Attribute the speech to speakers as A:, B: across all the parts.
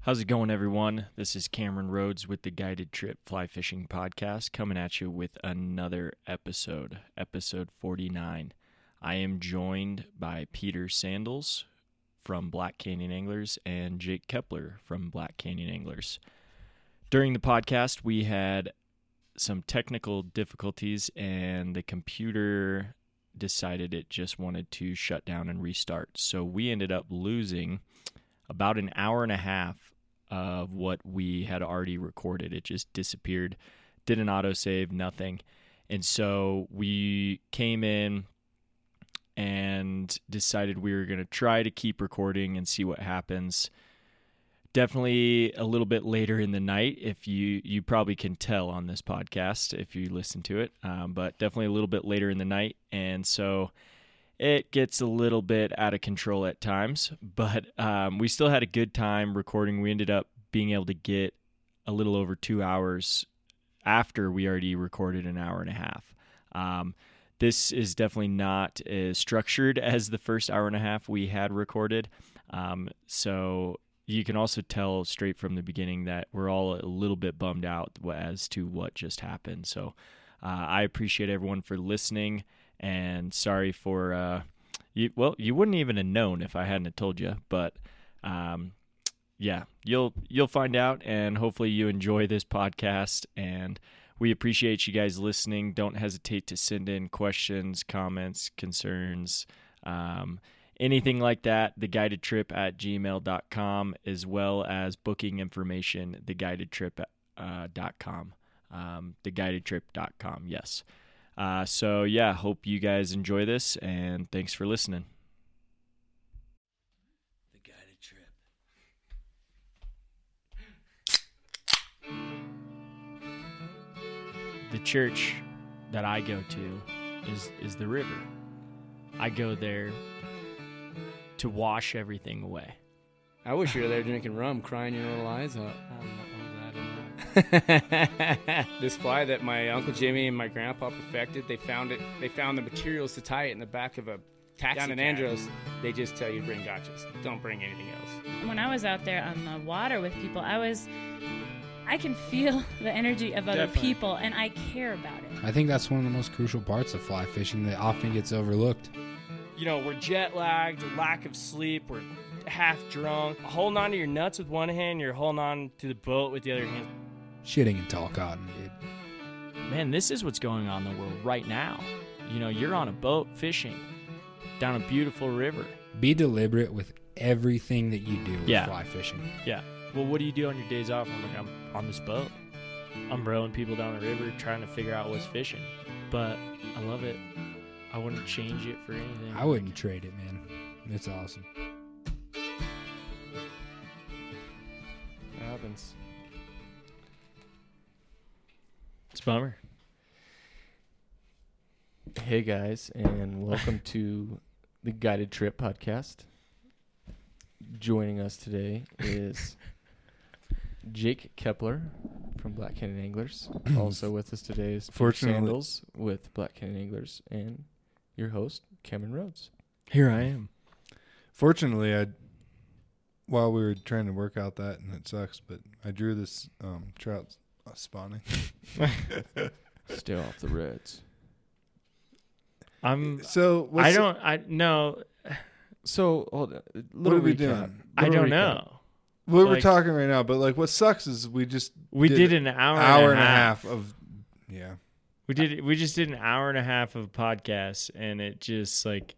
A: How's it going, everyone? This is Cameron Rhodes with the Guided Trip Fly Fishing Podcast coming at you with another episode, episode 49. I am joined by Peter Sandals from Black Canyon Anglers and Jake Kepler from Black Canyon Anglers. During the podcast, we had some technical difficulties, and the computer decided it just wanted to shut down and restart. So we ended up losing about an hour and a half of what we had already recorded. It just disappeared, did an auto save, nothing. And so we came in and decided we were going to try to keep recording and see what happens. Definitely a little bit later in the night, if you you probably can tell on this podcast if you listen to it, um, but definitely a little bit later in the night, and so it gets a little bit out of control at times, but um, we still had a good time recording. We ended up being able to get a little over two hours after we already recorded an hour and a half. Um, this is definitely not as structured as the first hour and a half we had recorded. Um, so you can also tell straight from the beginning that we're all a little bit bummed out as to what just happened. So uh, I appreciate everyone for listening and sorry for uh you well you wouldn't even have known if i hadn't have told you but um yeah you'll you'll find out and hopefully you enjoy this podcast and we appreciate you guys listening don't hesitate to send in questions comments concerns um anything like that the guided trip at gmail.com as well as booking information the guided trip uh, dot com um, the guided trip.com yes uh, so yeah, hope you guys enjoy this and thanks for listening.
B: The guided trip.
A: The church that I go to is is the river. I go there to wash everything away.
B: I wish you were there drinking rum, crying your little eyes out. this fly that my uncle Jimmy and my grandpa perfected, they found it. They found the materials to tie it in the back of a taxi. Down in
C: cab.
B: Andros, they just tell you bring gotchas. Don't bring anything else.
C: when I was out there on the water with people, I was I can feel the energy of other
B: Definitely.
C: people and I care about it.
D: I think that's one of the most crucial parts of fly fishing that often gets overlooked.
B: You know, we're jet lagged, lack of sleep, we're half drunk, holding on to your nuts with one hand, you're holding on to the boat with the other hand.
D: Shitting in tall cotton, dude.
A: Man, this is what's going on in the world right now. You know, you're on a boat fishing down a beautiful river.
D: Be deliberate with everything that you do with
A: Yeah.
D: fly fishing.
A: Yeah. Well, what do you do on your days off? I'm like, I'm on this boat. I'm rowing people down the river trying to figure out what's fishing. But I love it. I wouldn't change it for anything.
D: I wouldn't trade it, man. It's awesome.
B: That happens.
A: It's a bummer.
E: Hey guys, and welcome to the Guided Trip podcast. Joining us today is Jake Kepler from Black Cannon Anglers. also with us today is Peter
F: Fortunately-
E: Sandals with Black Cannon Anglers, and your host Cameron Rhodes.
A: Here I am.
F: Fortunately, I while we were trying to work out that and it sucks, but I drew this um, trout s- uh, spawning.
E: Stay off the reds.
A: I'm.
F: So what's
A: I don't. I no.
E: So hold on.
F: What
E: Little
F: are we
E: recap.
F: doing?
A: I
E: Little
A: don't
E: recap.
A: know.
F: What we're
A: Like-
F: talking right now, but like what sucks is we just
A: We did,
F: Did
A: an hour,
F: hour,
A: and a half.
F: of yeah.
A: We did. We just did an hour and a half of podcast, and it just like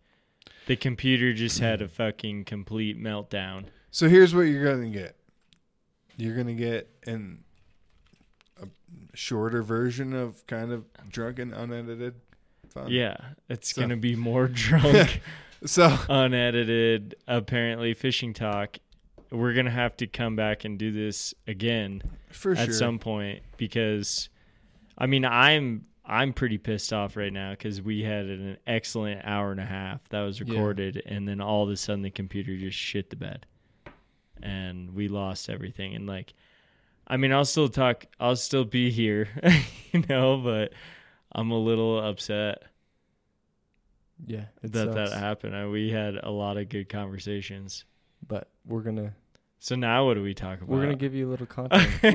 A: the computer just had a fucking complete meltdown.
F: So here's what you're gonna get. You're gonna get an a shorter version of kind of drunken unedited fun.
A: Yeah, it's
F: So-
A: gonna be more drunk.
F: So
A: unedited, apparently fishing talk. We're gonna have to come back and do this again
F: for
A: at
F: sure.
A: some point because, I mean, I'm I'm pretty pissed off right now because we had an excellent hour and a half that was recorded, and then all of a sudden the computer just shit the bed, and we lost everything. And like, I mean, I'll still talk, I'll still be here, you know, but I'm a little upset
E: Yeah, uh, it
A: that Uh,
E: sucks,
A: that happened. I, we had a lot of good conversations.
E: But we're gonna
A: So now what do we talk about?
E: We're gonna give you a little content.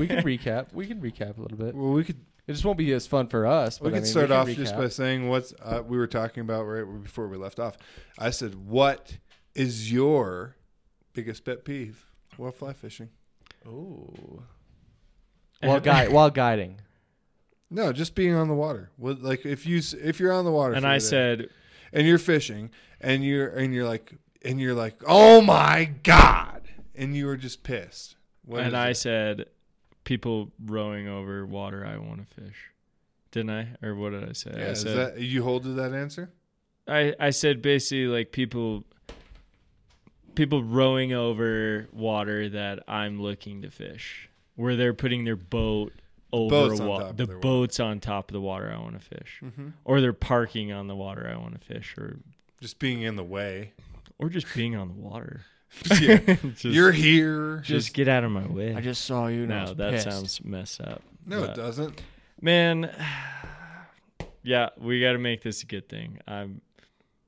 E: we can recap. We can recap a little bit.
F: Well, we could
E: It just won't be as fun for us. But I
F: we could
E: mean,
F: start
E: can
F: off just by
E: recap.
F: saying what's uh, we were talking about right before we left off. I said, "What is your biggest pet peeve while fly fishing?"
E: Ooh. While guide while guiding.
F: No, just being on the water. What, like if you s- if you're on the water,
A: and
F: for
A: I
F: the day
A: said,
F: and you're fishing, and you're and you're like and you're like, "Oh my god!" and you were just pissed. What is
A: and I
F: it?
A: said, people rowing over water. I want to fish. Didn't I? Or what did I say?
F: yeah,
A: I
F: is
A: said,
F: that you hold to that answer?
A: I, I said basically like people people rowing over water that I'm looking to fish. Where they're putting their boat over
F: boat's
A: a
F: on
A: wa-
F: top of
A: the
F: their water.
A: boat's on top of the water I want to fish.
F: Mm-hmm.
A: Or they're parking on the water I want to fish or
F: Just being in the way.
A: or just being on the water.
F: yeah,
A: Just,
F: you're here.
A: just, get out of my way.
E: I just saw you. and I
A: no,
E: was
A: that
E: pissed.
A: sounds mess up.
F: No,
A: But-
F: it doesn't.
A: Man, yeah, we got to make this a good thing. I'm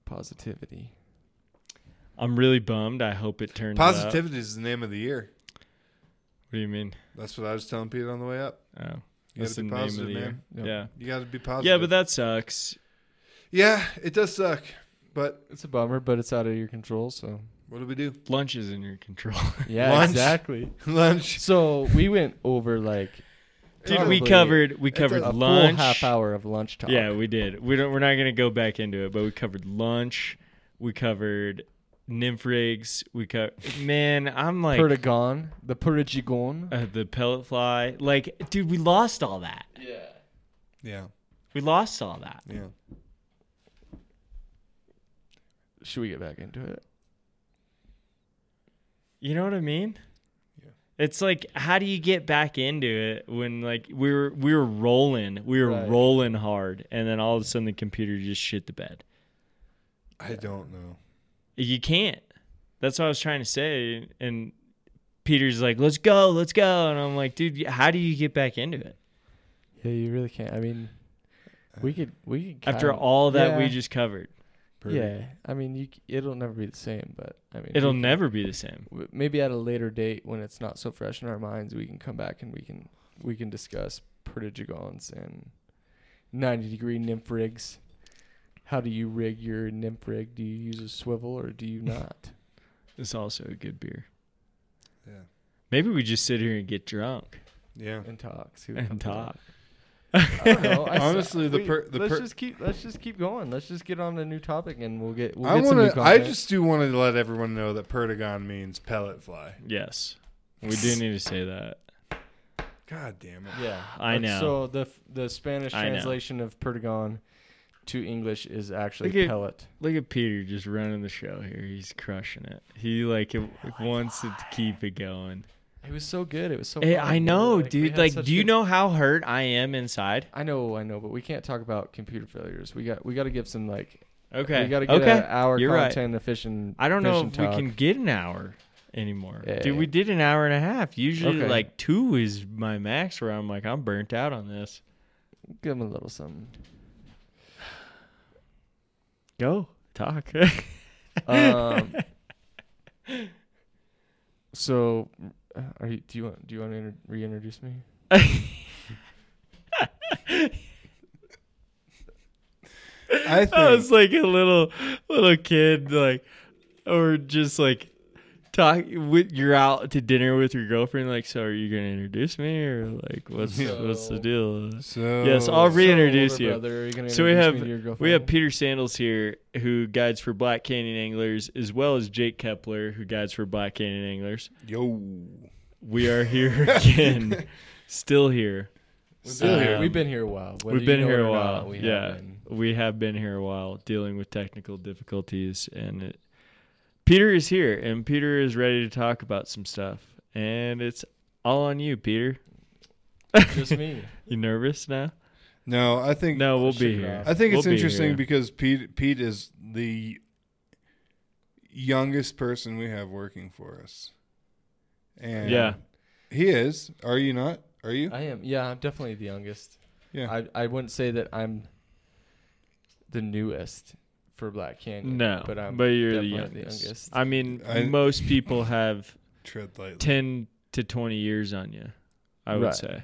E: positivity.
A: I'm really bummed. I hope it turns out-
F: Positivity is the name of the year.
A: What do you mean?
F: That's what I was telling Pete on the way up.
A: Oh.
F: You
A: That's
F: gotta be
A: the name of
F: positive,
A: the
F: man.
A: year.
E: Yep.
A: Yeah.
F: You got to be positive.
A: Yeah, but that sucks.
F: yeah, it does suck. But
E: It's a bummer, but it's out of your control. So
F: what do we do?
A: Lunch is in your control.
E: yeah,
F: Lunch.
E: exactly.
F: Lunch.
E: So we went over like
A: Dude,
E: Probably
A: we covered we
F: it's
A: covered
F: a
E: a
A: lunch.
E: full half hour of lunch talk.
A: Yeah, we did. We don't we're not gonna go back into it, but we covered lunch, we covered nymph rigs, we cut man, I'm like
E: Perdigon, the Perdigon.
A: uh, the pellet fly. Like, dude, we lost all that.
F: Yeah,
A: We lost all that.
F: yeah.
E: Should we get back into it?
A: You know what I mean?
F: Yeah.
A: It's like, how do you get back into it when like we were we were rolling, we were
E: Right.
A: rolling hard, and then all of a sudden the computer just shit the bed.
F: I don't know.
A: You can't. That's what I was trying to say. And Peter's like, "Let's go, let's go," and I'm like, "Dude, how do you get back into it
E: Yeah, you really can't. I mean, we could we could
A: after
E: kinda-
A: all that we
E: yeah.
A: just covered?
E: Yeah, I mean, you c- it'll never be the same, but I mean,
A: It'll
E: we can-
A: never be the same."
E: w- Maybe at a later date when it's not so fresh in our minds, we can come back and we can we can discuss perdigons and ninety degree nymph rigs. How do you rig your nymph rig? Do you use a swivel or do you not?
A: It's also a good beer.
F: Yeah,
A: Maybe we just sit here and get drunk
F: yeah.
E: and talk. See what
A: and
E: comes out.
A: talk.
E: I don't know. I s-
F: Honestly, the
E: we-
F: per- the
E: let's
F: per-
E: just keep let's just keep going. Let's just get on a new topic and we'll get. We'll
F: I
E: get some new
F: want to. I
E: content.
F: just do want to let everyone know that Pertagon means pellet fly.
A: Yes, we do need to say that.
F: God damn it.
E: yeah.
A: I
E: Like,
A: know.
E: So the f- the Spanish
A: I know.
E: translation of perdigon to English is actually
A: Look at-
E: pellet.
A: Look at Peter just running the show here. He's crushing it. He like it,
E: Oh,
A: wants to keep it going.
E: It was so good. It was so.
A: Hey,
E: fun,
A: I know,
E: we
A: dude.
E: had
A: Like,
E: such
A: do you
E: good-
A: know how hurt I am inside?
E: I know, I know, but we can't talk about computer failures. We got we got to give some like
A: Okay.
E: we got to get
A: okay.
E: an hour
A: You're right.
E: content efficient.
A: I don't know if
E: efficient
A: we
E: talk.
A: can get an hour anymore.
E: Yeah,
A: Dude,
E: yeah.
A: we did an hour and a half. Usually,
E: Okay.
A: like two is my max. Where I'm like, I'm burnt out on this.
E: give them a little something.
A: Go talk.
E: Um, so, uh, are you? Do you want? Do you want to inter- reintroduce me?
F: I
A: I was
F: think
A: like a little little kid, like or just like talk. With, you're out to dinner with your girlfriend, like, so are you gonna introduce me or like what's what's the
E: So-
A: deal?
F: so.
A: Yes, I'll
E: So,
A: reintroduce
E: older
A: you.
E: brother, are you gonna
A: So we
E: introduce
A: have-
E: me to your
A: We
E: girlfriend?
A: have Peter Sandals here, who guides for Black Canyon Anglers, as well as Jake Kepler, who guides for Black Canyon Anglers.
F: Yo.
A: We are here again, still here.
E: We've been, here.
A: Um,
E: we've been here a while. Whether
A: we've been
E: you know
A: here
E: it
A: a
E: or
A: while.
E: Not, we have
A: yeah,
E: been.
A: we have been here a while, dealing with technical difficulties, and it, Peter is here, and Peter is ready to talk about some stuff, and it's all on you, Peter.
E: just me.
A: You nervous now?
F: No, I think
A: No, we'll
E: Shake
A: be
E: it
A: here.
E: off.
F: I think it's
A: We'll be
F: interesting
A: here.
F: because Pete Pete is the youngest person we have working for us. And
A: Yeah.
F: He is. Are you not? Are you?
E: I am. Yeah, I'm definitely the youngest.
F: yeah.
E: I I wouldn't say that I'm the newest for Black Canyon.
A: No,
E: but I'm
A: you're the
E: definitely
A: youngest.
E: the youngest.
A: I mean,
F: I-
A: most people have
F: Tread lightly.
A: 10 to 20 years on you, I would
E: Right.
A: say.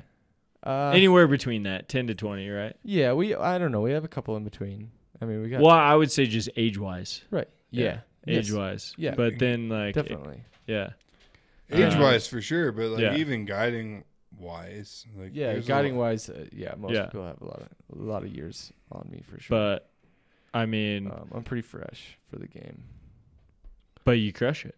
E: Uh,
A: Anywhere between that, 10 to 20, right?
E: Yeah, we. I don't know. We have a couple in between. I mean, we got.
A: Well, I would say just age wise.
E: Right.
A: Yeah.
E: Yeah.
A: Age
E: Yes,
A: wise.
E: Yeah. e-
A: But then, like,
E: Definitely.
A: yeah.
F: Age wise, for sure, but like
A: yeah.
F: even guiding wise, like
E: Yeah.
F: there's a
E: guiding
F: lot-
E: wise, uh, yeah. Most
A: Yeah.
E: people have a lot of a lot of years on me for sure.
A: But, I mean,
E: um, I'm pretty fresh for the game.
A: but you crush it.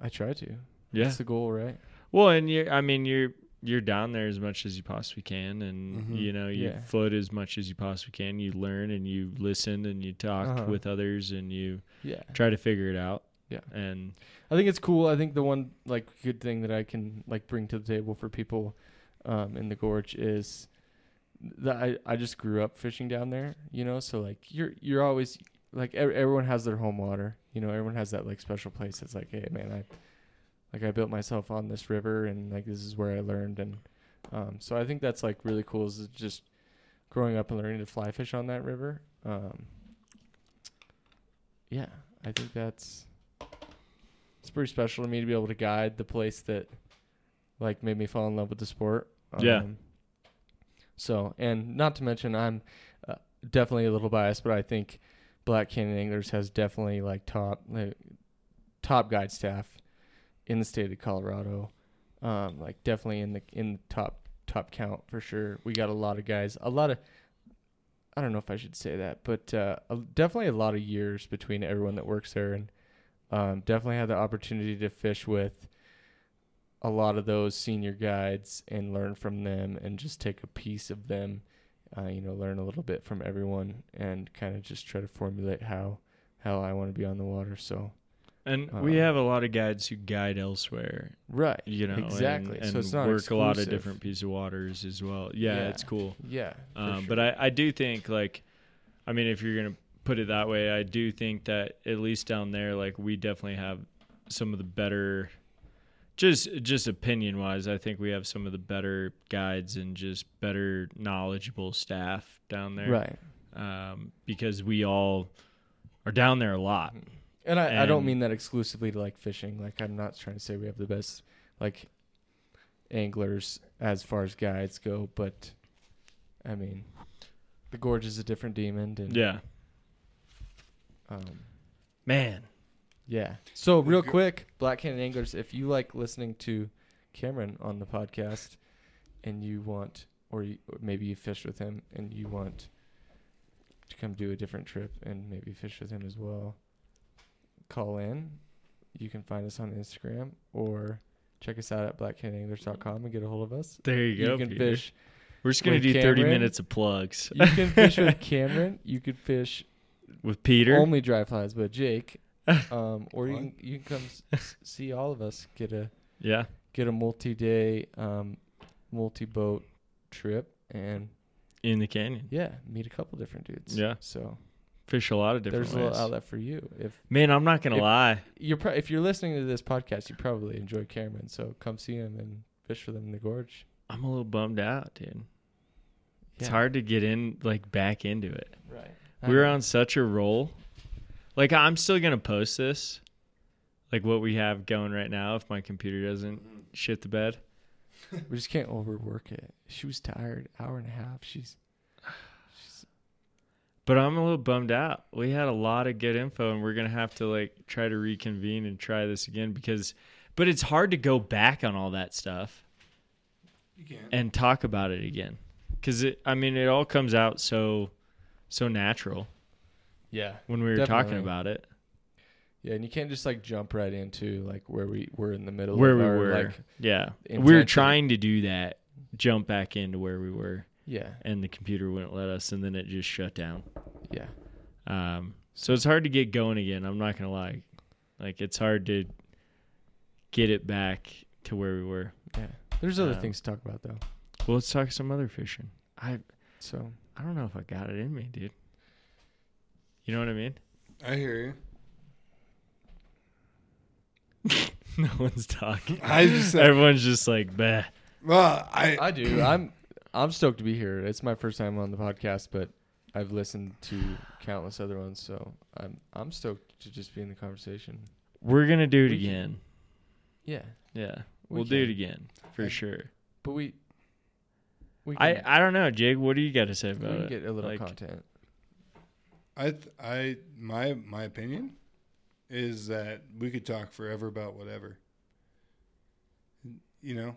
E: I try to.
A: Yeah.
E: That's the goal, right?
A: Well, and you're, I mean, you're, you're down there as much as you possibly can, and
F: Mhm.
A: you know you
E: Mm-hmm. Yeah.
A: float as much as you possibly can. You learn and you listen and you talk
E: Uh-huh.
A: with others and you
E: Yeah.
A: try to figure it out.
E: Yeah.
A: And
E: I think it's cool. I think the one like good thing that I can like bring to the table for people um, in the gorge is that I, I just grew up fishing down there, you know. So like you're you're always like ev- everyone has their home water, you know. Everyone has that like special place. that's like, hey man, I like I built myself on this river, and like this is where I learned, and um, so I think that's like really cool. Is just growing up and learning to fly fish on that river. Um, yeah, I think that's it's pretty special to me to be able to guide the place that like made me fall in love with the sport. Um,
A: Yeah.
E: So, and not to mention, I'm uh, definitely a little biased, but I think Black Canyon Anglers has definitely like top like, top guide staff in the state of Colorado. Um, like definitely in the in the top top count for sure. We got a lot of guys, a lot of I don't know if I should say that, but uh, a- definitely a lot of years between everyone that works there, and um, definitely had the opportunity to fish with a lot of those senior guides and learn from them, and just take a piece of them. Uh, you know, learn a little bit from everyone, and kind of just try to formulate how how I want to be on the water. So
A: and we
E: Um,
A: have a lot of guides who guide elsewhere
E: right,
A: you know and-
E: exactly.
A: and,
E: so it's not
A: work a lot of
E: exclusive.
A: different pieces of waters as well yeah,
E: Yeah.
A: it's cool
E: Yeah, for
A: um,
E: sure.
A: but I, I do think like i mean if you're gonna put it that way i do think that at least down there like we definitely have some of the better just just opinion wise i think we have some of the better guides and just better knowledgeable staff down there
E: right.
A: um, because we all are down there a lot
E: And I, I don't
A: And-
E: mean that exclusively to like fishing. Like I'm not trying to say we have the best like anglers as far as guides go, but I mean the gorge is a different demon and
A: yeah
E: um
A: man
E: yeah. So
F: The
E: real
F: gor-
E: quick, Black Cannon Anglers, if you like listening to Cameron on the podcast and you want or, you, or maybe you fished with him and you want to come do a different trip and maybe fish with him as well, call in. You can find us on Instagram or check us out at blackcanonanglers.com and get a hold of us.
A: there you go
E: you can
A: Peter.
E: fish.
A: we're just gonna
E: with
A: do 30
E: Cameron.
A: minutes of plugs
E: You can fish with Cameron. You could fish
A: with peter
E: only dry flies, but Jake. Um, or you can, you can come s- see all of us get a
A: Yeah.
E: get a multi-day, um, multi-boat trip, and
A: In the canyon.
E: yeah, meet a couple differerent dudes.
A: Yeah.
E: So
A: Fish a lot of different
E: there's a
A: ways.
E: little outlet for you. If
A: Man, I'm not going to
E: If-
A: lie.
E: you're pro- if you're listening to this podcast, you probably enjoy Cameron. So come see him and fish with him in the gorge.
A: I'm a little bummed out, dude. It's
E: Yeah.
A: hard to get in, like, back into it.
E: Right.
A: we were on such a roll. Like, I'm still going to post this, like, what we have going right now if my computer doesn't shit the bed.
E: We just can't overwork it. She was tired. Hour and a half. She's. she's
A: But I'm a little bummed out. We had a lot of good info, and we're going to have to, like, try to reconvene and try this again because, but it's hard to go back on all that stuff.
F: You can't.
A: and talk about it again because it i mean it all comes out so so natural
E: yeah.
A: when we were talking
E: Definitely.
A: about it
E: Yeah, and you can't just like jump right into like where we were in the middle.
A: where
E: of
A: we
E: our,
A: were
E: Like,
A: yeah we were
E: intention.
A: trying to do that jump back into where we were
E: yeah.
A: and the computer wouldn't let us and then it just shut down
E: Yeah.
A: um so it's hard to get going again i'm not gonna lie like it's hard to get it back to where we were
E: Yeah. There's other
A: Um,
E: things to talk about though.
A: well let's talk some other fishing i
E: So
A: i don't know if i got it in me dude you know what i mean
F: I hear you.
A: no one's talking
F: I just said,
A: Everyone's just like, bah.
F: well, I,
E: I do. I'm I'm stoked to be here. It's my first time on the podcast, but I've listened to countless other ones, so I'm I'm stoked to just be in the conversation.
A: We're gonna do it
E: We can-
A: again.
E: Yeah.
A: Yeah.
E: We
A: We'll do it
E: can.
A: again for
E: I-
A: sure.
E: But we, we
A: I,
E: can,
A: I don't know, Jake. What do you got to say
E: we
A: about
E: can
A: it?
E: get a little
A: Like,
E: content.
F: I th- I my my opinion is that we could talk forever about whatever. You know,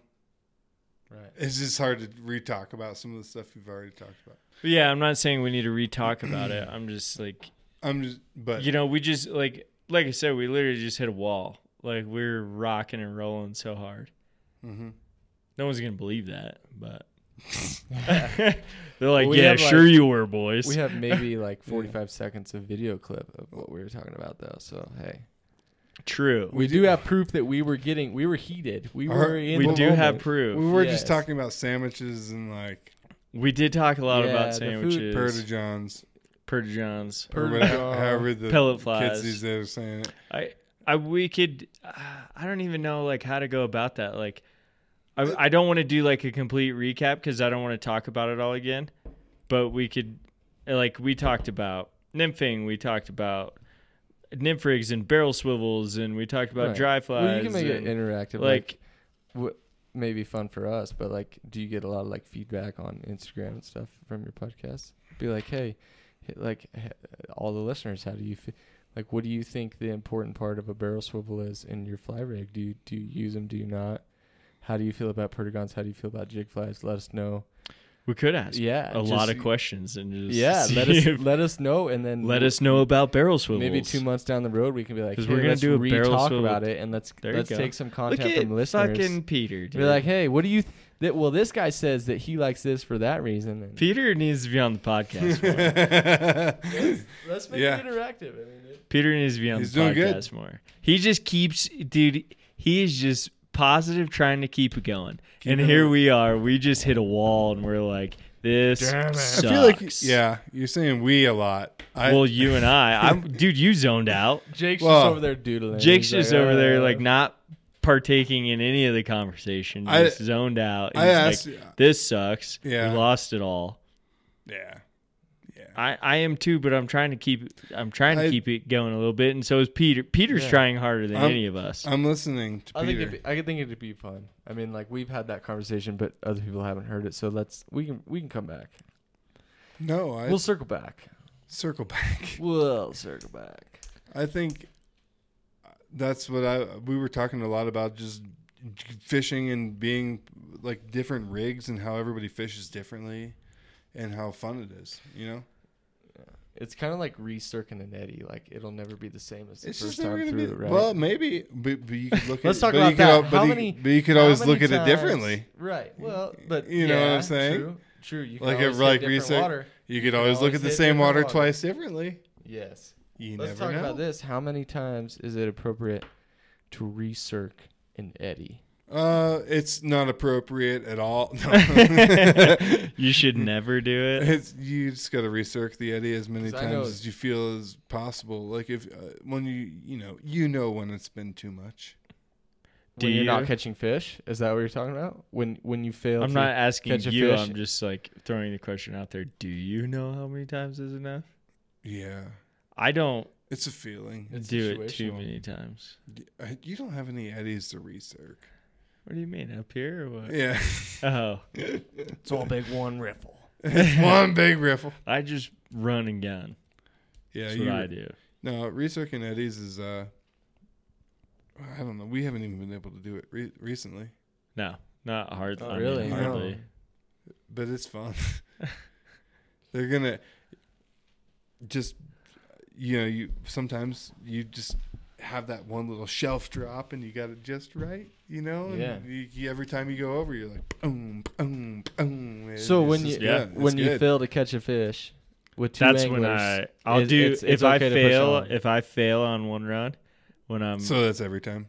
E: Right.
F: it's just hard to re-talk about some of the stuff you've already talked about.
A: Yeah, I'm not saying we need to re-talk about it. I'm just like,
F: I'm just, but
A: you know, we just like, like I said, we literally just hit a wall. Like we're rocking and rolling so hard.
F: hmm
A: No one's gonna believe that, but they're like,
E: we
A: yeah,
E: have,
A: sure
E: like-
A: you were, boys.
E: We have maybe like 45 seconds of video clip of what we were talking about though. So, hey.
A: True.
E: We, do have proof that we were getting we were heated. We
F: Our-
E: were in
A: we
E: the
A: do have
E: moment.
A: proof.
F: we were
E: Yes.
F: just talking about sandwiches and like
A: We did talk a lot
E: Yeah,
A: about
E: the food
A: sandwiches,
F: Purda Johns,
A: Purda Johns.
F: or
E: Purda
F: whatever,
E: John.
F: however the
A: Pellet
F: kids
A: flies.
F: these days are saying it.
A: I, I, we could. Uh, I don't even know like how to go about that. Like, I, I don't want to do like a complete recap because I don't want to talk about it all again. But we could, like, we talked about nymphing. We talked about nymph rigs and barrel swivels, and we talked about
E: Right.
A: dry flies.
E: Well, you can make it
A: and,
E: interactive. Like,
A: like,
E: what may be fun for us, but like, do you get a lot of like feedback on Instagram and stuff from your podcast? Be like, hey, h- like h- all the listeners, how do you feel? Like, what do you think the important part of a barrel swivel is in your fly rig? Do you, do you use them? Do you not? How do you feel about perdigons? How do you feel about jig flies? Let us know.
A: we could ask
E: Yeah,
A: a lot
E: just-
A: of questions and just
E: Yeah,
A: see
E: let us
A: if-
E: let us know, and then
A: let us know about barrel swivels.
E: Maybe two months down the road, we can be like,
A: 'Cause
E: hey,
A: we're gonna
E: let's
A: do a barrel
E: re-talk
A: swivel.
E: about it, and let's
A: There you
E: let's
A: go.
E: take some
A: Look
E: content
A: at
E: from listeners.
A: fucking Peter. Dude.
E: Be like, hey, what do you? Th- that well, this guy says that he likes this for that reason. And
A: Peter needs to be on the podcast. more.
E: let's
F: make it Yeah.
E: interactive. I mean,
A: Peter needs to be on
F: He's
A: the
F: doing good.
A: podcast more. He just keeps, dude. He is just positive, trying to keep it going. and
F: it
A: here
F: up.
A: we are. We just hit a wall, and we're like, this
F: I
A: sucks.
F: feel like yeah, you're saying we a lot. I,
A: well, you and I, I'm, dude. You zoned out.
E: Jake's
F: Well,
E: just over there doodling.
A: Jake's
E: He's
A: just over there,
E: uh,
A: like not partaking in any of the conversation.
F: I-
A: Just zoned out.
F: I
A: He's
F: asked.
A: like, this sucks.
F: Yeah.
A: we lost it all.
F: yeah, yeah.
A: I, I am too, but I'm trying to keep I'm trying to
F: I-
A: keep it going a little bit, and so is Peter. Peter's
E: Yeah.
A: trying harder than
F: I'm-
A: any of us.
F: I'm listening to
E: I think
F: Peter.
E: it'd be, I could think it'd be fun. I mean, like we've had that conversation, but other people haven't heard it. So let's we can we can come back.
F: no, I
E: We'll circle back.
F: circle back.
E: We'll circle back.
F: I think uh, that's what I we were talking a lot about just fishing and being like different rigs and how everybody fishes differently and how fun it is, you know?
E: It's kind of like recircling an eddy. Like it'll never be the same as the
F: It's
E: first
F: just never
E: time
F: going to
E: through.
F: be
E: right?
F: Well, maybe but, but you could look at
E: Let's talk
F: but
E: about
F: you could,
E: that.
F: al- But
E: How
F: you,
E: many-
F: but you could
E: How
F: always
E: many
F: look at it
E: times-
F: differly.
E: Right. Well, but
F: You know what I'm
E: yeah,
F: saying?
E: True. True. You can
F: Like
E: always
F: if
E: hit
F: like
E: different
F: research,
E: water.
F: you could
E: can
F: always look
E: always
F: at the
E: hit
F: same
E: different
F: water
E: water.
F: twice differently.
E: Yes.
F: You
E: Let's
F: never
E: talk
F: know.
E: about this. How many times is it appropriate to recirc an eddy?
F: Uh, it's not appropriate at all. No.
A: you should never do it.
F: It's you just got to recirc the eddy as many
E: 'Cause I know
F: times
E: it's-
F: as you feel is possible. Like if uh, when you you know you know when it's been too much.
A: Do
E: when you're not
A: you?
E: catching fish? Is that what you're talking about? When when you fail?
A: I'm
E: to-
A: not asking
E: catch a
A: you.
E: fish.
A: I'm just like throwing the question out there. Do you know how many times is enough?
F: Yeah,
A: I don't
F: it's a feeling.
E: It's
A: do it too
E: situational.
A: many times.
F: Uh, You don't have any eddies to recirc.
A: What do you mean up here? Or what?
F: Yeah,
A: Oh,
E: Uh, It's all big one riffle.
F: it's one big riffle.
A: I just run and gun.
F: Yeah,
A: That's
F: you,
A: what I do.
F: no recircing eddies is uh, I don't know. We haven't even been able to do it re- recently,
A: No, not hard.
E: Not
A: I mean,
E: Oh, really,
F: no.
A: hardly.
F: but it's fun. They're gonna just you know you sometimes you just have that one little shelf drop and you got it just right you know and
E: Yeah.
F: you, you- every time you go over you're like boom boom boom and
E: So
F: it's
E: when you
F: just
A: Yeah.
F: good. It's
E: when you
F: good.
E: fail to catch a fish with two
A: That's
E: anglers,
A: when I I'll
E: is-
A: do
E: it's- it's
A: if I
E: okay to push
A: fail
E: on.
A: if I fail on one run when I'm
F: so that's every time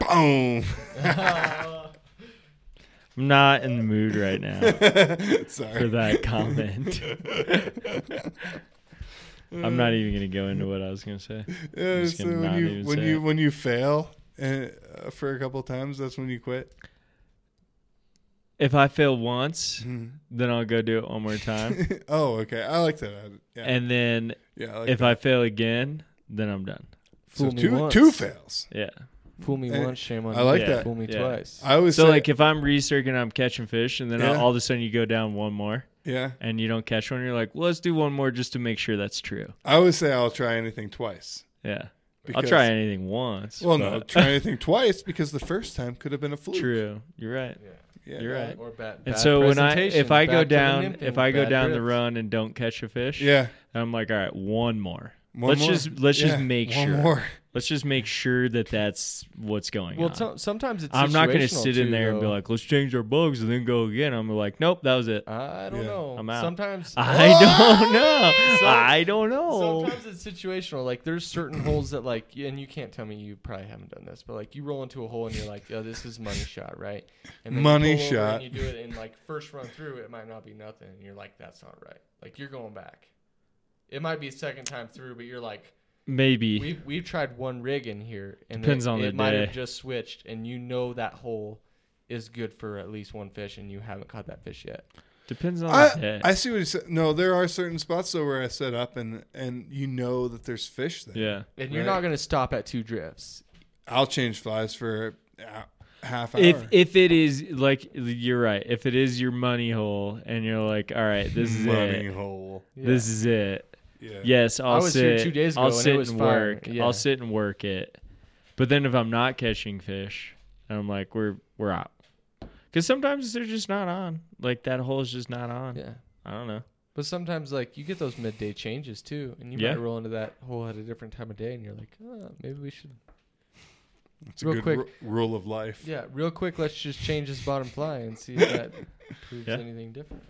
F: boom
A: I'm not in the mood right now for
F: sorry
A: that comment. I'm not even gonna go into what I was gonna say.
F: Yeah,
A: just
F: so
A: gonna
F: when
A: not
F: you
A: even
F: when
A: say
F: you
A: it.
F: when you fail uh, for a couple times that's when you quit
A: If I fail once, then I'll go do it one more time,
F: oh okay i like that yeah
A: and then
F: yeah I like
A: if
F: that.
A: I fail again, then I'm done.
E: Fool
F: so
E: me
F: two
E: once.
F: two fails
A: Yeah,
E: Fool me
F: And
E: once, shame on
F: I
E: you.
F: like
A: Yeah.
F: that.
E: Fool me
A: Yeah.
E: twice.
F: I always
A: So
F: say,
A: like if I'm recircling, I'm catching fish, and then
F: Yeah.
A: all of a sudden you go down one more
F: yeah,
A: and you don't catch one, you're like, well, let's do one more just to make sure that's true.
F: I always say I'll try anything twice.
A: Yeah, I'll
F: because-
A: try anything once.
F: Well, no,
A: but-
F: try anything twice because the first time could have been a fluke.
A: true. You're right.
F: Yeah,
A: You're
F: no,
A: right.
E: Or bad,
A: And
E: bad
A: so when I if
E: presentations,
A: I go
E: back to the
A: down
E: nymphing
A: if
E: with
A: I go
E: bad
A: down the
E: grips.
A: run and don't catch a fish,
F: Yeah.
A: I'm like, all right, one more.
F: One
A: let's
F: more.
A: just let's just
F: Yeah,
A: make
F: one
A: sure.
F: more.
A: Let's just make sure that that's what's going
E: well,
A: on.
E: so- sometimes it's.
A: I'm not going to
E: situational
A: sit in
E: too,
A: there and be
E: though.
A: like, let's change our bugs and then go again. I'm like, nope, that was it.
E: I don't
F: Yeah.
E: know.
A: I'm out.
E: Sometimes
A: I don't know.
E: Some-
A: I don't know.
E: Sometimes it's situational. Like there's certain holes that like, and you can't tell me you probably haven't done this, but like you roll into a hole and you're like, oh, this is money shot, right? And you
F: Money
E: pull over
F: shot.
E: And you do it in like first run through, it might not be nothing, and you're like, that's not right. Like you're going back. It might be second time through, but you're like,
A: Maybe.
E: we've we've tried one rig in here, and
A: Depends
E: it,
A: on
E: it
A: the
E: might
A: day.
E: have just switched, and you know that hole is good for at least one fish, and you haven't caught that fish yet.
A: Depends on the
F: I,
A: day.
F: I see what you said. No, there are certain spots though where I set up and and you know that there's fish there.
A: yeah.
E: And you're
F: Right.
E: not gonna stop at two drifts.
F: I'll change flies for a half hour.
A: If if it is like you're right, if it is your money hole and you're like, all right, this is
F: Money
A: it.
F: hole.
A: This is it.
F: Yeah.
A: Yes, I'll
E: was
A: sit.
E: here two days
A: I'll
E: ago and it
A: sit
E: was
A: and
E: fine.
A: work.
E: Yeah.
A: I'll sit and work it. But then if I'm not catching fish, I'm like, we're we're out. Because sometimes they're just not on. Like that hole is just not on.
E: Yeah.
A: I don't know.
E: But sometimes, like, you get those midday changes too, and you
A: Yeah.
E: might roll into that hole at a different time of day, and you're like, oh, maybe we should.
F: It's a
E: Real
F: good
E: quick.
F: ru- rule of life.
E: Yeah, real quick, let's just change this bottom fly and see if that proves
A: Yeah.
E: anything different.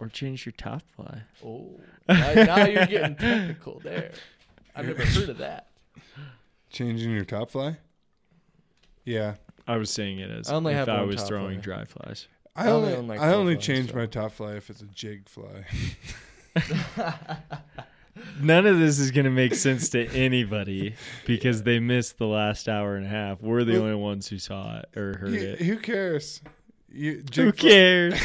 A: Or change your top fly.
E: Oh, now, now you're getting technical there. I've never heard of that.
F: Changing your top fly. Yeah.
A: I was saying it as
E: I only
A: if
E: have
A: I
E: one
A: was
E: top
A: throwing
E: fly.
A: dry flies.
F: I,
E: I only
F: only,
E: own, like,
F: I
E: 12
F: only
E: flies,
F: change
E: so.
F: my top fly if it's a jig fly.
A: None of this is going to make sense to anybody because they missed the last hour and a half. We're the
F: Well-
A: only ones who saw it or heard
F: You-
A: it.
F: who cares? You, jig
A: Who
F: fly-
A: cares?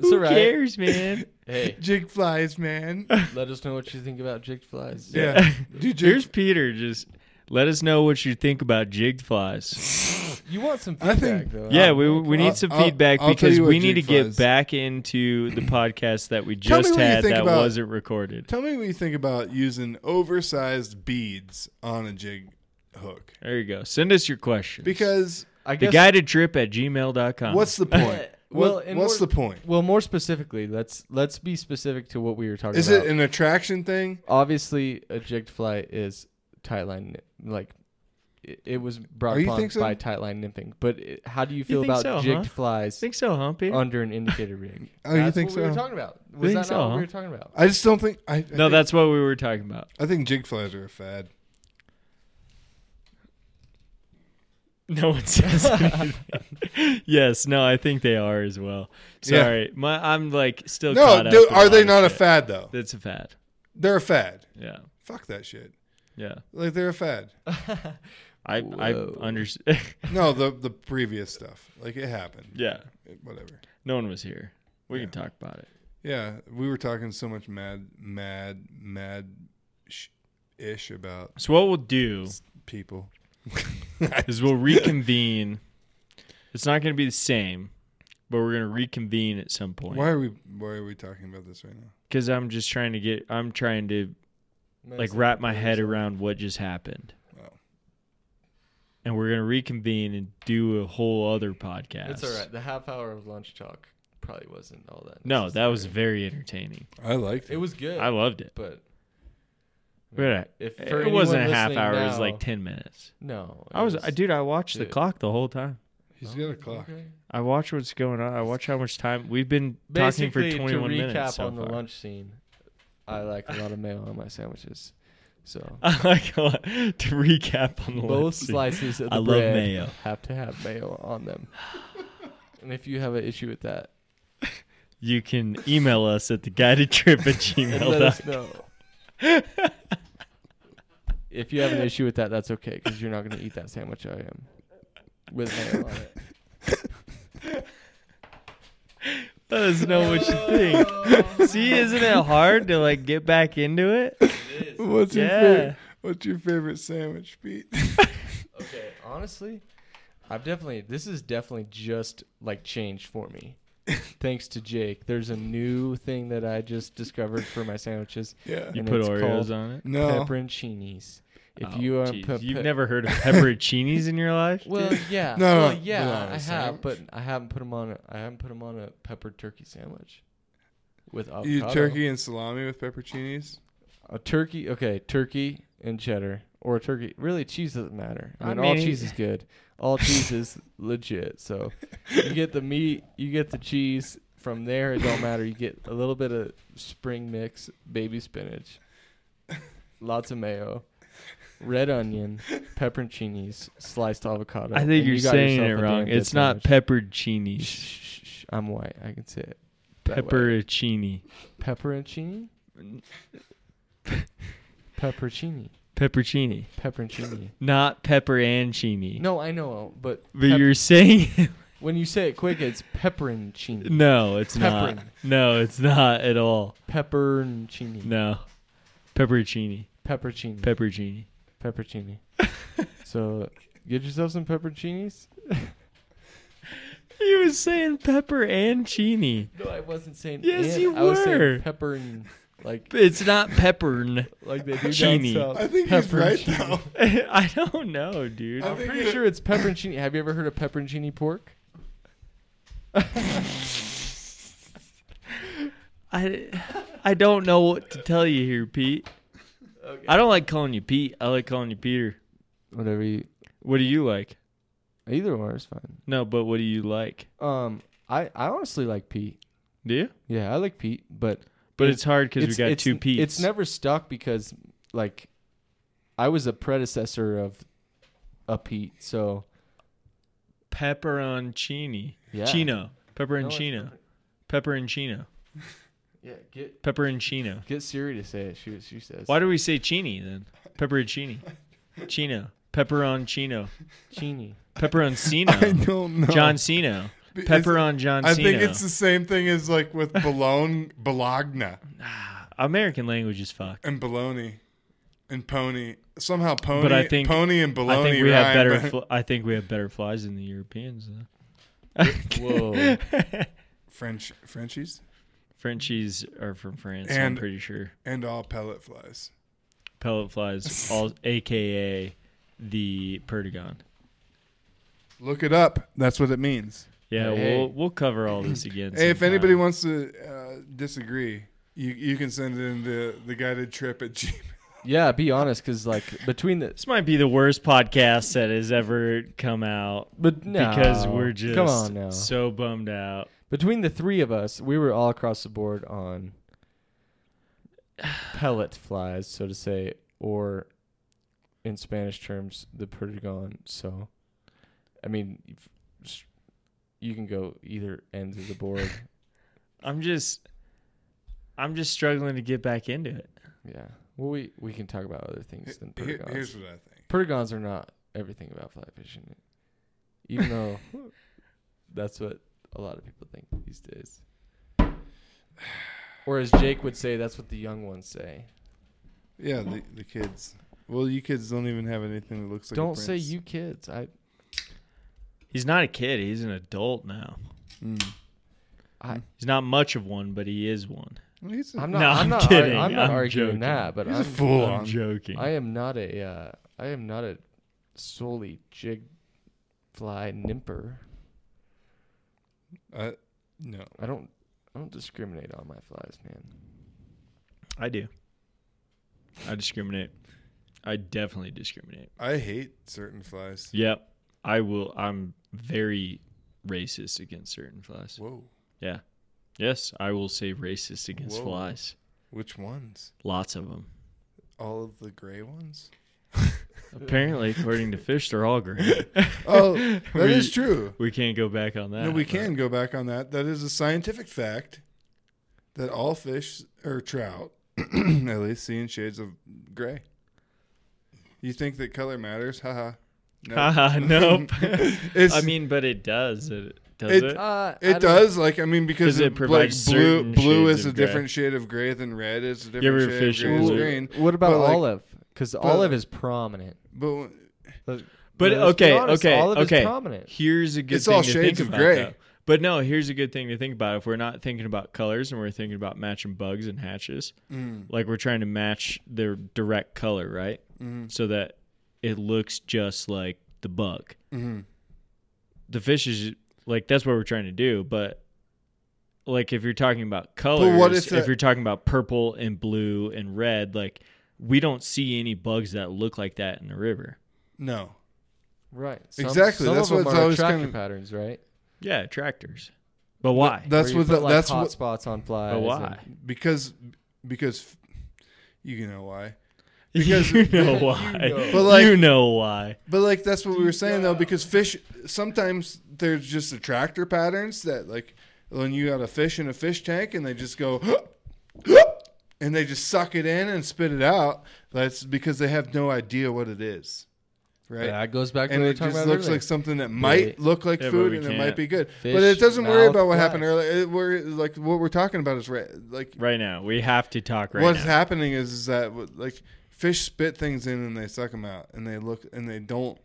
A: who
E: alright.
A: cares, man?
E: Hey,
F: Jig flies, man.
E: let us know what you think about jigged flies.
F: Yeah. Do
A: Here's
F: jig,
A: Peter. Just let us know what you think about jigged flies.
E: You want some
F: I
E: feedback,
F: think-
E: though. Um,
A: yeah,
E: huh?
A: we,
E: Okay.
A: we need some
F: Uh, I'll-
A: feedback
F: I'll tell
A: because
F: you what
A: we need to
F: jigged
A: get
F: flies-
A: back into the podcast that we
F: Tell me
A: just
F: what you
A: had
F: think
A: that
F: about-
A: wasn't recorded.
F: tell me what you think about using oversized beads on a jig hook.
A: There you go. Send us your questions.
F: Because
E: I
A: the
E: guess.
A: guided trip at gmail.com.
F: what's the point?
E: Well,
F: What-
E: and
F: what's
E: we're-
F: the point?
E: well, more specifically, let's let's be specific to what we were talking
F: Is
E: about.
F: it an attraction thing?
E: obviously a jigged fly is tightline ny- like it, it was brought
F: Oh, you
E: upon
F: think so?
E: by tightline nymphing. But it, how do you feel
A: think
E: about
A: so,
E: jigged
A: huh?
E: flies
A: think so, Humpy?
E: under an indicator rig?
F: Oh,
E: That's
F: you think
E: what
F: so?
E: we were talking about. Was
A: Think
E: that
A: so,
E: not what
A: huh?
E: we were talking about?
F: I just don't think. I, I
A: no,
F: think,
A: that's what we were talking about.
F: I think jig flies are a fad.
A: No one says anything. yes, no, I think they are as well.
F: Yeah.
A: Sorry. My I'm like still
F: No,
A: caught
F: dude,
A: up in
F: are
A: lot
F: they
A: of
F: not a
A: shit.
F: fad though?
A: That's a fad.
F: They're a fad.
A: Yeah.
F: Fuck that shit.
A: Yeah.
F: Like they're a fad.
A: I
E: Whoa.
A: I understand.
F: No, the the previous stuff. Like it happened.
A: yeah.
F: It- Whatever.
A: No one was here. We
F: Yeah.
A: can talk about it.
F: Yeah, we were talking so much mad, mad, mad, sh- ish about
A: So what we'll do
F: people.
A: is we'll reconvene. it's not going to be the same, but we're going to reconvene at some
F: Why
A: point.
F: are we Why are we talking about this right now?
A: Because I'm just trying to get. I'm trying to like wrap my head around what just happened.
F: Wow.
A: And we're gonna reconvene and do a whole other podcast.
E: It's all right. The half hour of lunch talk probably wasn't all that.
A: No, that was
E: necessary.
A: very entertaining.
F: I liked
E: It
F: it.
E: was good.
A: I loved it.
E: but
A: We had a-
E: if for
A: it wasn't a
E: anyone
A: half
E: listening
A: hour. it was
E: now-
A: like ten minutes.
E: No, Oh,
A: I was, I dude. I watched the
E: dude.
A: clock the whole time.
F: He's got a clock.
A: I watch what's going on. I watch how much time we've been talking for
E: Basically, to
A: 21
E: recap
A: minutes so
E: on the
A: far.
E: lunch scene, I like a lot of mayo on my sandwiches. So
A: I like a lot- to recap on the
E: both
A: lunch scene.
E: slices of the
A: I love
E: bread
A: mayo.
E: have to have mayo on them. and if you have an issue with that,
A: You can email us at the guided trip at
E: let
A: gmail.
E: us know. if you have an issue with that, that's okay because you're not going to eat that sandwich I am with mayo on it.
A: Let us know what you think. See, isn't it hard to like get back into it?
F: What's your
A: Yeah.
F: favorite, What's your favorite sandwich, Pete?
E: Okay, honestly, I've definitely this is definitely just like changed for me. Thanks to Jake, there's a new thing that I just discovered for my sandwiches.
F: Yeah.
A: You
E: And
A: put
E: it's
A: Oreos
E: called
A: on it.
F: No.
E: Pepperoncinis. If
A: Oh,
E: you are
A: geez.
E: pe-
A: you've
E: pe-
A: never heard of pepperoncinis in your life,
E: well, yeah,
F: No, no,
E: well,
F: no,
E: yeah,
F: no, no,
E: I have,
F: it's
E: but I haven't put them on. A, I haven't put 'em on a peppered turkey sandwich with avocado.
F: You eat turkey and salami with pepperoncinis?
E: A turkey, okay, turkey and cheddar, or turkey. Really, cheese doesn't matter. I
A: I
E: mean, all
A: mean-
E: cheese is good. All cheese is legit. So you get the meat, you get the cheese. From there, it don't matter. You get a little bit of spring mix, baby spinach, lots of mayo, red onion, pepperoncinis, sliced avocado.
A: I think
E: and
A: you're
E: you got
A: saying it
E: yourself a damn
A: wrong.
E: good
A: It's not
E: sandwich. Shh,
A: pepperoncinis.
E: shh, shh, I'm white. I can say it. that way.
A: Pepperoncini.
E: Pepperoncini. Pepperoncini.
A: Pepperoncini.
E: Pepperoncini.
A: Not pepperoncini.
E: No, I know, but
A: But
E: pep-
A: you're saying
E: when you say it quick, it's pepperoncini.
A: no, it's not.
E: Pepperin.
A: No, it's not at all.
E: Pepperoncini.
A: No, pepperoncini,
E: Pepperoncini.
A: pepperoncini.
E: pepperoncini. so get yourself some pepperoncinis.
A: He was saying pepper and chini.
E: No, I wasn't saying.
A: Yes,
E: and,
A: you
E: I was
A: were.
E: saying pepper and like
A: It's not pepperin.
E: like they do
A: Chini.
E: down south.
F: I think he's right,
E: Uh, Pepperoncini.
F: though.
A: I don't know, dude.
F: I
E: I'm
F: think
E: pretty
F: it-
E: sure it's pepperoncini. Have you ever heard of pepperoncini pork?
A: I, I don't know what to tell you here, Pete. I don't like calling you Pete. I like calling you Peter.
E: Whatever you.
A: What do you like?
E: Either or is fine.
A: No, but what do you like?
E: Um, I I honestly like Pete.
A: Do you?
E: Yeah, I like Pete, but
A: But
E: It-
A: it's hard because we
E: it's-
A: got
E: it's-
A: two Pete's.
E: It's never stuck because like I was a predecessor of a Pete, so
A: pepperoncini.
E: yeah.
A: Chino.
E: No, it's
A: Pepperoncino. Pepperoncino.
E: Yeah, get
A: Pepperoncino.
E: get Siri to say it. She she says
A: Why do we say chini then? Pepperoncini. Chino. Pepperoncino.
E: Chini.
F: I
A: Pepperoncino.
F: don't know.
A: John Cino.
F: B- it's-
A: Pepperon John Cino.
F: I think it's the same thing as like with Bologna, Bologna
A: American language is fucked.
F: and Bologna and Pony. Somehow Pony,
A: But I think-
F: Pony and
A: I
F: Bologna
A: think we
F: rhyme,
A: have better.
F: but
A: Fl- I think we have better flies than the Europeans. Though.
E: Whoa.
F: French Frenchies
A: Frenchies are from France. I'm
F: And-
A: pretty sure.
F: and all pellet flies.
A: Pellet flies, all AKA the Perdigon.
F: Look it up. That's what it means.
A: Yeah,
E: Hey.
A: we'll we'll cover all this again.
F: Hey, if
A: sometime.
F: anybody wants to uh, disagree, you you can send it in the the guided trip at Gmail.
E: yeah, be honest cuz like between the
A: This might be the worst podcast that has ever come out
E: but no,
A: because we're just
E: Come on now.
A: so bummed out.
E: between the three of us, we were all across the board on pellet flies, so to say, or in Spanish terms, the perdigon. So, I mean, if- s- you can go either end of the board.
A: I'm just I'm just struggling to get back into it.
E: yeah. Well, we we can talk about other things than
F: Here-
E: perdigons.
F: here's what I think.
E: perdigons are not everything about fly fishing, even though that's what a lot of people think these days. Or as Jake would say, that's what the young ones say.
F: Yeah, the, the kids. Well, you kids don't even have anything that looks like. a
E: Don't say
F: prince.
E: you kids. I,
A: He's not a kid, he's an adult now.
F: Mm.
E: I
A: He's not much of one, but he is one.
F: Well, he's a-
E: I'm not.
A: No,
E: I'm,
A: I'm
E: not
A: kidding.
E: Ar- I'm not
A: I'm
E: arguing
A: joking.
E: that, but
F: he's
E: I'm,
F: a full
A: I'm
F: on.
A: joking.
E: I am not a. Uh, I am not a solely jig fly nimper.
F: Uh, no.
E: I don't. I don't discriminate on my flies, man.
A: I do. I discriminate. I definitely discriminate.
F: I hate certain flies.
A: Yep. I will I'm very racist against certain flies.
F: Whoa.
A: Yeah. Yes, I will say racist against
F: Whoa.
A: flies.
F: Which ones?
A: Lots of them.
F: All of the gray ones?
A: Apparently, according to Fish, they're all green.
F: Oh, that is true.
A: We can't go back on that.
F: No, we
A: but-
F: can go back on that. That is a scientific fact that all fish or trout at least see in shades of gray. You think that color matters? Haha.
A: Haha, nope.
F: It's-
A: I mean, but it does. It does it.
F: It-
E: Uh, I
F: It
E: don't-
F: does, like I mean, because
A: 'Cause it
F: it, like
A: provides
F: blue,
A: certain
F: blue
A: shades
F: is a
A: of gray.
F: different shade of gray than red is a different
A: ever
F: shade
A: fish
F: of
A: in
F: gray is
A: blue?
F: green.
E: What about
F: but, like-
E: olive? Because olive is prominent.
F: But
E: Look,
A: But
E: Let's be
A: okay,
E: honest,
A: okay,
E: all of it's
A: okay.
E: prominent.
A: Here's a good
F: It's
A: thing
F: all
A: to
F: shades
A: think
F: of
A: about.
F: gray.
A: though. But no, here's a good thing to think about. If we're not thinking about colors and we're thinking about matching bugs and hatches,
F: mm,
A: like we're trying to match their direct color, right?
F: Mm-hmm.
A: So that it looks just like the bug.
F: mm-hmm.
A: The fish is like that's what we're trying to do, but like if you're talking about colors,
F: what if
A: if,
F: that-
A: you're talking about purple and blue and red, like we don't see any bugs that look like that in the river.
F: No.
E: Right.
F: Exactly,
E: Some
F: that's
E: of
F: what
E: them
F: it's
E: are
F: always
E: attractor
F: kinda-
E: patterns, right?
A: Yeah, attractors. But why?
E: Where
F: That's
E: you
F: what.
E: put,
F: the-
E: like,
F: that's
E: hot
F: what.
E: spots on flies.
A: but
E: and-
A: why?
F: Because, because, you know why.
A: Because
F: Because-
A: you know why. You know,
E: know.
F: But like,
A: why.
F: but like that's what we were saying though. Because fish sometimes there's just attractor patterns that like when you got a fish in a fish tank and they just go. And they just suck it in and spit it out. That's because they have no idea what it is, right?
E: That goes back to
F: and
E: what we
F: it
E: were talking
F: just
E: about
F: looks
E: earlier.
F: like something that might
E: Right.
F: look like
A: Yeah, but
F: food
A: we
F: and it
A: can't.
F: might be good.
E: Fish,
F: but it doesn't worry
E: mouth,
F: about what happened
E: flies.
F: earlier. It, we're like what we're talking about is right. Like
A: Right now. We have to talk right
F: what's
A: now.
F: happening is, is that like fish spit things in and they suck them out and they look and they don't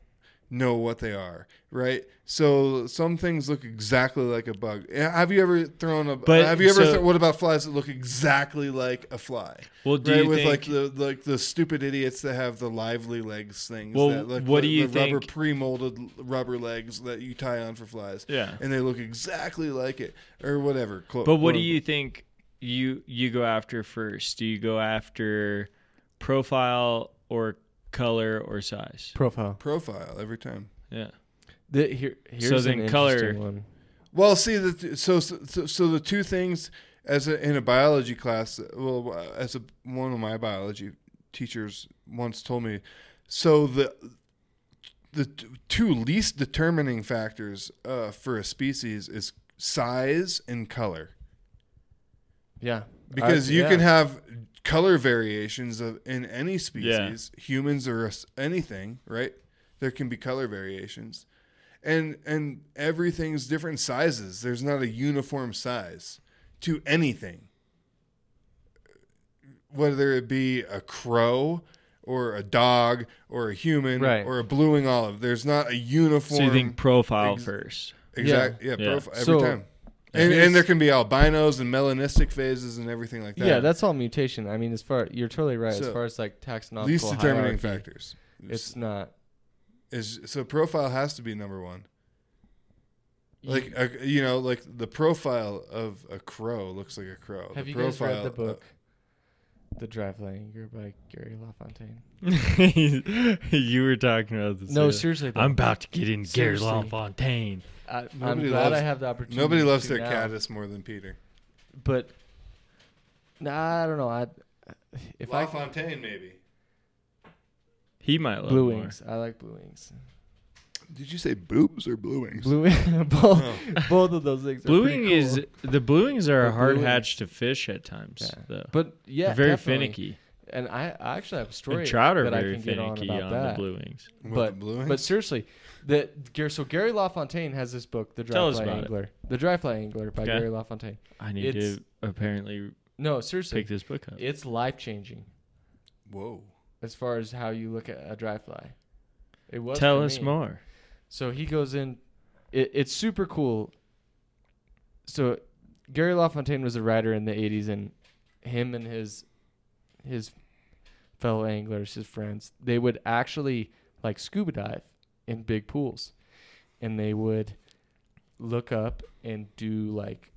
F: know what they are. Right. So some things look exactly like a bug. Yeah, Have you ever thrown a?
A: But-
F: have you ever?
A: so-
F: thro- what about flies that look exactly like a fly?
A: well, do
F: right,
A: you
F: with
A: think,
F: like the like the stupid idiots that have the lively legs things.
A: Well,
F: that, like
A: what
F: the,
A: do you
F: the Rubber
A: think-
F: pre-molded l- rubber legs that you tie on for flies.
A: Yeah.
F: and they look exactly like it or whatever. Quote,
A: But what do
F: quote,
A: you think you you go after first? Do you go after profile or color or size?
E: profile.
F: profile every time.
A: Yeah.
E: The, here, here's
A: then
E: an
A: color-
E: interesting one.
F: Well, see the th- so so, so the two things as a, in a biology class. Well, as a, one of my biology teachers once told me, so the the t- two least determining factors uh, for a species is size and color
E: Yeah.
F: because
E: I-
F: you
E: yeah.
F: can have color variations of in any species humans or us- anything right there can be color variations and and everything's different sizes there's not a uniform size to anything whether it be a crow or a dog or a human
E: Right.
F: or a blueing olive there's not a uniform
A: So you think profile
F: Ex-
A: first?
F: exact yeah,
A: Yeah.
F: profile every
E: So-
F: time and,
E: Here's-
F: and there can be albinos and melanistic phases and everything like that
E: Yeah, that's all mutation. I mean, as far you're totally right. as
F: So,
E: far as like taxonomical
F: least determining
E: hierarchy,
F: factors.
E: it's not
F: is so profile has to be number one. Like uh, you know, like the profile of a crow looks like a crow.
E: Have
F: the
E: you guys read
F: profile,
E: the
F: uh,
E: book, The Drive Langer by Gary LaFontaine?
A: you were talking about this.
E: No,
A: earlier.
E: seriously.
A: I'm about to get in Gary
E: Seriously.
A: LaFontaine.
E: I, am
F: Nobody
E: glad
F: loves-
E: I have the opportunity.
F: uh, nobody loves
E: to
F: their
E: now,
F: caddis more than Peter.
E: but nah, I don't know. I if I could-
F: Fontaine, maybe.
A: He might love
E: blue
A: more.
E: wings, I like blue wings.
F: Did you say boobs or blue wings?
E: Blue wing, both, both of those things. are pretty
A: Blueing
E: cool.
A: Oh. is the blueings are a
E: The
A: hard
E: blueing-
A: hatch to fish at times,
E: Yeah.
A: though.
E: but yeah,
A: They're very
E: definitely.
A: finicky.
E: And I, I actually have a story
A: And trout are
E: that I
A: very
E: can get on
A: finicky
E: about
A: on,
E: that.
A: the blue wings.
F: With
E: but
F: the blue wings?
E: but seriously, the Gar- so Gary LaFontaine has this book, The Dry
A: Tell us
E: Fly
A: about it.
E: Angler, The Dry Fly Angler by
A: Okay.
E: Gary LaFontaine.
A: I need
E: It's-
A: to apparently
E: No, seriously,
A: pick this book up.
E: it's life changing
F: Whoa.
E: as far as how you look at a dry fly. It was
A: Tell
E: for
A: us
E: me.
A: more.
E: So he goes in. It, it's super cool. So Gary LaFontaine was a writer in the '80s, and him and his his fellow anglers, his friends, they would actually like scuba dive in big pools, and they would look up and do like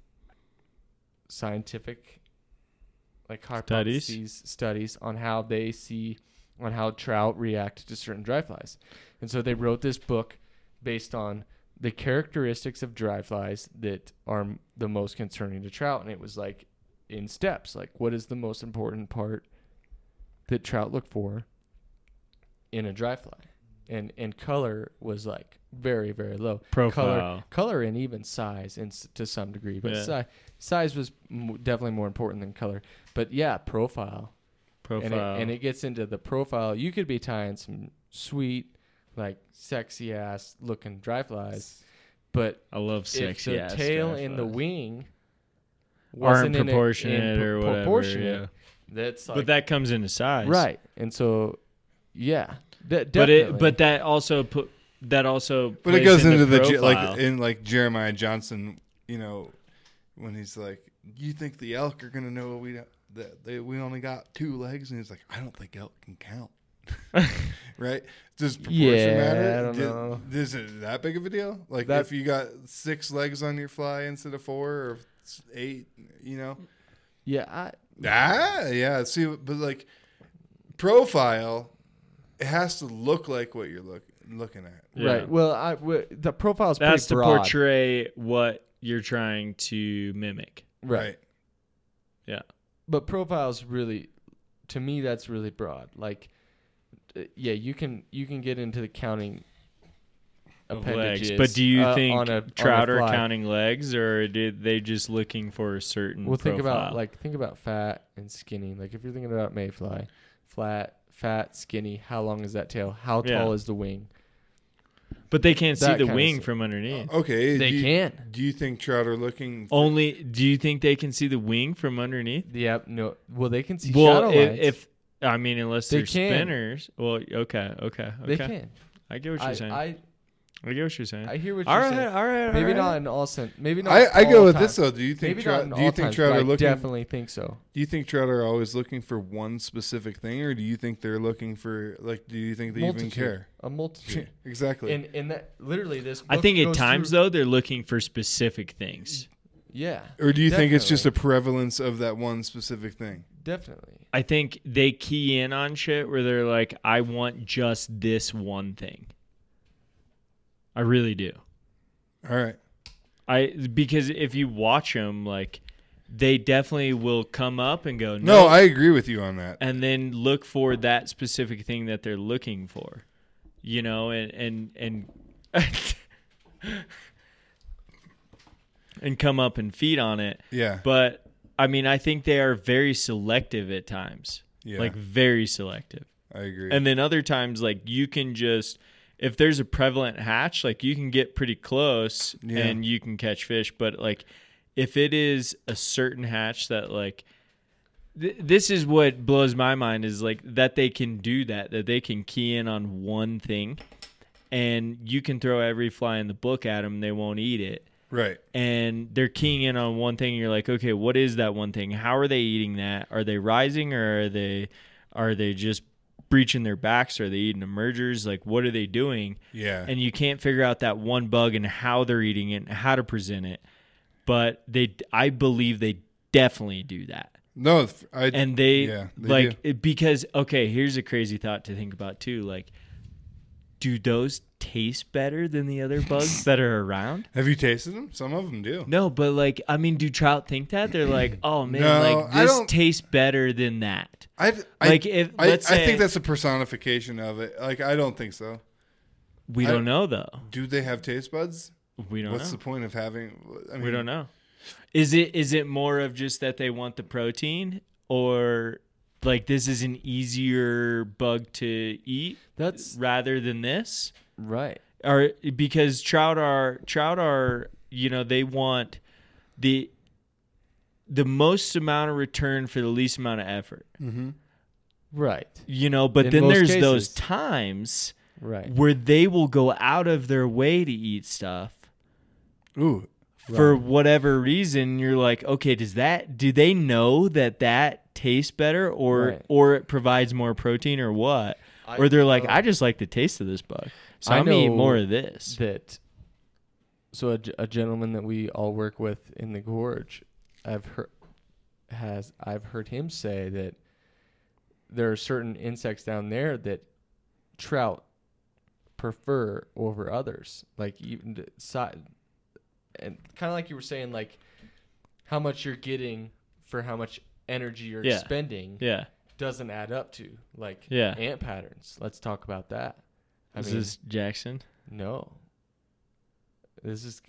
E: scientific like
A: Studies?
E: hypotheses studies on how they see on how trout react to certain dry flies. And so they wrote this book based on the characteristics of dry flies that are m- the most concerning to trout. And it was like in steps, like what is the most important part that trout look for in a dry fly? And and color was like very very low.
A: Profile.
E: Color, color, and even size, and s- to some degree, but
A: Yeah.
E: si- size was m- definitely more important than color. But yeah, profile
A: Profile.
E: and it, and it gets into the profile. You could be tying some sweet, like sexy ass looking dry flies, but
A: I love sexy
E: if
A: ass uh,
E: the tail
A: dry
E: and the
A: flies.
E: wing
A: aren't
E: wasn't in a- in
A: proportionate
E: pro-
A: or whatever.
E: proportionate,
A: yeah.
E: that's like
A: but that comes into size,
E: right. And so, yeah,
A: But
E: that definitely.
A: it but that also put that also
F: But it
A: plays
F: goes into the, Je-
A: profile.
F: like in like Jeremiah Johnson, you know, when he's like, "You think the elk are gonna know we don't- that they, we only got two legs?" And he's like, "I don't think elk can count." right? Does proportion
E: Yeah,
F: matter?
E: I don't
F: Did-
E: know.
F: Is it that big of a deal? Like
E: That-
F: if you got six legs on your fly instead of four or s- eight, you know?
E: Yeah, I,
F: Ah, yeah. See, but like profile, it has to look like what you're look, looking at.
A: Yeah.
E: right. Well, I w- the profile's
A: That's to
E: pretty broad.
A: portray what you're trying to mimic.
E: right. But profile's really, to me, that's really broad. Like, uh, yeah, you can you can get into the counting
A: Of legs.
E: appendages.
A: But do you
E: uh,
A: think
E: on a,
A: trout
E: on a
A: are
E: fly.
A: counting legs or did they just looking for a certain
E: Well, think about
A: profile?
E: like think about fat and skinny. Like if you're thinking about mayfly, flat, fat, skinny. How long is that tail? How
A: Yeah.
E: tall is the wing?
A: But they can't see
E: that
A: the
E: kinda
A: wing
E: stuff.
A: from underneath.
F: Okay.
E: They
F: do you-
E: can't.
F: Do you think trout are looking?
A: Only do you think they can see the wing from underneath?
E: Yeah. No. Well, they can see
A: well,
E: shadow
A: if,
E: lines.
A: if I mean unless
E: They
A: they're
E: can.
A: spinners. Well, okay, okay,
E: they
A: okay.
E: can.
A: I get what you're
E: I,
A: saying. I,
E: I
A: get what you're saying.
E: I hear what
A: all
E: you're
A: right,
E: saying.
A: all right, all
E: Maybe
A: right.
E: not in all sense. Maybe not.
F: I, I go
E: all
F: with this
E: times.
F: though. Do you think
E: Maybe not in
F: trout? Do you
E: all
F: think
E: times,
F: trout
E: but
F: are
E: I
F: looking?
E: Definitely think so.
F: Do you think trout are always looking for one specific thing, or do you think they're looking for like? Do you think they even
E: Multitude.
F: care?
E: A multitude.
F: exactly.
E: and and that literally this.
A: I
E: book
A: think at
E: goes
A: times
E: through-
A: though they're looking for specific things.
E: Yeah.
F: or do you think it's just a prevalence of that one specific thing?
E: definitely?
A: I think they key in on shit where they're like, I want just this one thing. I really do.
F: All right.
A: I because if you watch them, like they definitely will come up and go
F: No, I agree with you on that.
A: and then look for that specific thing that they're looking for, you know, and and and and come up and feed on it.
F: Yeah.
A: But I mean, I think they are very selective at times,
F: yeah.
A: like very selective.
F: I agree.
A: And then other times, like you can just, if there's a prevalent hatch, like you can get pretty close
F: Yeah.
A: and you can catch fish. But like, if it is a certain hatch that like, th- this is what blows my mind is like that they can do that, that they can key in on one thing, and you can throw every fly in the book at them, they won't eat it
F: right.
A: and they're keying in on one thing you're like okay what is that one thing how are they eating that are they rising or are they are they just breaching their backs are they eating emergers like what are they doing
F: Yeah.
A: and you can't figure out that one bug and how they're eating it and how to present it but they i believe they definitely do that
F: no, if- I.
A: and they,
F: Yeah, they
A: like it, because okay here's a crazy thought to think about too like do those taste better than the other bugs that are around
F: have you tasted them? Some of them do.
A: no, but like, I mean, do trout think that? They're like, oh man,
F: No,
A: like
F: I
A: this
F: don't-
A: tastes better than that.
F: I, I
A: Like, if-
F: I,
A: let's
F: I
A: say-
F: think that's a personification of it. Like I don't think so.
A: We
F: I-
A: don't know though.
F: Do they have taste buds?
A: We don't
F: What's
A: know.
F: the point of having? I mean,
A: we don't know. Is it is it more of just that they want the protein, or like this is an easier bug to eat
E: That's
A: rather than this?
E: right.
A: Or because trout are trout are you know they want the the most amount of return for the least amount of effort.
E: Right.
A: You know, but
E: In
A: then
E: most
A: there's those
E: cases.
A: times
E: Right.
A: where they will go out of their way to eat stuff
F: Ooh,
A: for whatever reason you're like okay does that do they know that that tastes better or
E: Right.
A: or it provides more protein or what
E: I-
A: or they're like
E: uh,
A: i just like the taste of this bug so
E: I
A: i'm gonna eat
E: know
A: more of this
E: that so a, ge- a gentleman that we all work with in the gorge i've heard has i've heard him say that there are certain insects down there that trout prefer over others like even the side and kind of like you were saying like how much you're getting for how much energy you're
A: Yeah.
E: expending
A: yeah
E: doesn't add up to like
A: Yeah.
E: ant patterns let's talk about that I
A: this
E: mean-
A: is jackson
E: no. This is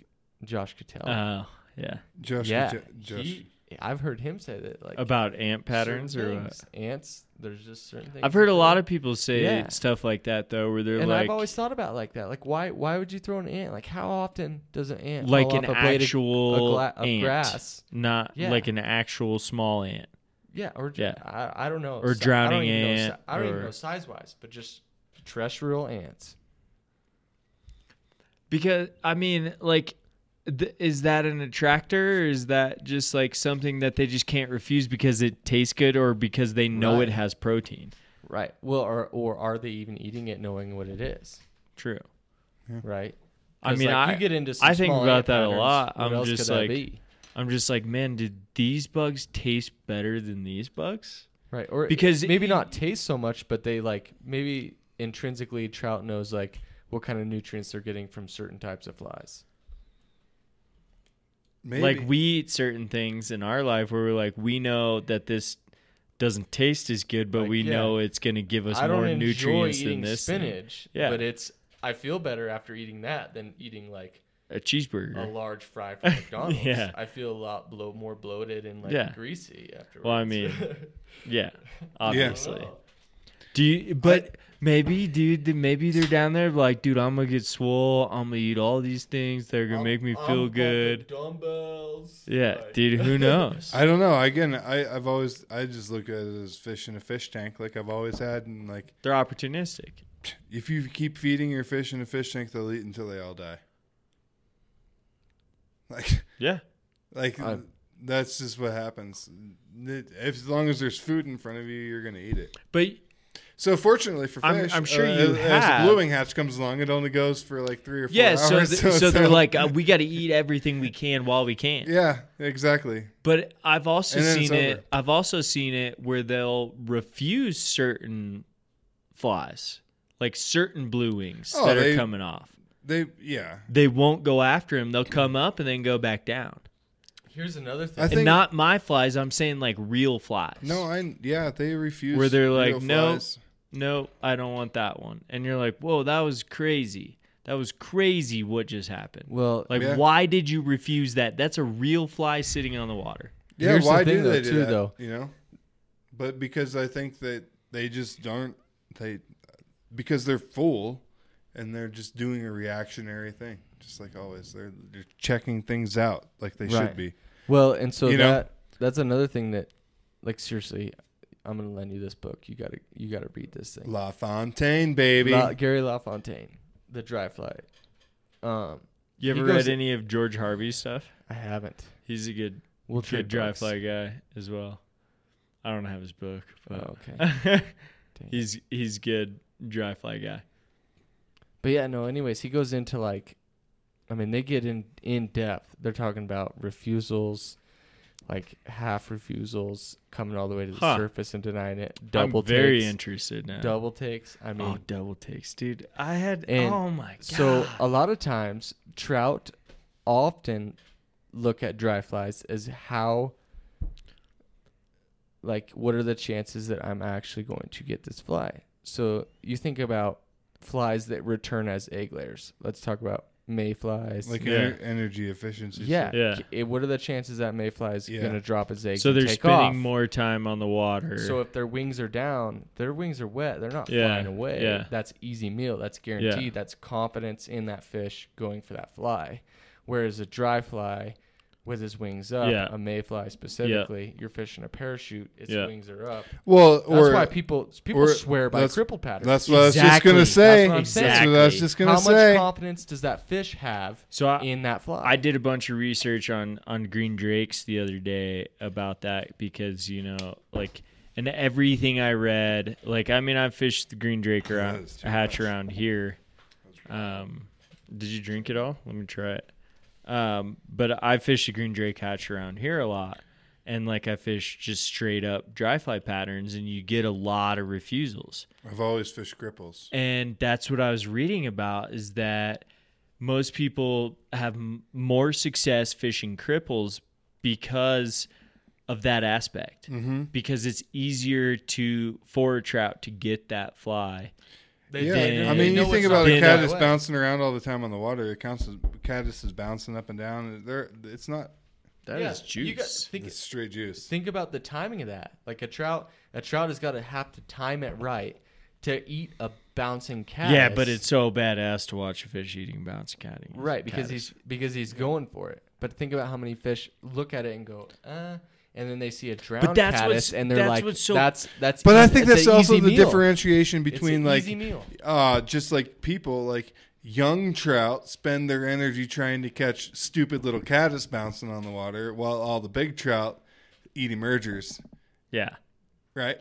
E: Josh Cattell.
A: oh yeah
F: Josh.
E: yeah,
F: Josh- Josh.
E: he- I've heard him say that. Like
A: about ant
E: certain
A: patterns or what
E: things, ants. There's just certain things.
A: i've heard
E: that
A: a lot
E: they-
A: of people say
E: Yeah.
A: stuff like that though where they're
E: and
A: like
E: I've always thought about it like that. Like why? Why would you throw an ant? Like how often does an ant
A: like
E: fall
A: an
E: off a blade of-
A: actual
E: a gla- of
A: ant,
E: grass?
A: not
E: Yeah.
A: like an actual small ant.
E: Yeah, or
A: Yeah.
E: yeah. I, I don't know.
A: Or
E: si-
A: drowning
E: I don't even know,
A: ant,
E: si- I don't
A: or-
E: even know size wise, but just terrestrial ants.
A: Because I mean, like, th- is that an attractor? Or is that just like something that they just can't refuse because it tastes good or because they know
E: Right.
A: it has protein?
E: Right. Well, or or are they even eating it knowing what it is?
A: True.
E: Right.
A: I
E: 'Cause,
A: mean,
E: like,
A: I
E: you get into. Some
A: I think
E: small
A: about that a
E: patterns.
A: lot.
E: What
A: I'm
E: else
A: just
E: could that
A: like-
E: be?
A: I'm just like, man, did these bugs taste better than these bugs?
E: right, or
A: because
E: because maybe
A: it-
E: not taste so much, but they like maybe intrinsically trout knows like what kind of nutrients they're getting from certain types of flies.
F: Maybe.
A: Like we eat certain things in our life where we're like, we know that this doesn't taste as good, but
E: Like,
A: we
E: yeah.
A: know it's going to give us
E: I don't
A: more
E: enjoy
A: nutrients
E: eating
A: than this thing.
E: spinach,
A: Yeah.
E: but it's I feel better after eating that than eating like
A: A cheeseburger.
E: a large fry from McDonald's.
A: Yeah.
E: I feel a lot blow more bloated and like
A: Yeah.
E: greasy afterwards.
A: Well, I mean, yeah, obviously.
E: Oh.
A: Do you? But maybe, dude. th- Maybe they're down there like, dude. I'm gonna get swole. I'm gonna eat all these things. They're gonna
E: I'm-
A: make me
E: I'm
A: feel
E: pumping
A: good.
E: Dumbbells.
A: Yeah,
E: Like-
A: dude. Who knows?
F: I don't know. Again, I, I've always I just look at it as fish in a fish tank, like I've always had, and like
A: they're opportunistic.
F: if you keep feeding your fish in a fish tank, they'll eat until they all die. Like,
A: Yeah.
F: like
A: Uh,
E: I-
F: that's just what happens. If, as long as there's food in front of you, you're gonna eat it.
A: But
F: So fortunately for fish, uh,
A: I'm- I'm sure you
F: as,
A: have.
F: as blueing hatch comes along, it only goes for like three or four
A: yeah,
F: hours.
A: so th- so,
F: it's
A: they're
F: not-
A: like, uh, we got to eat everything we can while we can.
F: yeah, exactly.
A: But I've also
F: And then it's
A: seen it.
F: over.
A: I've also seen it where they'll refuse certain flies, like certain blue wings
F: Oh,
A: that are
F: they-
A: coming off.
F: They yeah.
A: They won't go after him. They'll come up and then go back down.
E: Here's another thing.
F: I
A: and
F: think
A: not my flies. I'm saying like real flies.
F: no, I yeah they refuse.
A: Where they're like,
F: real
A: no.
F: flies.
A: no, I don't want that one. And you're like, whoa, that was crazy. That was crazy. What just happened?
E: well,
A: Like,
F: Yeah.
A: why did you refuse that? That's a real fly sitting on the water.
F: Yeah,
E: Here's the
F: why
E: thing,
F: do
E: though,
F: they do
E: too,
F: that?
E: though.
F: You know, but because I think that they just aren't they because they're full and they're just doing a reactionary thing, just like always. They're they're checking things out like they
E: Right.
F: should be.
E: Well, and so
F: You know?
E: that that's another thing that, like, seriously, I'm gonna lend you this book. You gotta you gotta read this thing.
F: La Fontaine, baby.
E: La- Gary LaFontaine, The Dry Fly. Um,
A: You
E: He
A: ever
E: goes-
A: read any of George Harvey's stuff?
E: I haven't.
A: He's a good,
E: We'll
A: good
E: trade
A: dry
E: books.
A: fly guy as well. I don't have his book, but
E: Oh, okay. Dang.
A: he's he's good dry fly guy.
E: But yeah, no. Anyways, he goes into like, I mean, they get in in depth. They're talking about refusals, like half refusals coming all the way to the
A: Huh.
E: surface and denying it. Double
A: I'm very
E: takes,
A: interested now.
E: double takes. I mean,
A: oh, double takes, dude. I had.
E: And
A: oh my god.
E: So uh, a lot of times, trout often look at dry flies as how, like, what are the chances that I'm actually going to get this fly? So you think about flies that return as egg layers. Let's talk about mayflies.
F: like
A: Yeah.
F: ener- energy efficiency.
E: yeah,
A: Yeah.
E: K- eh, What are the chances that mayfly is
F: Yeah.
E: going to drop its egg?
A: So
E: and
A: they're
E: take
A: spending
E: off?
A: more time on the water.
E: So if their wings are down, their wings are wet. They're not
A: Yeah,
E: flying away.
A: yeah.
E: That's easy meal. That's guaranteed. That's confidence in that fish going for that fly. Whereas a dry fly with his wings up,
A: Yeah.
E: a mayfly specifically, you're fishing a parachute, its
A: Yeah.
E: wings are up.
F: Well,
E: That's
F: or
E: why people people
F: or-
E: swear by
F: that's-
E: cripple patterns.
F: that's what I was just gonna
A: Exactly.
F: say.
E: That's what I'm
F: That's what I was
A: saying.
F: just
E: How
F: gonna
E: much
F: say.
E: confidence does that fish have
A: So I,
E: in that fly?
A: I did a bunch of research on on green drakes the other day about that because you know like and everything I read like I mean I fished the green drake
F: That
A: around
F: is too
A: hatch
F: much.
A: around here. Um, did you drink it all? Let me try it. Um, but I fished the green drake hatch around here a lot, and like I fish just straight up dry fly patterns, and you get a lot of refusals.
F: I've always fished cripples.
A: And that's what I was reading about is that most people have m- more success fishing cripples because of that aspect.
F: Mm-hmm.
A: Because it's easier to for a trout to get that fly.
E: They-
F: yeah,
E: they-
A: did.
F: I
E: they
F: mean,
E: know
F: you
E: it's
F: think
E: not
F: about a
E: going that
F: caddis
E: way.
F: bouncing around all the time on the water. It counts as caddis is bouncing up and down. They're, it's not
A: That is
E: Yeah,
A: juice.
E: you got- think-
F: it's straight juice.
E: think about the timing of that. Like a trout, a trout has got to have to time it right to eat a bouncing cat.
A: yeah, but it's so badass to watch a fish eating bounce catting.
E: right because he's because he's going for it. But think about how many fish look at it and go, uh, and then they see a drowned
A: that's what's-
E: caddis and they're
A: that's
E: like,
A: what's so-
E: that's that's.
F: But I
E: eas-
F: think
E: it's
F: that's
E: an
F: also
E: easy
F: the
E: meal.
F: differentiation
E: It's an
F: between like
E: easy meal.
F: uh just like people like young trout spend their energy trying to catch stupid little caddis bouncing on the water while all the big trout eat emergers,
A: Yeah.
F: right?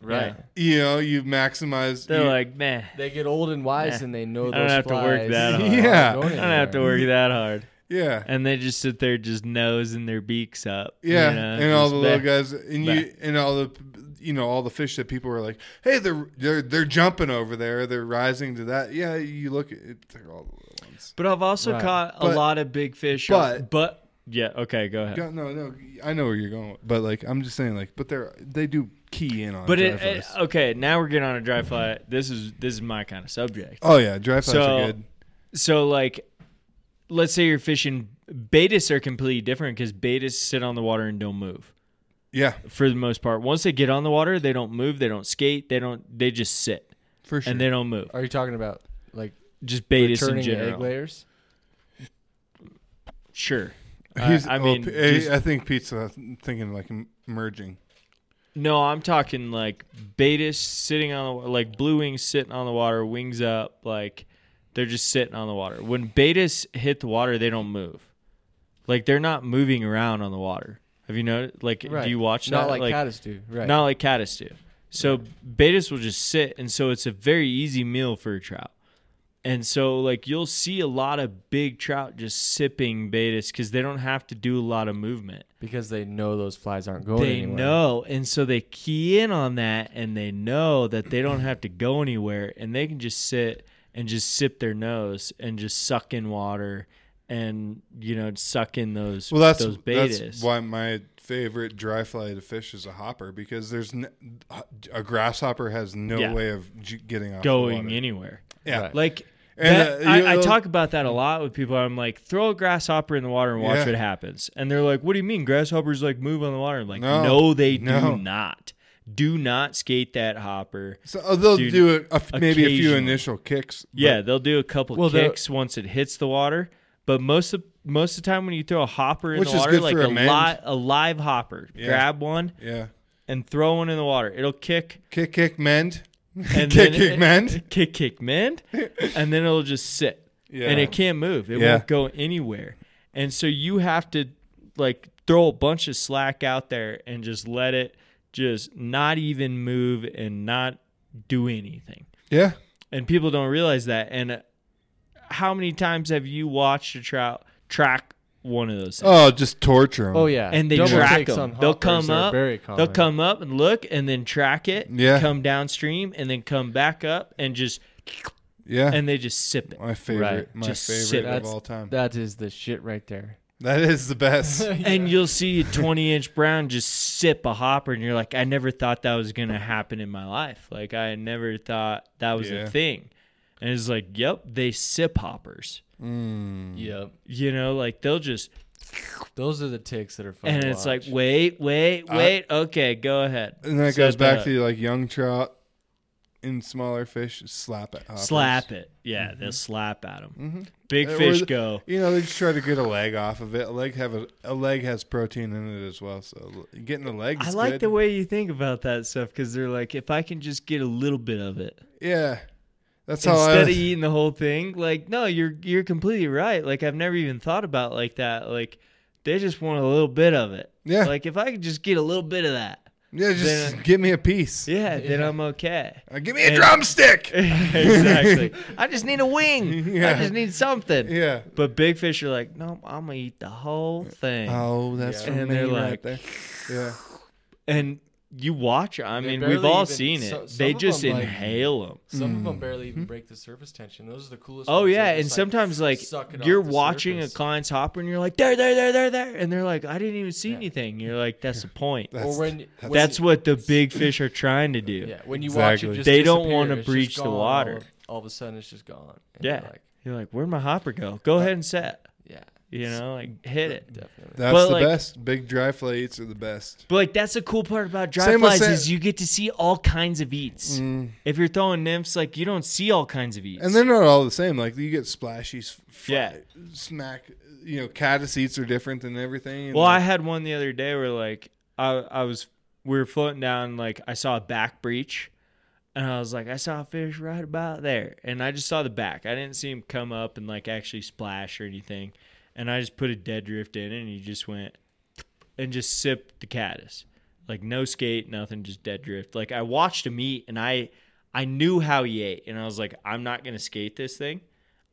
E: Right.
F: You know, you maximize.
A: They're
F: you-
A: like, man,
E: They get old and wise,
A: Nah.
E: and they know
A: I
E: those.
A: don't have to work
E: flies
A: that
E: are
F: hard.
E: not
F: Yeah.
E: going
A: I
F: I
A: don't have to
E: anywhere.
A: work that hard.
F: yeah.
A: And they just sit there, just nose and their beaks up.
F: Yeah,
A: you know,
F: and all
A: just
F: the little
A: back-
F: guys, and you, and all the, you know, all the fish that people were like, "Hey, they're they're they're jumping over there, they're rising to that." Yeah, you look, at it, they're all the little ones.
A: But I've also
E: Right.
A: caught a
F: But-
A: lot of big fish.
F: but-
A: but yeah, okay, go ahead.
F: Yeah, no, no, I know where you're going, with- but like I'm just saying, like, but they're they do key in on.
A: but
F: dry
A: it, it- uh,
F: flies.
A: okay, now we're getting on a dry fly. This is this is my kind of subject.
F: oh yeah, dry flies
A: so-
F: are good.
A: So like, let's say you're fishing. Betas are completely different because betas sit on the water and don't move
F: Yeah,
A: for the most part. Once they get on the water, they don't move. They don't skate. They don't. They just sit
F: for sure.
A: and they don't move.
E: Are you talking about like
A: Just betas in
E: returning egg
A: general.
E: layers?
A: Sure.
F: He's-
A: I, I
F: well,
A: mean,
F: P-
A: just-
F: I, I think Pete's uh, thinking like m- merging.
A: No, I'm talking like betas sitting on the wa- like blue wings sitting on the water, wings up, like they're just sitting on the water. When betas hit the water, they don't move. Like they're not moving around on the water. Have you noticed? Like, do you watch
E: Not
A: that?
E: like, caddis do. Right.
A: Not like caddis do. So betas will just sit, and so it's a very easy meal for a trout. And so, like, you'll see a lot of big trout just sipping betas because they don't have to do a lot of movement
E: because they know those flies aren't going
A: they
E: anywhere.
A: know and so they key in on that and they know that they don't have to go anywhere and they can just sit and just sip their nose and just suck in water and you know suck in those
F: Well, that's
A: those betas
F: that's why my favorite dry fly to fish is a hopper because there's n- uh, a grasshopper has no
A: Yeah.
F: way of j- getting off the
A: going
F: water.
A: anywhere
F: Yeah,
E: Right.
A: like
F: And,
A: that-
F: uh, you-
A: I, I talk about that a lot with people. I'm like, throw a grasshopper in the water and watch
F: Yeah.
A: what happens. And they're like, what do you mean? Grasshoppers like move on the water. I'm like, no,
F: No.
A: they
F: No.
A: do not. Do not skate that hopper.
F: so uh, they'll
A: Dude,
F: do a, a f- maybe a few
A: occasionally.
F: initial kicks. but-
A: Yeah, they'll do a couple
E: Well, the-
A: kicks once it hits the water, but most of most of the time when you throw a hopper in
F: Which
A: the
F: is
A: water,
F: good
A: like
F: for
A: a,
F: a man.
A: li- a live hopper,
F: Yeah.
A: grab one
F: yeah.
A: and throw one in the water. It'll kick
F: Kick, kick, mend.
A: and then
F: kick, kick,
A: it-
F: mend.
A: kick, kick, mend, and then it'll just sit
F: Yeah.
A: and it can't move. It
F: Yeah.
A: won't go anywhere, and so you have to like throw a bunch of slack out there and just let it just not even move and not do anything
F: yeah.
A: and people don't realize that. And uh, how many times have you watched a trout track one of those? Things?
F: Oh, just torture 'em.
E: Oh yeah.
A: And they
E: Double
A: track
E: takes on
A: them. They'll
E: hoppers
A: come
E: are
A: up.
E: Very
A: They'll
E: common.
A: come up and look, and then track it.
F: Yeah.
A: Come downstream, and then come back up, and just
F: yeah.
A: and they just sip it.
F: my favorite,
E: Right.
F: my
A: Just sit.
F: favorite of
E: That's-
F: all time.
E: That is the shit right there.
F: that is the best.
A: And you'll see a 20 inch brown just sip a hopper, and you're like, I never thought that was going to happen in my life. Like, I never thought that was
F: Yeah.
A: a thing. And it's like, yep, they sip hoppers. Mm.
E: yep.
A: You know, like they'll just
E: Those are the ticks that are fun.
A: and
E: to
A: it's
E: watch.
A: like wait wait
F: I-
A: wait okay go ahead
F: and that
A: Set
F: goes back
A: up.
F: to like young trout and smaller fish. Slap it. hoppers.
A: slap it yeah they'll slap at them big
F: Uh, Mm-hmm. or
A: fish
F: the-
A: go
F: You know, they just try to get a leg off of it. A leg have a, a leg has protein in it as well. So l- getting a leg.
A: i
F: is
A: like
F: good.
A: the way you think about that stuff because they're like if i can just get a little bit of it
F: Yeah, that's how I.
A: instead of eating the whole thing like no you're you're completely right like i've never even thought about it like that like they just want a little bit of it
F: Yeah.
A: like if i could just get a little bit of that
F: yeah, just
A: then-
F: give me a piece.
A: yeah, then i'm okay
F: Uh, give me a
A: And-
F: drumstick.
A: exactly i just need a wing i
F: Yeah.
A: just need something
F: yeah.
A: But big fish are like, no, I'm gonna eat the whole thing.
F: Oh, that's
A: Yeah.
F: from
A: And
F: me
A: they're
F: right
A: like-
F: there. Yeah.
A: And you watch. I
E: They
A: mean,
E: barely
A: we've all
E: even-
A: seen it.
E: so- some
A: they
E: of
A: just
E: them, like-
A: inhale them.
E: Some of them barely even break the surface tension. Those are the coolest.
A: Mm. Hmm? Oh
E: ones.
A: yeah,
E: They're
A: and
E: just,
A: sometimes like
E: suck it off
A: you're
E: the
A: watching a
E: surface.
A: client's hopper, and you're like, there, there, there, there, there, and they're like, I didn't even see anything. You're like, that's the point.
F: That's,
E: or when when
A: That's
E: you-
A: what the big fish are trying to do.
E: Yeah, when you
F: Exactly.
E: watch it, just
A: They don't
E: disappear.
A: wanna
E: It's just
A: breach the
E: gone all
A: water.
E: of- All, of a sudden, it's just gone. And you're
A: Yeah.
E: like,
A: You're like, where'd my hopper go? Go ahead and set.
E: yeah,
A: You know, like hit it.
E: definitely.
F: that's
A: but,
F: the
A: like-
F: best. Big dry flay eats are the best.
A: But like that's the cool part about dry
F: Same with
A: flies
F: sa- Mm.
A: is you get to see all kinds of eats. If you're throwing nymphs, like you don't see all kinds of eats.
F: And they're not all the same. Like you get splashy, s- fly,
A: Yeah.
F: smack. You know, caddis eats are different than everything. and
A: Well, I
F: like-
A: had one the other day where like I I was we were floating down like I saw a back breach And I was like, I saw a fish right about there. And I just saw the back. I didn't see him come up and like actually splash or anything. And I just put a dead drift in it and he just went and just sipped the caddis. Like no skate, nothing, just dead drift. Like I watched him eat and I I knew how he ate. And I was like, I'm not gonna skate this thing.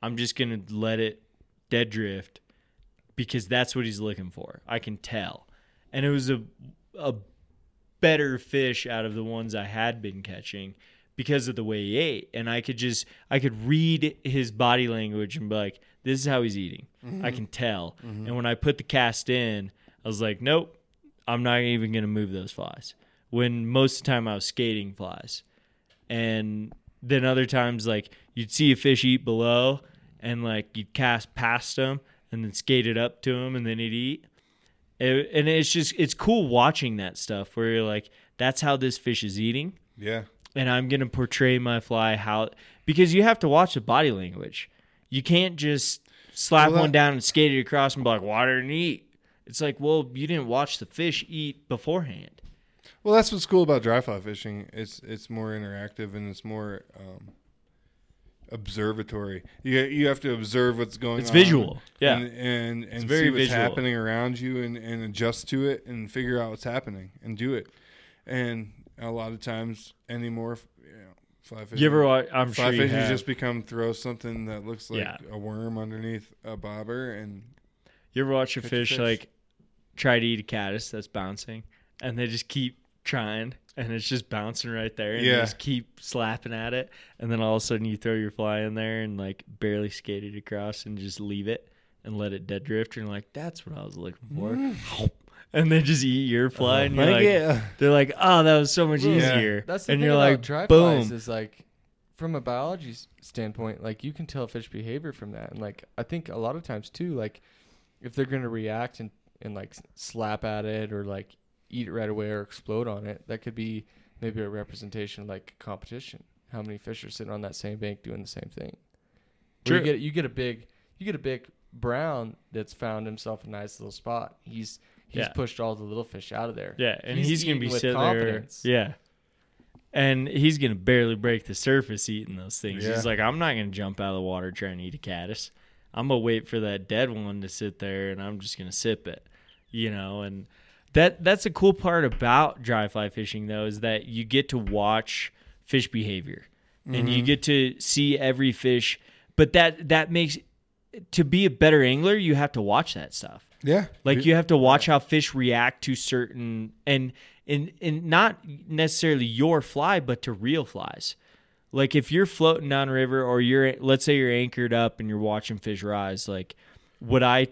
A: I'm just gonna let it dead drift because that's what he's looking for. I can tell. And it was a a better fish out of the ones I had been catching because of the way he ate. And I could just I could read his body language and be like, this is how he's eating. I can tell. And when I put the cast in, I was like, nope, I'm not even gonna move those flies. When most of the time I was skating flies. And then other times like you'd see a fish eat below and like you'd cast past him and then skate it up to him and then he'd eat. It- and it's just it's cool watching that stuff where you're like, that's how this fish is eating,
F: Yeah.
A: and I'm gonna portray my fly how because you have to watch the body language. You can't just slap
F: Well, that-
A: one down and skate it across and be like, water and eat. It's like, well, you didn't watch the fish eat beforehand.
F: Well, that's what's cool about dry fly fishing. It's it's more interactive and it's more um, observatory. You you have to observe what's going.
A: It's
F: on
A: visual. Yeah.
F: and and, and
A: very
F: see what's
A: visual.
F: happening around you and, and adjust to it and figure out what's happening and do it. And a lot of times anymore, you know, fly fishing.
A: You ever watch? I'm
F: fly
A: sure you
F: fishing
A: have.
F: just become throw something that looks like
A: Yeah.
F: a worm underneath a bobber and
A: You ever watch a
F: Catch a
A: fish,
F: fish.
A: like try to eat a caddis that's bouncing, and they just keep trying, and it's just bouncing right there, and
F: Yeah.
A: they just keep slapping at it, and then all of a sudden you throw your fly in there and like barely skate it across, and just leave it and let it dead drift, and you're like that's what I was looking for, and they just eat your fly, and you're Mm. Uh, like, they're like, oh, that was so much
E: Well,
F: yeah.
A: easier,
E: That's the
A: and
E: thing
A: you're
E: about
A: like,
E: dry
A: boom,
E: flies is like from a biology s- standpoint, like you can tell fish behavior from that, and like I think a lot of times too, like if they're gonna react and and like s- slap at it or like eat it right away or explode on it, that could be maybe a representation of, like competition. How many fish are sitting on that same bank doing the same thing?
A: True.
E: Where You get you get a big you get a big brown that's found himself a nice little spot. He's he's
A: Yeah.
E: pushed all the little fish out of there.
A: Yeah, and
E: He's
A: he's, gonna be
E: eating with
A: sitting
E: confidence.
A: there. Yeah. And he's gonna barely break the surface eating those things.
F: Yeah.
A: He's like, I'm not gonna jump out of the water trying to eat a caddis. I'm gonna wait for that dead one to sit there and I'm just gonna sip it. You know, and that that's the cool part about dry fly fishing though, is that you get to watch fish behavior. And
E: Mm-hmm.
A: you get to see every fish. But that that makes to be a better angler, you have to watch that stuff.
F: yeah,
A: Like you have to watch how fish react to certain and and and not necessarily your fly, but to real flies. Like if you're floating downriver or you're let's say you're anchored up and you're watching fish rise, like what I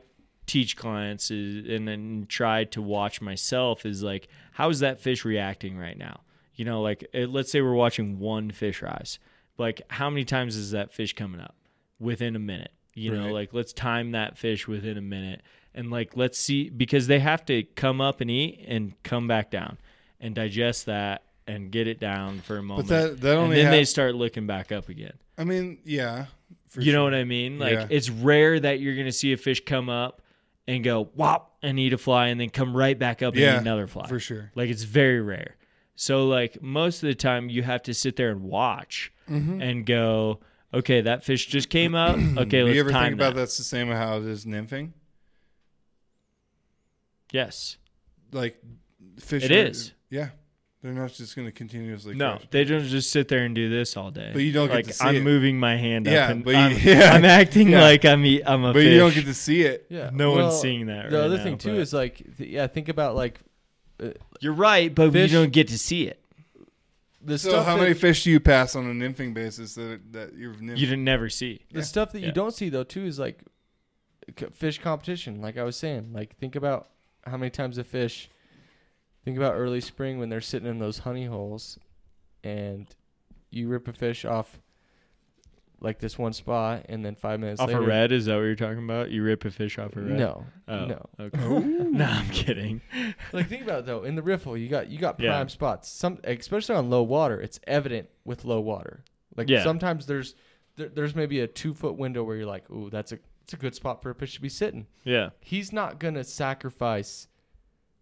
A: teach clients is and then try to watch myself is like how is that fish reacting right now? You know, like eh, let's say we're watching one fish rise. Like how many times is that fish coming up within a minute? You know,
F: Right.
A: like let's time that fish within a minute and like let's see because they have to come up and eat and come back down and digest that and get it down for a moment.
F: that- that only
A: and then they
F: hap-
A: start looking back up again.
F: I mean, yeah. For
A: you know what I mean? Like
F: Yeah.
A: it's rare that you're gonna see a fish come up and go wop and eat a fly and then come right back up and
F: Yeah,
A: eat another fly.
F: for sure.
A: Like it's very rare. So like most of the time you have to sit there and watch
F: Mm-hmm.
A: and go, okay, that fish just came up. Okay,
F: Do
A: let's
F: you ever
A: time
F: think about
A: that.
F: that's the same how it is nymphing?
A: Yes.
F: Like fish.
A: It
F: are-
A: is.
F: Yeah, they're not just going to continuously.
A: No,
F: crash.
A: they don't just sit there and do this all day.
F: But you don't get
A: like
F: to see
A: I'm
F: it.
A: moving my hand
F: Yeah,
A: up. And
F: but you-
A: I'm,
F: yeah.
A: I'm acting
F: Yeah.
A: like I'm e- I'm a
F: but
A: fish.
F: you don't get to see it.
E: Yeah.
A: No one's seeing that
E: The
A: right
E: other
A: now,
E: thing too
A: but-
E: is like, th- yeah, think about like
A: You're right, but
E: Fish-
A: you don't get to see it.
E: the
F: So
E: stuff.
F: how
E: that,
F: many fish do you pass on a nymphing basis that that you've nymphed?
A: You didn't never see.
E: The stuff that
A: Yeah.
E: you don't see though too is like c- fish competition. Like I was saying, like think about how many times a fish. Think about early spring when they're sitting in those honey holes, and you rip a fish off. Like this one spot, and then five minutes
A: Off
E: later,
A: a red? Is that what you're talking about? You rip a fish off a red?
E: No,
A: Oh,
E: no.
A: Okay. no, I'm kidding.
E: like think about it though. In the riffle, you got you got
A: Yeah.
E: prime spots. Some especially on low water, it's evident with low water. Like
A: Yeah.
E: sometimes there's there, there's maybe a two foot window where you're like, ooh, that's a it's a good spot for a fish to be sitting.
A: Yeah.
E: He's not gonna sacrifice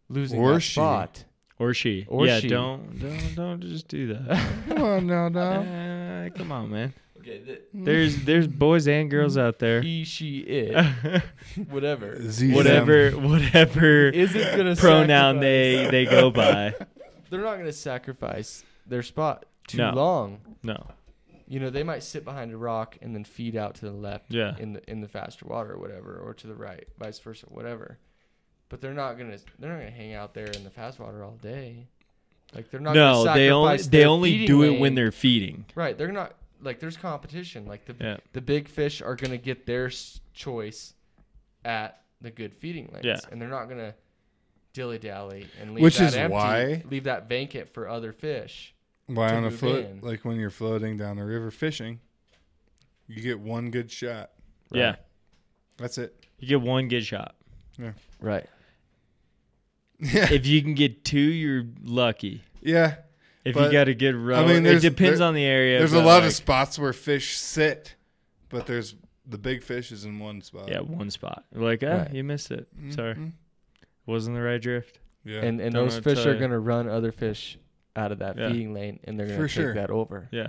E: losing
F: Or
E: that
F: she.
E: spot
A: or she.
E: Or
A: yeah,
E: she.
A: don't don't don't just do that.
F: Come on now, dog.
A: Uh, come on, man.
E: Okay, th-
A: There's there's boys and girls out there.
E: he, she, it, whatever.
F: Z-
A: whatever whatever
E: Isn't gonna
A: pronoun they
E: sacrifice-
A: they go by.
E: They're not gonna sacrifice their spot too
A: No.
E: long.
A: No.
E: You know, they might sit behind a rock and then feed out to the left
A: Yeah.
E: in the in the faster water or whatever, or to the right, vice versa, whatever. But they're not gonna they're not gonna hang out there in the fast water all day. Like they're not.
A: No,
E: gonna
A: they only
E: sacrifice
A: they
E: their
A: only
E: feeding
A: do it when
E: lane.
A: they're feeding.
E: right. They're not like there's competition. Like the
A: Yeah.
E: the big fish are gonna get their s- choice at the good feeding lanes,
A: Yeah.
E: and they're not gonna dilly dally and leave
F: Which
E: that
F: is
E: empty,
F: why-
E: leave that vacant for other fish.
F: Why
E: to
F: on a
E: move
F: float?
E: in.
F: Like when you're floating down a river fishing, you get one good shot.
A: Yeah.
F: That's it.
A: You get one good shot.
E: Right.
F: Yeah,
A: If you can get two, you're lucky.
F: yeah.
A: If
F: But,
A: you got a good row,
F: mean,
A: it
F: there's-
A: depends
F: there-
A: on the area.
F: There's a
A: but,
F: lot
A: like,
F: of spots where fish sit, but there's the big fish is in one spot.
A: yeah, one spot. Like, ah,
E: Right.
A: you missed it.
F: Mhm.
A: Sorry, wasn't the right drift.
F: Yeah.
E: And and
A: Don't
E: those
A: know what
E: fish
A: to
E: are
A: tell you.
E: gonna run other fish out of that
A: Yeah.
E: feeding lane, and they're gonna
F: For
E: take
F: sure.
E: that over.
A: Yeah,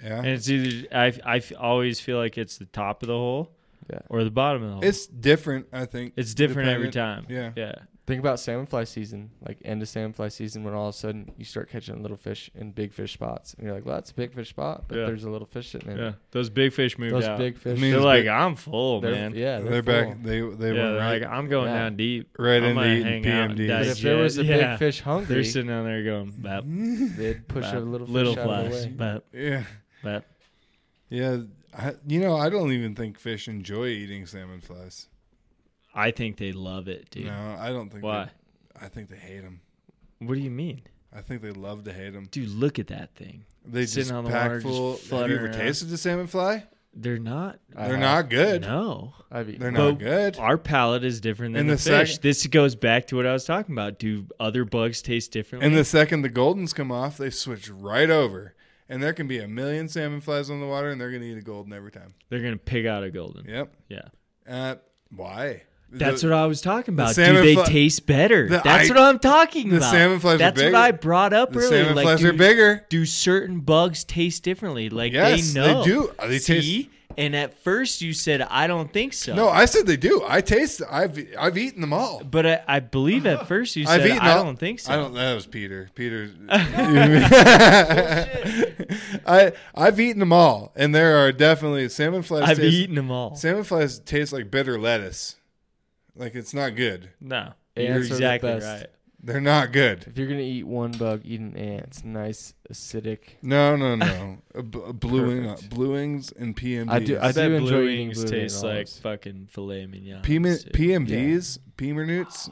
F: yeah.
A: and it's either I I f- always feel like it's the top of the hole
E: Yeah.
A: or the bottom of the hole. It's
F: it's different, I think.
A: different every time.
F: dependent- yeah.
A: Yeah,
E: Think about salmon fly season, like end of salmon fly season, when all of a sudden you start catching little fish in big fish spots, and you're like, "Well, that's a big fish spot," but
A: Yeah.
E: there's a little fish sitting in
A: yeah.
E: it.
A: Those big fish moved
E: Those
A: out.
E: big fish,
F: I mean,
A: They're
F: These
A: like,
F: big-
A: I'm full,
E: they're-
A: man.
E: yeah,
F: they're
E: full.
F: back. They they
A: Yeah,
F: were
A: they're
F: right,
A: like I'm going
E: Yeah.
A: down deep.
F: right
A: I'm gonna
F: into eating
A: hang out and
F: PMDs.
E: But
A: die.
E: if there was a
A: Yeah.
E: big fish
A: They're
E: hungry,
A: sitting down there going, bap,
E: they'd push
A: bap,
E: a little fish
A: little
E: out of the
A: flies,
E: way.
A: bap,
F: Yeah.
A: bap.
F: Yeah. I, you know, I don't even think fish enjoy eating salmon flies.
A: I think they love it, dude.
F: No, I don't think.
A: Why?
F: They, I think they hate them.
A: What do you mean,
F: I think they love to hate them.
A: dude? Look at that thing.
F: They
A: Sitting
F: just
A: on the
F: pack
A: water, just
F: full. Have you
A: fluttering
F: ever
A: around.
F: tasted the salmon fly?
A: They're not.
E: I
F: They're
E: have-
F: not good.
A: No,
E: I've eaten.
F: They're
E: them.
F: not
A: But
F: good.
A: our palate is different than
F: And
A: the,
F: the
A: fish.
F: sec-
A: this goes back to what I was talking about. Do other bugs taste differently?
F: And the second the goldens come off, they switch right over. And there can be a million salmon flies on the water, and they're going to eat a golden every time.
A: They're gonna pick out a golden.
F: Yep.
A: Yeah.
F: Uh, why?
A: That's
F: the,
A: what I was talking about. Do
F: salmon
A: they
F: fly-
A: taste better?
F: the
A: That's
F: I-
A: what I'm talking
F: the
A: about.
F: salmon flies are
A: That's
F: bigger.
A: what I brought up
F: the
A: earlier.
F: salmon
A: like,
F: flies are
A: do-
F: bigger.
A: Do certain bugs taste differently? Like
F: Yes,
A: they
F: they
A: know.
F: do. They taste-
A: See? And at first you said I don't think so.
F: No, I said they do. I taste. I've I've eaten them all.
A: but I, I believe at first you
F: I've
A: said
F: eaten.
A: I
F: all-
A: don't think so.
F: I don't. That was Peter. Peter. I I've eaten them all, and there are definitely salmon flies.
A: I've
F: taste,
A: eaten them all.
F: Salmon flies taste like bitter lettuce. Like it's not good.
A: No,
E: Ants
A: you're
E: are the
A: exactly
E: best.
A: right.
F: They're not good.
E: If you're gonna eat one bug, eat an ant. It's nice, acidic.
F: No, no, no. A b- a bluing,
E: Perfect.
F: bluings, and PMDs.
E: I do-
A: I,
E: I
A: bet
E: enjoy
A: blue
E: eating
A: wings
E: blue wing
A: taste like
E: olives.
A: fucking filet mignon.
F: Pima- PMDs, Pemernuts.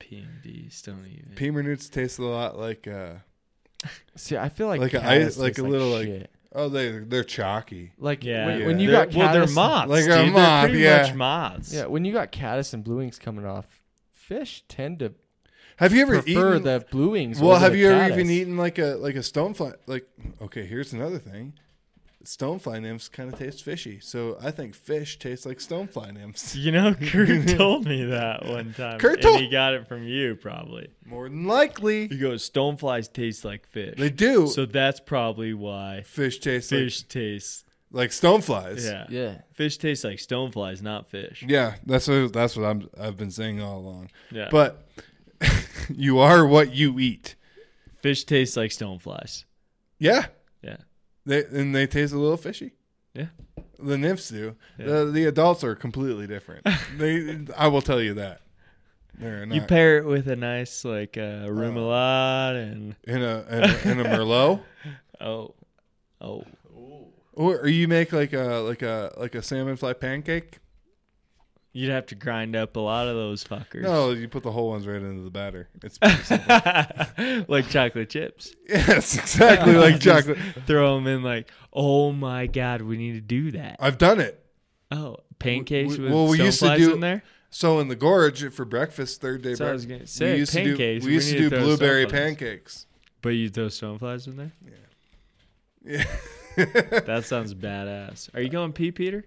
A: PMDs don't even.
F: Pemernuts taste a lot like. Uh,
E: See, I feel like
F: Like a
E: caddis
F: ice- like
E: tastes
F: a little, like-
E: shit.
F: oh, they they're chalky.
E: like
A: Yeah,
E: when,
F: Yeah.
E: when you
A: They're-
E: got
A: well, they're
E: caddis-
A: moths.
F: Like a
A: dude. They're
F: moth,
A: pretty
F: yeah.
A: much moths.
E: Yeah, when you got caddis and blue wings coming off, fish tend to
F: Have you ever
E: prefer
F: eaten?
E: the blue wings.
F: well,
E: over
F: have
E: the
F: you ever
E: caddis.
F: even eaten like a like a stonefly? Like okay, here's another thing. Stonefly nymphs kind of taste fishy, so I think fish tastes like stonefly nymphs.
A: You know, Kurt told me that one time.
F: Kurt
A: and
F: told-
A: he got it from you, probably.
F: More than likely,
A: He goes, "Stoneflies taste like fish."
F: they do.
A: So that's probably why
F: fish tastes
A: fish tastes.
F: like like stoneflies.
A: Yeah.
E: Yeah,
A: Fish tastes like stoneflies, not fish.
F: yeah. That's what that's what I'm I've been saying all along.
A: Yeah.
F: But you are what you eat.
A: fish tastes like stoneflies.
F: Yeah,
A: Yeah.
F: they and they taste a little fishy.
A: Yeah.
F: The nymphs do.
A: Yeah.
F: The, the adults are completely different. they, I will tell you that. They're not
A: You pair it with a nice like uh, remoulade and
F: in a in a, in a merlot,
A: oh, oh,
F: or, or you make like a like a like a salmon fly pancake.
A: you'd have to grind up a lot of those fuckers.
F: No, you put the whole ones right into the batter. It's pretty simple.
A: like chocolate chips.
F: yes, exactly like
A: Just
F: chocolate.
A: Throw them in like, oh my god, we need to do that.
F: I've done it.
A: Oh, pancakes
F: Uh, we-
A: with
F: well, we used to
A: stoneflies
F: do-
A: in there.
F: So in the gorge for breakfast, third day
A: So I was
F: breakfast,
A: gonna say,
F: we used
A: pancakes,
F: to
A: we
F: do we used
A: need
F: to
A: to
F: do
A: throw
F: blueberry
A: stuff on this.
F: pancakes.
A: But you throw stoneflies in there.
F: Yeah.
A: That sounds badass. Are you going pee, Peter?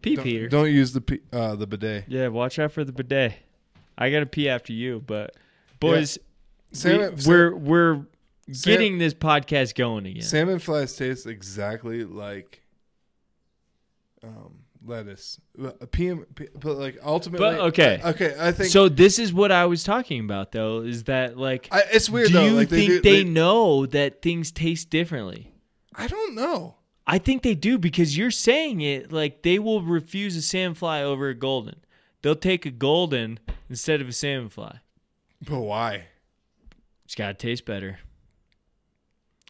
A: Pee, Peter.
F: don't, don't use the pe- uh, the bidet.
A: Yeah, watch out for the bidet. I gotta pee after you, but boys.
F: Salmon-
A: we, are we're
F: Sam-
A: getting this podcast going again.
F: Salmon flies taste exactly like um, lettuce. Well, PM, p- but like ultimately,
A: But, okay.
F: okay. I think
A: so this is what I was talking about though. Is that like?
F: I, it's weird
A: do
F: though.
A: you
F: like
A: think
F: do-
A: they, know that things taste differently?
F: I don't know.
A: I think they do because you're saying it like they will refuse a salmon fly over a golden. They'll take a golden instead of a salmon fly.
F: But why?
A: It's got to taste better.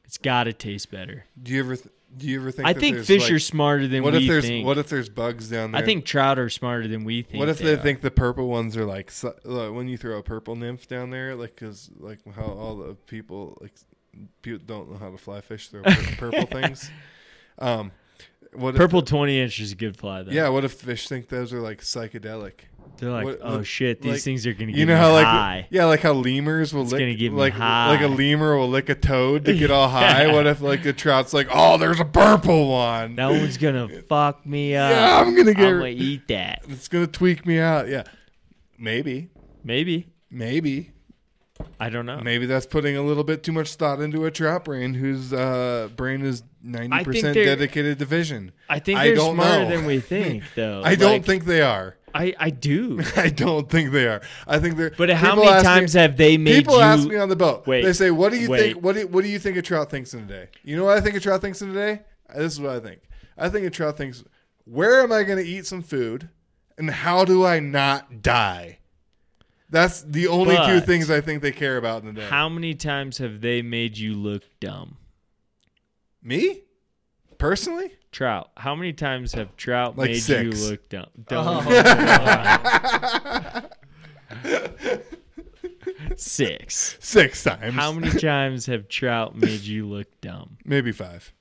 A: It's got to taste better.
F: Do you ever th- do you ever think?
A: I
F: that
A: think
F: there's,
A: fish
F: like-
A: are smarter than
F: What
A: we
F: if there's
A: think.
F: what if there's bugs down there?
A: I think trout are smarter than we think.
F: What if they,
A: are.
F: think the purple ones are like, su- like when you throw a purple nymph down there, like because like how all the people like people don't know how to fly fish throw pur- purple things. Um, what if
A: purple twenty inch is a good fly though?
F: Yeah, what if fish think those are like psychedelic?
A: they're like,
F: what-
A: oh
F: what-
A: shit, these
F: like,
A: things are gonna get
F: You know how
A: me
F: like
A: high.
F: yeah, like how lemurs will
A: It's
F: lick
A: gonna give me
F: like
A: high.
F: like a lemur will lick a toad to get all high. What if like a trout's like, oh, there's a purple one.
A: that one's gonna fuck me up.
F: yeah, I'm gonna
A: I'm
F: get.
A: gonna eat that.
F: it's gonna tweak me out. Yeah, maybe,
A: Maybe
F: maybe.
A: I don't know.
F: Maybe that's putting a little bit too much thought into a trout brain whose uh, brain is
A: I think
F: 90%
A: they're-
F: dedicated to vision.
A: I think
F: I
A: they're
F: don't
A: smarter
F: know.
A: than we think though.
F: I don't
A: Like,
F: think they are.
A: I I do.
F: I don't think they are. I think they're.
A: But how
F: people
A: many
F: ask me-
A: times have they made
F: people
A: you?
F: ask me on the boat?
A: Wait,
F: they say, "What do you
A: wait.
F: think? What do, what do you think a trout thinks in a day?" You know what I think a trout thinks in a day? Uh, This is what I think. I think a trout thinks, "Where am I going to eat some food, and how do I not die?" That's the only two
A: But-
F: things I think they care about in a day.
A: How many times have they made you look dumb?
F: me, personally.
A: Trout. How many times have trout
F: Like
A: made
F: six. Oh
A: you look dumb? dumb? Six.
F: Six times.
A: How many times have trout made you look dumb?
F: Maybe five.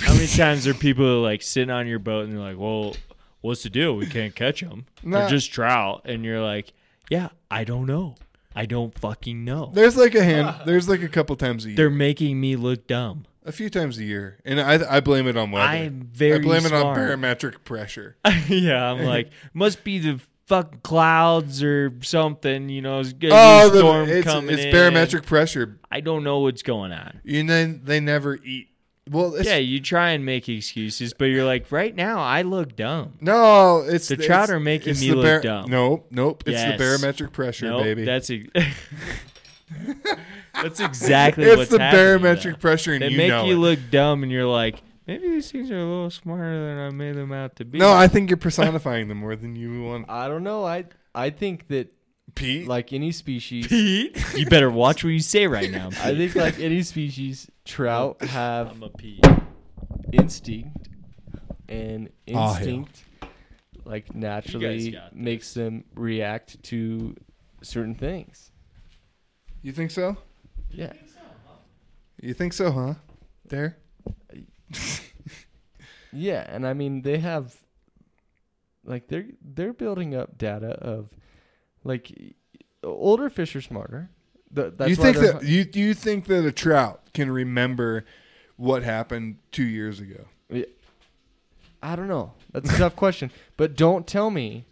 A: How many times are people like sitting on your boat and they're like, "Well, what's the deal? We can't catch them.
F: Nah.
A: They're just trout." And you're like, "Yeah, I don't know. I don't fucking know.
F: There's like a hand. There's like a couple times a year.
A: They're making me look dumb."
F: a few times a year, and I I blame it on weather.
A: I'm very
F: I blame it on
A: smart.
F: barometric pressure.
A: yeah, I'm like, must be the fucking clouds or something. You know, it's good
F: Oh, the,
A: storm
F: it's,
A: coming.
F: it's
A: in.
F: barometric pressure.
A: I don't know what's going on.
F: You know they never eat. Well, it's,
A: yeah, you try and make excuses, but you're like, right now I look dumb.
F: no, it's
A: The
F: it's-
A: trout are making
F: it's
A: me
F: the
A: look
F: bar-
A: dumb.
F: Nope, nope. It's
A: Yes.
F: the barometric pressure,
A: Nope,
F: baby.
A: that's e- that's exactly
F: it's
A: what's
F: the
A: happening,
F: barometric
A: though.
F: pressure, and
A: They
F: you
A: make
F: know
A: you
F: it.
A: look dumb, and you're like, maybe these things are a little smarter than I made them out to be.
F: No, I think you're personifying them more than you want.
E: I don't know. I I think that
F: Pete,
E: like any species,
A: Pete, you better watch what you say right now.
E: I think like any species, trout have
A: I'm a Pete.
E: instinct, and
A: Oh,
F: Ah, hell.
E: instinct like naturally
A: got this.
E: makes them react to certain things.
F: you think so?
E: Yeah.
F: You think so, huh? There.
E: Yeah, and I mean they have like they're they're building up data of like y- older fish are smarter. Th- that's
F: you
E: why
F: think
E: they're
F: that you you think that a trout can remember what happened two years ago?
E: I don't know. That's a tough question. But don't tell me.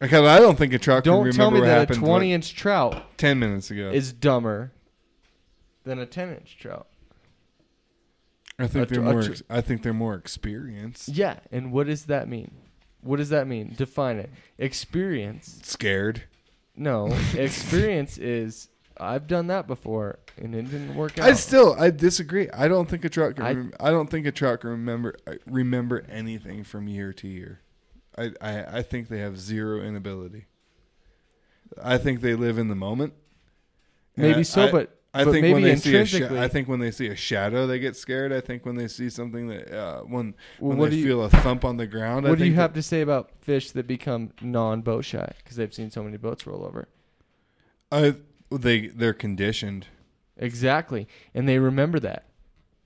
F: Because I don't think a trout
E: Don't
F: can
E: tell
F: remember
E: me
F: what
E: that a
F: happened
E: 20
F: like,
E: inch trout
F: ten minutes ago.
E: is dumber than a 10 inch trout.
F: I think
E: a
F: they're
E: tr- a
F: more.
E: tr-
F: ex- I think they're more experienced.
E: Yeah. And what does that mean? What does that mean? Define it. Experience.
F: Scared.
E: No. experience is I've done that before and it didn't work out.
F: I still. I disagree. I don't think a trout can.
E: I-
F: rem- I, don't think a trout can remember uh, remember anything from year to year. I, I I think they have zero inability. I think they live in the moment. And
E: maybe
F: I-
E: so,
F: I-
E: but
F: I
E: but
F: think
E: maybe
F: when they see a
E: intrinsically.
F: sha- I think when they see a shadow, they get scared. I think when they see something that uh, when
E: Well,
F: when
E: what
F: they
E: do you-
F: feel a thump on the ground. I
E: what do you
F: think
E: have to say about fish that become non boat shy because they've seen so many boats roll over?
F: that- I, they they're conditioned.
E: Exactly. And they remember that.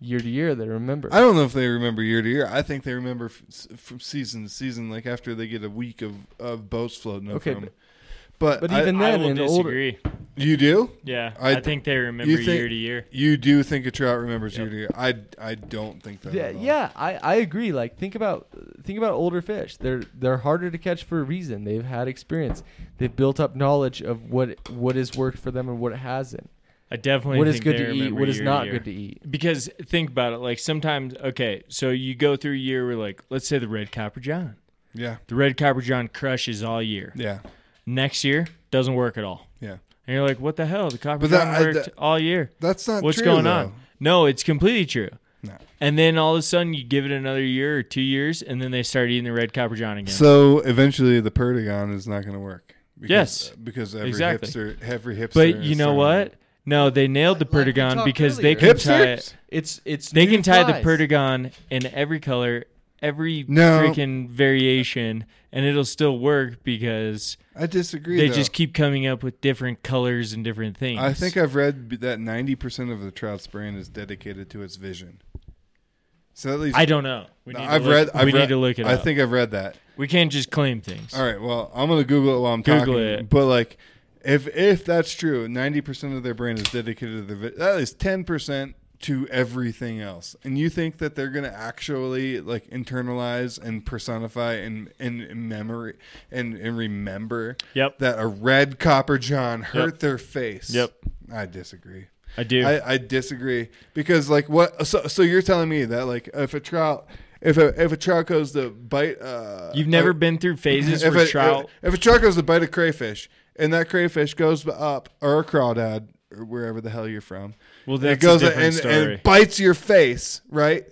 E: Year to year, they remember.
F: I don't know if they remember year to year. I think they remember f- s- from season to season, like after they get a week of, of boats floating up
E: Okay,
F: from.
E: but-
F: But,
E: but
F: I-
E: even
A: I
E: then,
A: will
E: in the older,
A: disagree.
F: You do?
A: Yeah, I,
F: I-
A: think they remember
F: think-
A: year to year.
F: You do think a trout remembers
A: Yep.
F: you? Do you? I I don't think that.
E: Yeah,
F: at all.
E: yeah, I, I agree. Like think about think about older fish. They're they're harder to catch for a reason. They've had experience. They've built up knowledge of what what has worked for them and what hasn't.
A: I definitely
E: What is
A: think
E: good
A: they
E: to eat,
A: remember
E: what is
A: year
E: not
A: year.
E: good to eat.
A: Because think about it, like sometimes, okay, so you go through a year where, like, let's say the red copper john,
F: Yeah.
A: the red copper john crushes all year.
F: Yeah.
A: Next year doesn't work at all,
F: Yeah.
A: and you're like, what the hell? The copper
F: But that-
A: john
F: I-
A: worked
F: that-
A: all year.
F: That's not.
A: What's
F: true,
A: going
F: though.
A: on? No, it's completely true.
F: No.
A: And then all of a sudden, you give it another year or two years, and then they start eating the red copper john again.
F: So eventually, the Perdigon is not going to work.
A: Yes.
F: Because, uh, because every
A: Exactly.
F: hipster, every hipster.
A: but you
F: is
A: know
F: throwing-
A: what? No, they nailed the
E: Like- like we
A: Perdigon
E: talked
A: because they
E: earlier.
A: can tie it.
F: Hipsters?
E: It's it's
A: They
E: new
A: can tie the
E: flies.
A: Perdigon in every color, every
F: No.
A: freaking variation, and it'll still work because
F: I disagree.
A: they
F: though.
A: just keep coming up with different colors and different things.
F: I think I've read b- that ninety percent of the trout's brain is dedicated to its vision. So at least
A: I don't know. We
F: No,
A: need to
F: I've
A: look-
F: read. I've
A: we
F: read,
A: need to look it
F: I
A: up.
F: think I've read that.
A: we can't just claim things.
F: All right. Well, I'm gonna Google it while I'm
A: Google
F: talking.
A: it.
F: But like, if if that's true, ninety percent of their brain is dedicated to the. That is ten percent to everything else. And you think that they're gonna actually like internalize and personify and and memory and and remember
A: Yep.
F: that a red copper John hurt their face.
A: Yep.
F: I disagree.
A: I do.
F: I, I disagree because like what? So, so you're telling me that like if a trout, if a if a trout goes to bite, uh,
A: You've never
F: a-
A: been through phases
F: if
A: where
F: a,
A: trout.
F: If, if a trout goes to bite a crayfish and that crayfish goes up or a crawdad or wherever the hell you're from,
A: well,
F: it
A: that's
F: goes
A: a
F: and,
A: different
F: and,
A: story.
F: bites your face, right?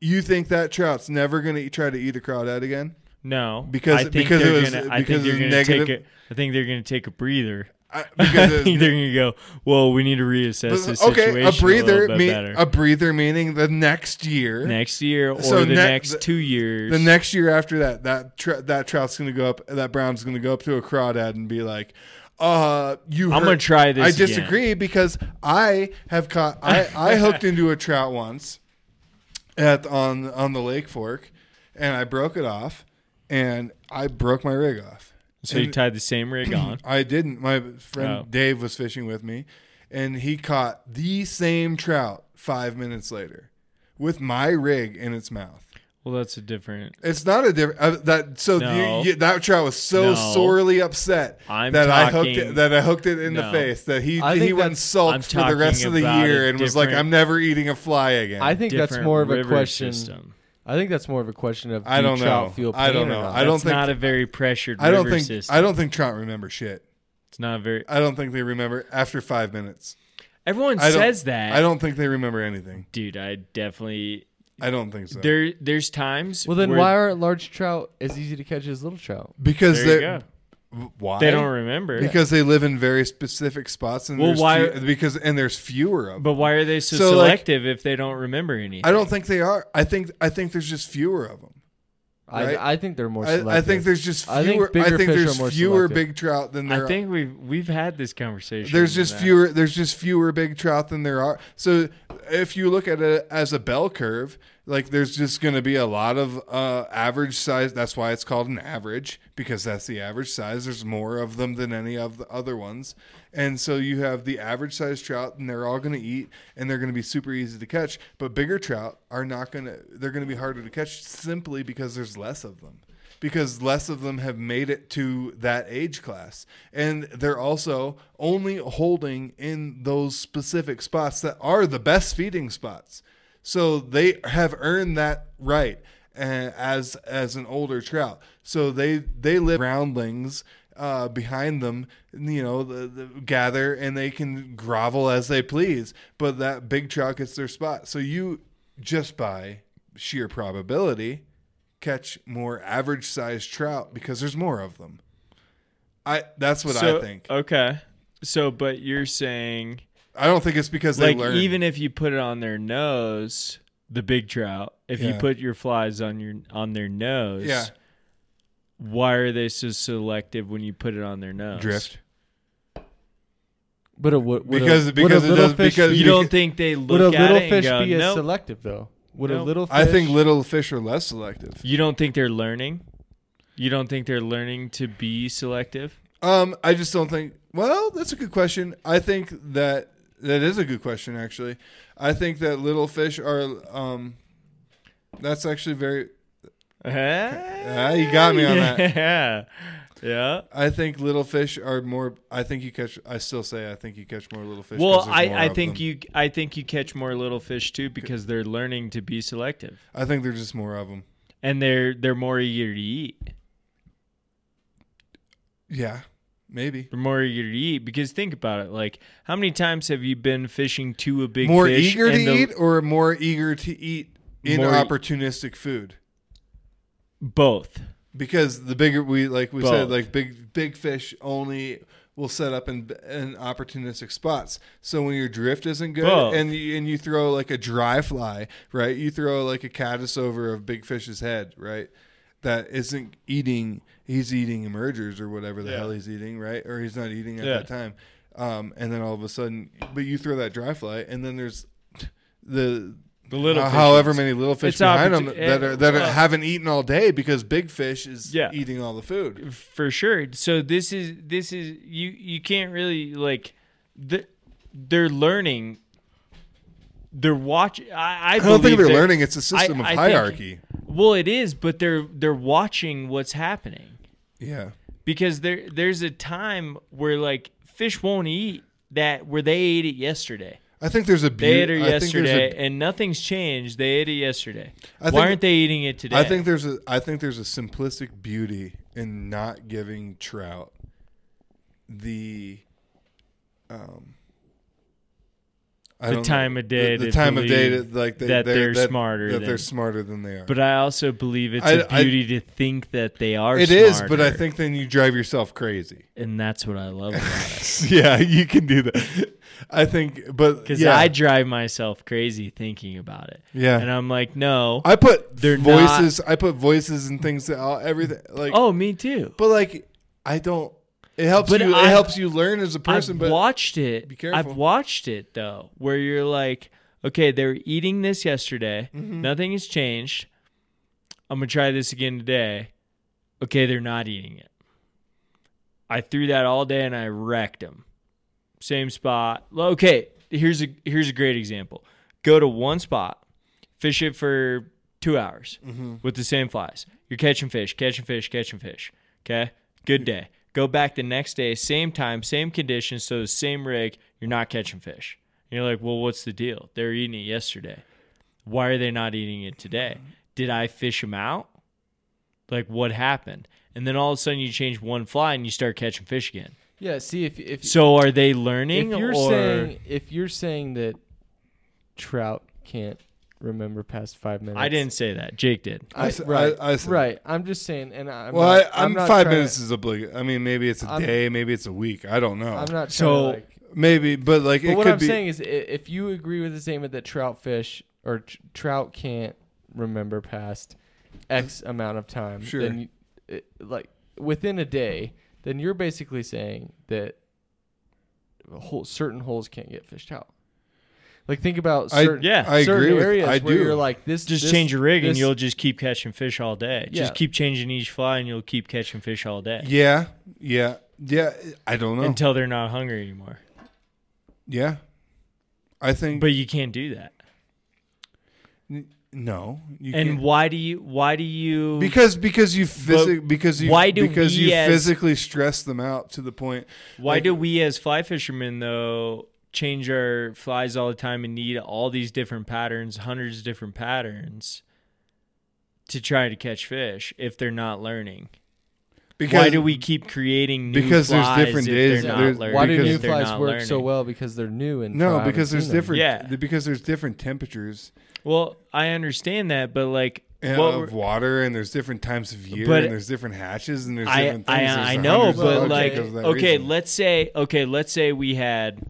F: You think that trout's never gonna eat, try to eat a crawdad again?
A: no,
F: because-
A: I think
F: because it
A: they're
F: was-
A: gonna, I think
F: because
A: they're
F: it's
A: gonna take
F: negative.
A: a, I think they're going to take a breather.
F: I,
A: I
F: because
A: think
F: it's-
A: they're going to go. Well, we need to reassess this
F: okay,
A: situation.
F: a
A: little
F: breather,
A: bit
F: mean,
A: better.
F: a breather meaning the next year.
A: next year or
F: So
A: the
F: ne-
A: next
F: the-
A: two years.
F: The next year after that, that tr- that trout's gonna go up. That brown's gonna go up to a crawdad and be like, "Uh, you."
A: I'm
F: hurt-
A: gonna try this
F: I
A: again."
F: disagree because I have caught. I I hooked into a trout once, at on on the lake fork, and I broke it off, and I broke my rig off.
A: so you
F: and-
A: tied the same rig on.
F: I didn't. My friend
A: Oh.
F: Dave was fishing with me, and he caught the same trout five minutes later, with my rig in its mouth.
A: Well, that's a different.
F: It's not a different uh, that. So
A: No.
F: you, you, that trout was so
A: No.
F: sorely upset
A: I'm
F: that I hooked
A: talking-
F: it, that I hooked it in
A: No.
F: the face that he
E: I
F: he
E: think
F: went
E: that's-
A: I'm
F: sulked for the rest
A: talking
F: of the
A: about
F: year
A: a
F: and was like,
A: different-
F: "I'm never eating a fly again."
E: I think that's
A: different
E: more of a
A: river
E: question.
A: System.
E: I think that's more of a question of
F: I
E: do
F: don't
E: trout
F: know.
E: feel
F: I don't
E: pain or
F: know.
E: not?
F: I don't
A: It's
F: think-
A: not a very pressured.
F: I don't
A: river
F: think
A: System.
F: I don't think trout remember shit.
A: It's not a very.
F: I don't think they remember after five minutes.
A: Everyone
F: I don't-
A: says that.
F: I don't think they remember anything.
A: Dude, I definitely.
F: I don't think so.
A: There, there's times.
E: Well, then
A: where
E: why aren't large trout as easy to catch as little trout?
F: because
A: there you
F: they're-
A: go.
F: w- why
A: They don't remember.
F: because they live in very specific spots and
A: Well,
F: there's
A: why-
F: few- because and there's fewer of them.
A: but why are they so,
F: So, like-
A: selective if they don't remember anything?
F: I don't think they are. I think I think there's just fewer of them. Right.
E: I, I think they're more. Selective.
F: I, I think there's just fewer.
E: I
F: I
E: think
F: think,
E: bigger fish are
F: there's
E: more
F: fewer
E: selective.
F: big trout than there.
A: I think we've we've had this conversation.
F: are. there's just
A: that-
F: fewer. There's just fewer big trout than there are. So if you look at it as a bell curve, like there's just going to be a lot of uh, average size. That's why it's called an average because that's the average size. There's more of them than any of the other ones, and so you have the average size trout, and they're all going to eat, and they're going to be super easy to catch. But bigger trout are not going to. They're going to be harder to catch simply because there's less of them because less of them have made it to that age class. And they're also only holding in those specific spots that are the best feeding spots. So they have earned that right uh, as as an older trout. So they they live roundlings uh, behind them, you know, the, the gather and they can grovel as they please. But that big trout gets their spot. So you just by sheer probability catch more average sized trout because there's more of them. I that's what
A: So-
F: I think.
A: Okay. So, but you're saying
F: I don't think it's because
A: like
F: they learn.
A: even if you put it on their nose, the big trout. If you
F: Yeah.
A: put your flies on your on their nose,
F: yeah,
A: Why are they so selective when you put it on their nose?
F: drift.
E: But a, would, would
F: Because-
E: a, would
F: because it
E: a little
F: does-
E: fish
F: because
E: be,
A: You don't think they look
E: would a
A: at
E: little
A: it and
E: fish
A: go,
E: be as
A: "Nope."
E: selective though? Would a
A: Nope.
E: little fish?
F: I think little fish are less selective.
A: You don't think they're learning. You don't think they're learning to be selective.
F: Um, I just don't think. Well, that's a good question. I think that that is a good question. Actually, I think that little fish are. Um, that's actually very.
A: Ah,
F: you got me on that.
A: Yeah. Yeah.
F: I think little fish are more. I think you catch. I still say I think you catch more little fish. 'cause
A: Well,
F: there's more
A: I, I
F: of
A: think
F: them.
A: you I think you catch more little fish too because they're learning to be selective
F: I think there's just more of them.
A: and they're they're more eager to eat.
F: Yeah, maybe.
A: They're more eager to eat because think about it. Like how many times have you been fishing to a big
F: more
A: fish
F: eager to
A: and the-
F: eat or more eager to eat in
A: More e-
F: opportunistic food
A: Both.
F: because the bigger we like we said
A: Both.
F: like big big fish only will set up in in opportunistic spots so when your drift isn't good
A: Both.
F: and you, and you throw like a dry fly right you throw like a caddis over of big fish's head right that isn't eating he's eating emergers or whatever the
A: Yeah.
F: hell he's eating right or he's not eating at
A: Yeah.
F: that time um, and then all of a sudden but you throw that dry fly and then there's the
A: The little
F: uh, however
A: fishes.
F: many little fish
A: It's
F: behind them
A: opportu-
F: that are that are, haven't eaten all day because big fish is
A: Yeah.
F: eating all the food.
A: for sure so this is this is you you can't really like the, they're learning they're watching i, I,
F: I don't think
A: believe
F: they're learning. It's a
A: I-
F: system of
A: I think-
F: hierarchy.
A: well it is but they're they're watching what's happening
F: yeah,
A: because there there's a time where like fish won't eat that where they ate it yesterday
F: I think there's a
A: they ate
F: beauty.
A: it
F: I think there's
A: yesterday
F: a,
A: and nothing's changed they ate it yesterday
F: I
A: why
F: think-
A: aren't they eating it today
F: I think there's a I think there's a simplistic beauty in not giving trout the um. I
A: The
F: don't
A: time of day
F: the, the
A: to
F: time of day
A: believe
F: to, like they,
A: that
F: they're,
A: they're smarter
F: that
A: than-
F: they're smarter than they are.
A: but I also believe it's
F: I-
A: a
F: I-
A: beauty to think that they are.
F: it is, but
A: smarter.
F: I think then you drive yourself crazy.
A: and that's what I love
F: yeah, you can do that. I think, but
A: because
F: yeah,
A: I
F: I,
A: drive myself crazy thinking about it.
F: Yeah.
A: and I'm like, no.
F: put
A: They're
F: voices. I put voices and things that I'll, everything like.
A: oh, me too.
F: but like I don't. It helps
A: But
F: you.
A: I-
F: it helps you learn as a person.
A: I've
F: but
A: watched it.
F: Be careful.
A: I've watched it though, where you're like, okay, they were eating this yesterday.
F: Mm-hmm.
A: Nothing has changed. I'm gonna try this again today. Okay, they're not eating it. I threw that all day and I wrecked them. Same spot. Well, Okay, here's a here's a great example. Go to one spot, fish it for two hours
E: Mm-hmm.
A: with the same flies. You're catching fish, catching fish, catching fish. Okay, good day. Go back the next day, same time, same conditions, so the same rig. You're not catching fish. And you're like, well, what's the deal? They're eating it yesterday. Why are they not eating it today? Did I fish them out? Like, what happened? And then all of a sudden, you change one fly and you start catching fish again.
E: Yeah. See if if
A: So are they learning?
E: if you're
A: or
E: saying if you're saying that trout can't remember past five minutes,
A: I didn't say that. Jake did.
F: I
E: I,
F: s-
E: right,
F: I- I said-
E: right. I'm just saying, and I'm
F: well,
E: not,
F: I, I'm,
E: not
F: five
E: trying
F: minutes
E: To,
F: is oblig. I mean, maybe it's a
E: I'm-
F: day, maybe it's a week. I don't know.
E: I'm not
A: So-
E: Trying to, like,
F: maybe, but like
E: But
F: it
E: what
F: could
E: I'm
F: be.
E: saying is, i- if you agree with the statement that trout fish or tr- trout can't remember past X amount of time,
F: Sure.
E: then you, it, like within a day, then you're basically saying that whole, certain holes can't get fished out. Like think about
F: I-
E: certain,
A: yeah,
F: I
E: certain
F: agree with-
E: areas
F: I
E: where
F: do.
E: you're like this.
A: Just
E: this-
A: change your rig and
E: this-
A: you'll just keep catching fish all day.
E: Yeah.
A: Just keep changing each fly and you'll keep catching fish all day
F: yeah, yeah, yeah. I don't know.
A: until they're not hungry anymore.
F: yeah, I think.
A: But you can't do that.
F: n- no, you
A: And
F: can't.
A: why do you? Why do you?
F: because because you physic because you
A: why do
F: because
A: we
F: you
A: as-
F: physically stress them out to the point
A: Why do we as fly fishermen though change our flies all the time and need all these different patterns, hundreds of different patterns to try to catch fish if they're not learning?
F: because
A: why do we keep creating new
F: because there's
A: flies
F: different
A: if They're
F: days, there's-
A: not learning,
E: Why do
F: because
E: new
A: if they're
E: flies
A: not
E: work so
A: learning?
E: well? Because they're new and trout
F: no
E: haven't
F: because there's
E: seen them.
F: different
A: Yeah.
F: because there's different temperatures
A: Well, I understand that, but like,
F: and
A: what
F: of
A: we're-
F: water and there's different times of year
A: But-
F: and there's different hatches and there's
A: I,
F: different
A: I,
F: things
A: I
F: There's
A: know,
F: hundreds of
A: but
F: bugs
A: like,
F: because of that
A: okay,
F: reason.
A: let's say, okay, let's say we had,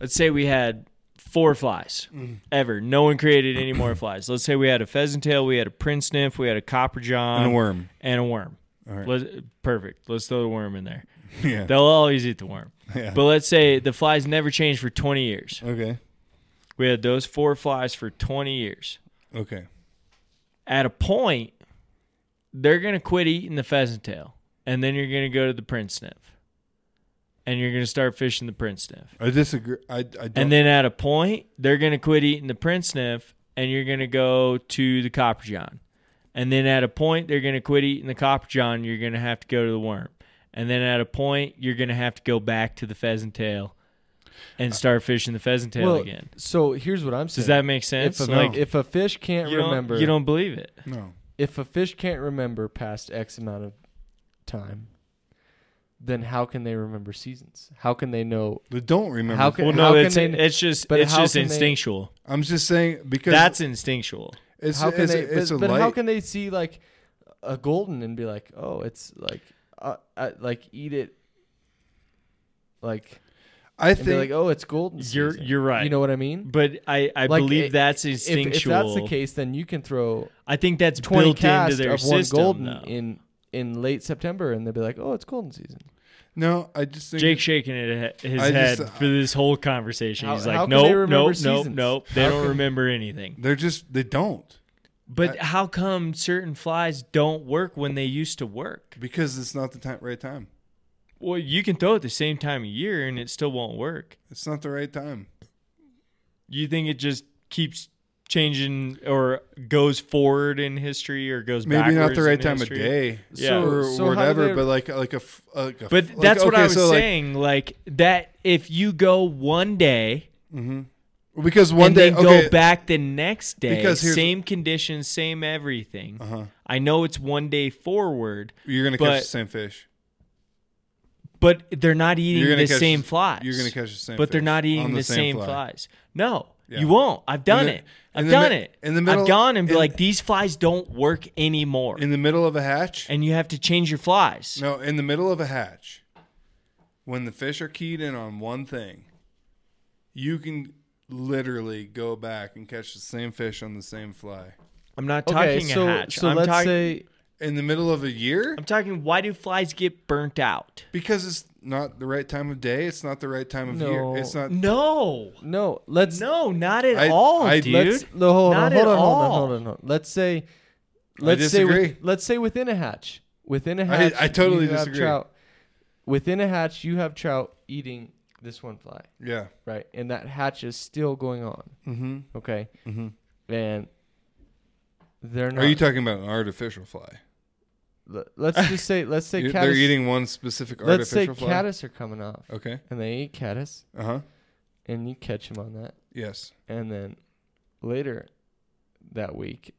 A: let's say we had four flies
F: Mm.
A: ever. No one created any more flies. Let's say we had a pheasant tail, we had a prince sniff, we had a copper john,
F: and a worm
A: and a worm.
F: All right.
A: Let's, perfect. Let's throw the worm in there.
F: yeah,
A: They'll always eat the worm.
F: yeah.
A: But let's say the flies never changed for 20 years.
F: okay
A: We had those four flies for 20 years.
F: okay
A: at a point, they're gonna quit eating the pheasant tail, and then you're gonna go to the prince sniff. and you're going to start fishing the print sniff.
F: I disagree. I, I don't.
A: And then at a point, they're going to quit eating the print sniff and you're going to go to the copper john. And then at a point, they're going to quit eating the copper john. You're going to have to go to the worm. And then at a point, you're going to have to go back to the pheasant tail and start fishing the pheasant tail
E: well,
A: again.
E: So here's what I'm saying.
A: Does that make sense?
E: if a,
F: No.
E: like if a fish can't
A: you don't,
E: remember
A: you don't believe it.
F: no.
E: if a fish can't remember past X amount of time, then how can they remember seasons? How can they know?
F: They don't remember.
E: How can-
A: Well, no, it's
E: they-
A: it's just
E: but
A: it's
E: how
A: just
E: can they-
A: instinctual.
F: I'm just saying because
A: That's instinctual.
F: it's,
E: how can
F: it's,
E: they?
F: it's
E: but
F: a
E: but
F: light.
E: how can they see like a golden and be like, oh, it's like, uh, uh, like eat it, like
F: I
E: and be
F: think
E: like, oh, it's golden.
A: You're
E: season."
A: you're right.
E: You know what I mean?
A: but I I
E: Like,
A: believe
E: it-
A: that's
E: If,
A: instinctual.
E: if that's the case, then you can throw
A: I think that's
E: twenty
A: built into
E: casts
A: their
E: of one
A: system.
E: golden
A: though.
E: in in late September, and they'll be like, oh, it's golden season.
F: no. I just think
A: Jake shaking it, uh, his
F: I
A: head
F: just- uh,
A: for this whole conversation.
E: How-
A: He's
E: how
A: like,
E: can they
A: nope,
E: remember
A: nope, nope,
E: seasons?
A: nope. They
E: How
A: don't
E: can-
A: remember anything.
F: they're just they don't
A: But how come certain flies don't work when they used to work?
F: because it's not the time, right time.
A: Well, you can throw it the same time of year and it still won't work.
F: It's not the right time.
A: You think it just keeps changing or goes forward in history or goes
F: Maybe
A: backwards?
F: not the
A: in
F: right time
A: history?
F: of day.
A: Yeah.
F: or
E: So- so how do
F: whatever,
E: they-
F: but like like a, f- like a
A: But
F: f- like,
A: that's what
F: okay,
A: I was
F: so, like,
A: saying. Like, that, if you go one day
F: because one
A: and
F: day
A: then
F: okay,
A: go back the next day,
F: Because here's-
A: same conditions, same everything.
F: Uh-huh.
A: I know it's one day forward,
F: You're gonna
A: but-
F: catch the same fish.
A: but they're not eating
F: You're gonna
A: the
F: catch
A: same
F: the-
A: flies.
F: you're gonna catch the same
A: but they're
F: fish
A: not
F: on
A: eating the,
F: the
A: same
F: same fly.
A: flies. No,
F: Yeah.
A: you won't. I've done
F: the-
A: it. I've
F: in the mi-
A: done it.
F: in the middle-
A: I've gone and be
F: in-
A: like, these flies don't work anymore,
F: In the middle of a hatch.
A: and you have to change your flies.
F: No, in the middle of a hatch, when the fish are keyed in on one thing, you can literally go back and catch the same fish on the same fly.
A: I'm not
E: Okay,
A: talking
E: so
A: a hatch.
E: so
A: I'm
E: let's
A: talking.
E: say
F: In the middle of a year?
A: I'm talking. Why do flies get burnt out?
F: Because it's not the right time of day. It's not the right time of
E: No.
F: year. It's not.
A: No,
E: no. Let's
A: no, not at
F: Uh, I-
A: all,
F: I-
A: dude.
E: Let's no, hold on,
A: Not
E: hold
A: at
E: on, hold on,
A: all.
E: hold on, hold on. Let's say, let's say,
F: disagree.
E: with, let's say within a hatch, within a
F: I-
E: hatch,
F: I totally
E: you have
F: disagree.
E: trout. Within a hatch, you have trout eating this one fly,
F: Yeah.
E: right? And that hatch is still going on,
F: Mm-hmm.
E: okay?
F: Mm-hmm.
E: And they're not.
F: Are you talking about an artificial fly?
E: le- let's just say, let's say
F: You-
E: caddis.
F: They're eating one specific
E: let's say
F: artificial fly.
E: caddis are coming off,
F: Okay.
E: and they eat caddis,
F: Uh huh.
E: and you catch them on that,
F: Yes.
E: and then later that week.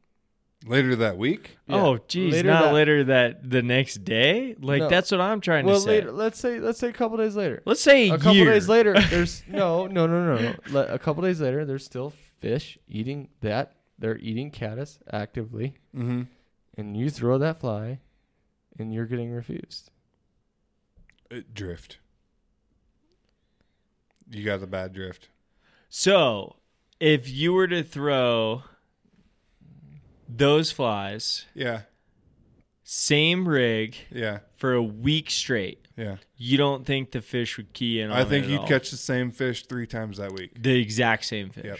F: Later that week.
E: yeah,
A: Oh, geez,
E: later
A: not
E: that-
A: later that the next day. Like
E: No.
A: that's what I'm trying
E: Well,
A: to say.
E: later, let's say, let's say a couple days later.
A: Let's say a,
E: a couple
A: year.
E: days later, there's no, no, no, no, no. Le- a couple days later, there's still fish eating that. They're eating caddis actively,
F: Mm-hmm.
E: and you throw that fly, and you're getting refused.
F: It Uh, drift. You got the bad drift.
A: So, if you were to throw those flies,
F: Yeah.
A: same rig
F: Yeah.
A: for a week straight,
F: Yeah.
A: you don't think the fish would key in on
F: I think
A: it at
F: you'd
A: all?
F: catch the same fish three times that week.
A: the exact same fish.
F: Yep.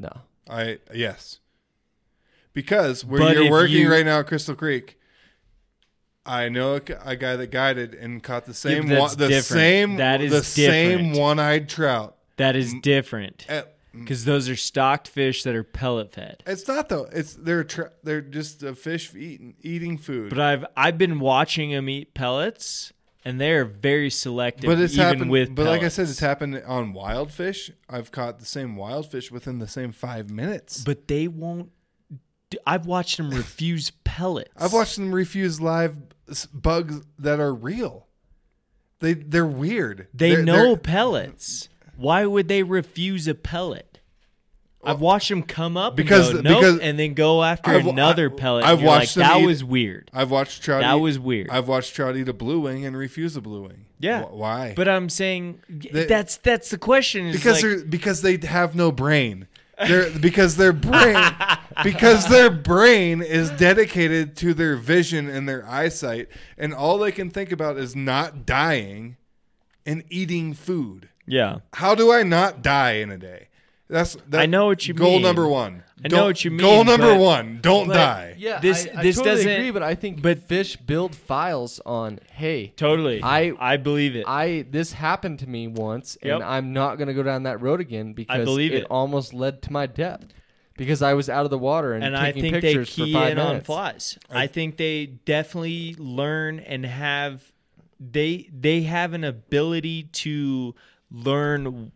E: No,
F: I yes, because where
A: But
F: you're
A: if
F: working
A: you-
F: right now at Crystal Creek, I know a, g- a guy that guided and caught the same
A: but
F: one,
A: that's
F: the
A: different.
F: same
A: That is
F: the same
A: different.
F: one-eyed trout.
A: That is different
F: Eh,
A: because those are stocked fish that are pellet fed.
F: It's not though. It's they're tra- they're just a fish eating eating food.
A: But I've I've been watching them eat pellets, and they are very selective.
F: But it's
A: even
F: happened.
A: with
F: but like I said,
A: pellets.
F: it's happened on wild fish. I've caught the same wild fish within the same five minutes.
A: but they won't. d- I've watched them refuse pellets.
F: I've watched them refuse live s- bugs that are real. They they're weird.
A: They
F: They're-
A: know
F: they're-
A: pellets. Why would they refuse a pellet? I've watched them come up
F: because-
A: and go, nope,
F: because-
A: and then go after
F: I've-
A: another
F: I-
A: pellet. I've
F: I've
A: watched
F: watched them
A: that
F: eat-
A: was weird.
F: I've watched trout.
A: That
F: eat-
A: was weird.
F: I've watched trout eat a blue wing and refuse a blue wing.
A: Yeah.
F: Wh- why?
A: But I'm saying
F: They-
A: that's that's the question. Is
F: because
A: like,
F: they're because they have no brain. They're because their brain because their brain is dedicated to their vision and their eyesight, and all they can think about is not dying and eating food.
A: yeah.
F: How do I not die in a day? That's that,
A: I know what you
F: goal
A: mean.
F: number one.
A: I know
F: Don't-
A: what you mean,
F: Goal number
A: but-
F: one: don't
E: But,
F: die.
E: Yeah,
A: This-
E: I, I
A: this
E: totally
A: doesn't-
E: agree, but I think
A: but-
E: fish build files on. Hey,
A: Totally.
E: I-
A: I believe it.
E: I this happened to me once,
A: Yep.
E: and I'm not gonna go down that road again because
A: believe
E: it,
A: it.
E: almost led to my death because I was out of the water and,
A: and I
E: taking
A: think they
E: pictures
A: key
E: for five
A: in
E: minutes.
A: on flies. I think they definitely learn and have they they have an ability to learn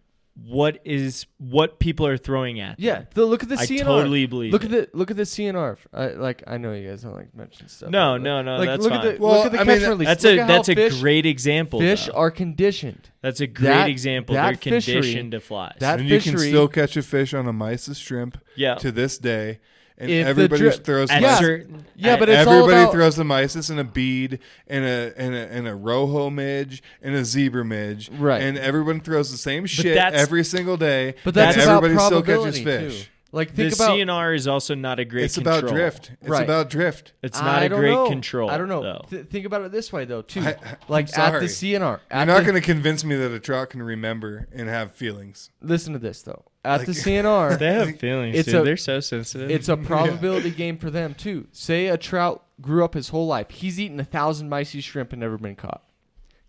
A: what is what people are throwing at. them.
E: Yeah, the, look at the
A: I
E: CNR.
A: totally believe
E: Look at the look at the CNR. I, like I know you guys don't like mention stuff.
A: No,
E: like that.
A: no, no,
E: Like,
A: that's
E: look
A: fine.
E: At the,
F: Well,
E: look at the
F: I
E: catch
F: mean,
E: and release.
A: That's
E: Look
A: a
E: at how
A: that's a
E: fish-
A: great example.
E: Fish
A: though.
E: are conditioned.
A: that's a great
E: that-
A: example.
E: that
A: They're
E: fishery-
A: conditioned to flies.
E: that-
F: and you
E: fishery-
F: can still catch a fish on a mysis shrimp
A: Yeah.
F: to this day. And
E: If the
F: everybody
E: drip-
F: throws
A: at
E: Yeah.
F: mice-
A: certain,
E: Yeah,
A: at-
E: but it's all
F: everybody
E: about-
F: throws the mysis and a bead and a and a and a rojo midge and a zebra midge.
E: Right.
F: And everyone throws the same shit
A: that's-
F: every single day.
E: But that's
F: and
E: about
F: everybody still
E: probability
F: catches fish.
E: too. Like
A: the
E: think about
A: CNR is also not a great.
F: It's
A: control.
F: about drift. It's
E: Right.
F: about drift.
A: It's not
E: a
A: a great control.
E: I don't know.
A: though.
E: Th- think about it this way though, too.
F: I-
E: like
F: I'm
E: at the
F: sorry.
E: CNR. At
F: You're not
E: the-
F: going to convince me that a trout can remember and have feelings.
E: listen to this though. At the
F: Like-
E: CNR,
A: They have feelings,
E: It's
A: dude.
E: a-
A: They're so sensitive.
E: It's a probability game for them too. Say a trout grew up his whole life. He's eaten a thousand micey shrimp and never been caught.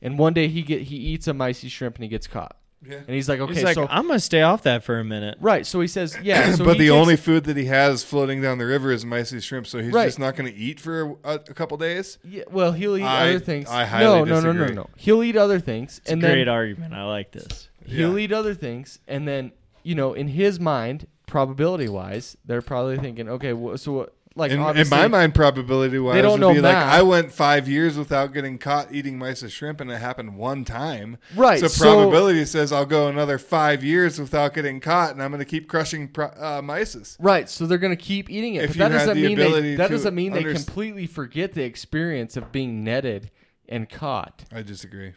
E: And one day he get he eats a micey shrimp and he gets caught.
F: Yeah.
E: And he's like, okay,
A: He's like,
E: so
A: I'm gonna stay off that for a minute.
E: right. So he says, yeah. So
F: but
E: he
F: the
E: takes-
F: only food that he has floating down the river is mysis shrimp, so he's
E: Right.
F: just not going to eat for a, a couple days.
E: yeah, well, he'll eat
F: I-
E: other things.
F: I
E: no,
F: highly
E: no, no, no,
F: disagree.
E: no. He'll eat other things,
A: It's
E: and
A: a great
E: then
A: argument. I like this.
E: he'll
F: Yeah.
E: eat other things, and then you know, in his mind, probability wise, they're probably thinking, okay, well, so what? Like
F: in, in
E: obviously-
F: my mind, probability wise,
E: They don't
F: would
E: know
F: be
E: math.
F: like I went five years without getting caught eating mysis shrimp, and it happened one time.
E: Right,
F: So,
E: so-
F: probability says I'll go another five years without getting caught, and I'm going to keep crushing pro- uh, mysis.
E: Right, so they're going to keep eating it. but
F: If
E: that
F: you had
E: doesn't
F: the
E: mean they,
F: ability
E: that
F: to
E: doesn't mean they
F: underst-
E: completely forget the experience of being netted and caught.
F: I disagree.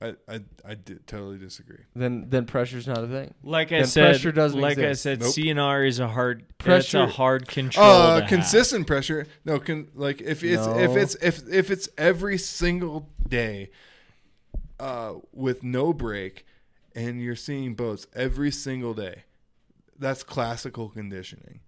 F: I I, I di- totally disagree.
E: Then then pressure's not a thing.
A: Like I
E: Then
A: said,
E: pressure doesn't
A: like
E: exist.
A: I said,
F: Nope.
A: CNR is a hard pressure.
E: Pressure-
A: That's a hard control.
F: Uh,
A: to
F: consistent pressure. No, con- like if it's if
E: No.
F: it's if if it's every single day, uh, with no break, and you're seeing boats every single day, that's classical conditioning.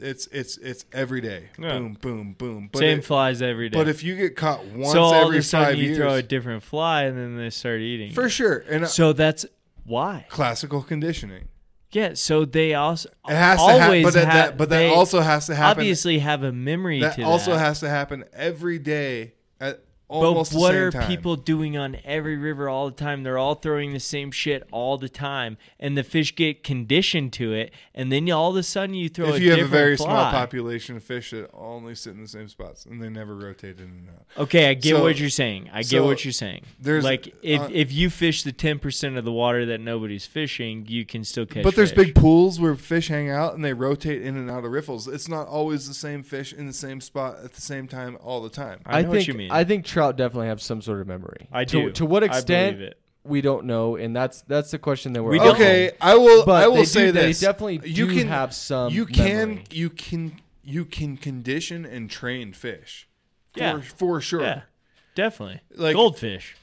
F: It's it's it's every day.
A: Yeah.
F: Boom, boom, boom.
A: Have. Same
F: if,
A: flies every day.
F: but if you get caught once
A: so all
F: every
A: of a sudden
F: five
A: you
F: years,
A: throw a different fly and then they start eating.
F: for
A: it.
F: sure, and uh,
A: So that's why.
F: classical conditioning.
A: Yeah. So they also
F: It has to happen,
A: always
F: but that,
A: have.
F: that but that
A: they
F: also has to happen.
A: obviously have a memory
F: that
A: to
F: also
A: that.
F: has to happen every day at
A: But
F: almost
A: what
F: the same
A: are
F: time.
A: people doing on every river all the time? They're all throwing the same shit all the time, and the fish get conditioned to it. And then all of a sudden, you throw
F: if
A: a
F: you have a
A: different
F: very
A: fly.
F: small population of fish that only sit in the same spots and they never rotate in and out.
A: Okay, I get
F: So-
A: what you're saying. I get
F: so
A: what you're saying.
F: there's-
A: like if
F: uh,
A: if you fish the ten percent of the water that nobody's fishing, you can still catch.
F: But there's
A: fish.
F: big pools where fish hang out and they rotate in and out of riffles. It's not always the same fish in the same spot at the same time all the time.
A: I, know
E: think
A: what you mean.
E: I think trout definitely have some sort of memory.
A: I
E: To-
A: do.
E: To, what
A: I
E: extent
A: believe it.
E: we don't know, and that's that's the question that we're
A: We don't.
F: Okay, I will.
E: But
F: I will
E: they do-
F: say
E: they
F: this:
E: definitely do have some
F: You can.
E: memory.
F: You can. You can condition and train fish.
A: Yeah.
F: for, for sure.
A: yeah, definitely.
F: Like-
A: goldfish.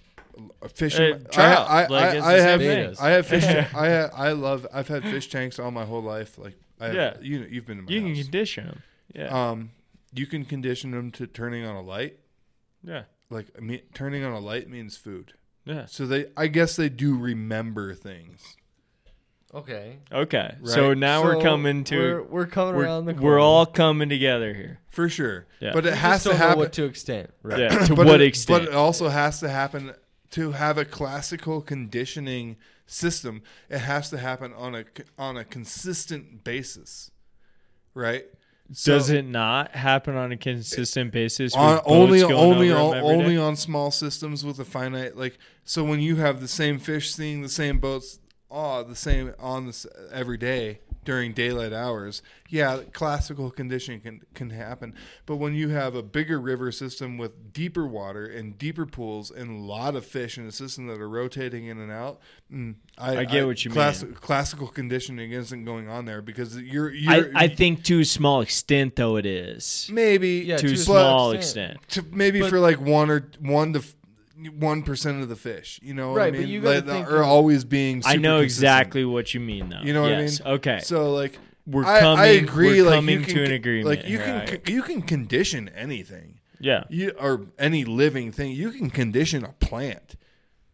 F: fish.
A: Uh,
F: in my-
A: trout,
F: I, I,
A: like,
F: I,
A: it's
F: I
A: the
F: have.
A: same
E: thing.
F: I have fish. I have, I love. I've had fish tanks all my whole life. Like I have,
A: Yeah.
F: you know, you've been to my
A: You can
F: house.
A: condition them. Yeah,
F: um, you can condition them to turning on a light.
A: yeah,
F: Like me, turning on a light means food.
A: yeah.
F: So they, I guess they do remember things.
E: Okay.
A: Okay, so
F: Right.
A: now we're coming to
E: We're, we're coming
A: we're,
E: around the corner.
A: we're all coming together here.
F: For sure,
A: Yeah.
F: but it
E: We
F: has
E: just
F: to
E: don't know
F: happen.
E: what to extent. Right.
A: Yeah. To
F: but
A: what
F: it,
A: extent?
F: But uh, it also has to happen to have a classical conditioning system. It has to happen on a on a consistent basis, right? So-
A: Does it not happen on a consistent basis? with
F: on
A: boats
F: only
A: going
F: only
A: over
F: on,
A: them every
F: only
A: day?
F: on small systems with a finite like so when you have the same fish seeing the same boats ah the same on this every day during daylight hours yeah classical condition can can happen but when you have a bigger river system with deeper water and deeper pools and a lot of fish in a system that are rotating in and out mm, I,
A: I get what you mean.
F: classical conditioning isn't going on there because you're, you're
A: I, I think to a small extent though it is
F: maybe
E: Yeah,
A: to a
E: to a
A: small
E: small
A: extent.
F: to maybe for like one or one to f- one percent of the fish. You know, what I
E: Right, but
F: mean,
E: you gotta think
F: are
E: of-
F: always being.
A: I
F: super
A: know
F: consistent.
A: exactly what you mean, though.
F: You know what I
A: Yes,
F: mean?
A: Okay.
F: So like,
A: we're
F: I,
A: coming.
F: I agree.
A: We're
F: like
A: coming
F: you can,
A: to an agreement.
F: Like you
A: here,
F: can
A: right?
F: you can condition anything.
A: yeah.
F: You or any living thing. You can condition a plant.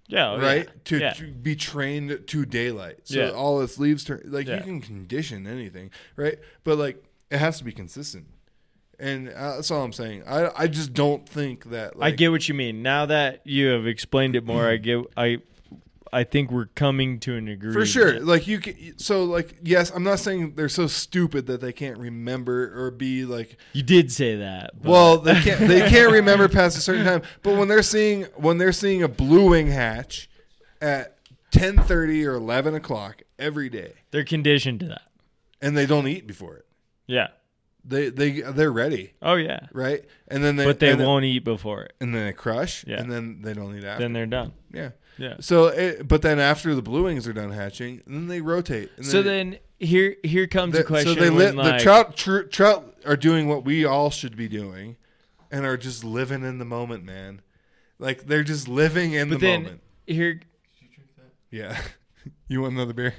A: Yeah. oh, yeah.
F: right to,
A: Yeah.
F: to be trained to daylight so
A: Yeah.
F: all its leaves turn like
A: Yeah.
F: you can condition anything right but like it has to be consistent and uh, that's all i'm saying i i just don't think that
A: I
F: like,
A: get what you mean. Now that you have explained it more, I get. I, I think we're coming to an agreement.
F: for sure like you can so like yes i'm not saying they're so stupid that they can't remember or be like
A: You did say that. but-
F: well they can't they can't remember past a certain time but when they're seeing when they're seeing a blue wing hatch at 10.30 or 11 o'clock every day
A: they're conditioned to that.
F: and they don't eat before it
A: Yeah.
F: they they they're ready
A: Oh yeah.
F: right? And then they,
A: But they
F: and then-
A: won't eat before it.
F: and then they crush,
A: Yeah.
F: and then they don't eat after.
A: Then they're done.
F: yeah,
A: Yeah.
F: So, it, but then after the blue wings are done hatching, then they rotate. And
A: So then here here comes
F: the-
A: a question.
F: so they
A: when,
F: live.
A: like,
F: the trout tr- trout are doing what we all should be doing, and are just living in the moment, man. Like they're just living in
A: But
F: the
A: then
F: moment.
A: here,
F: Yeah. you want another beer?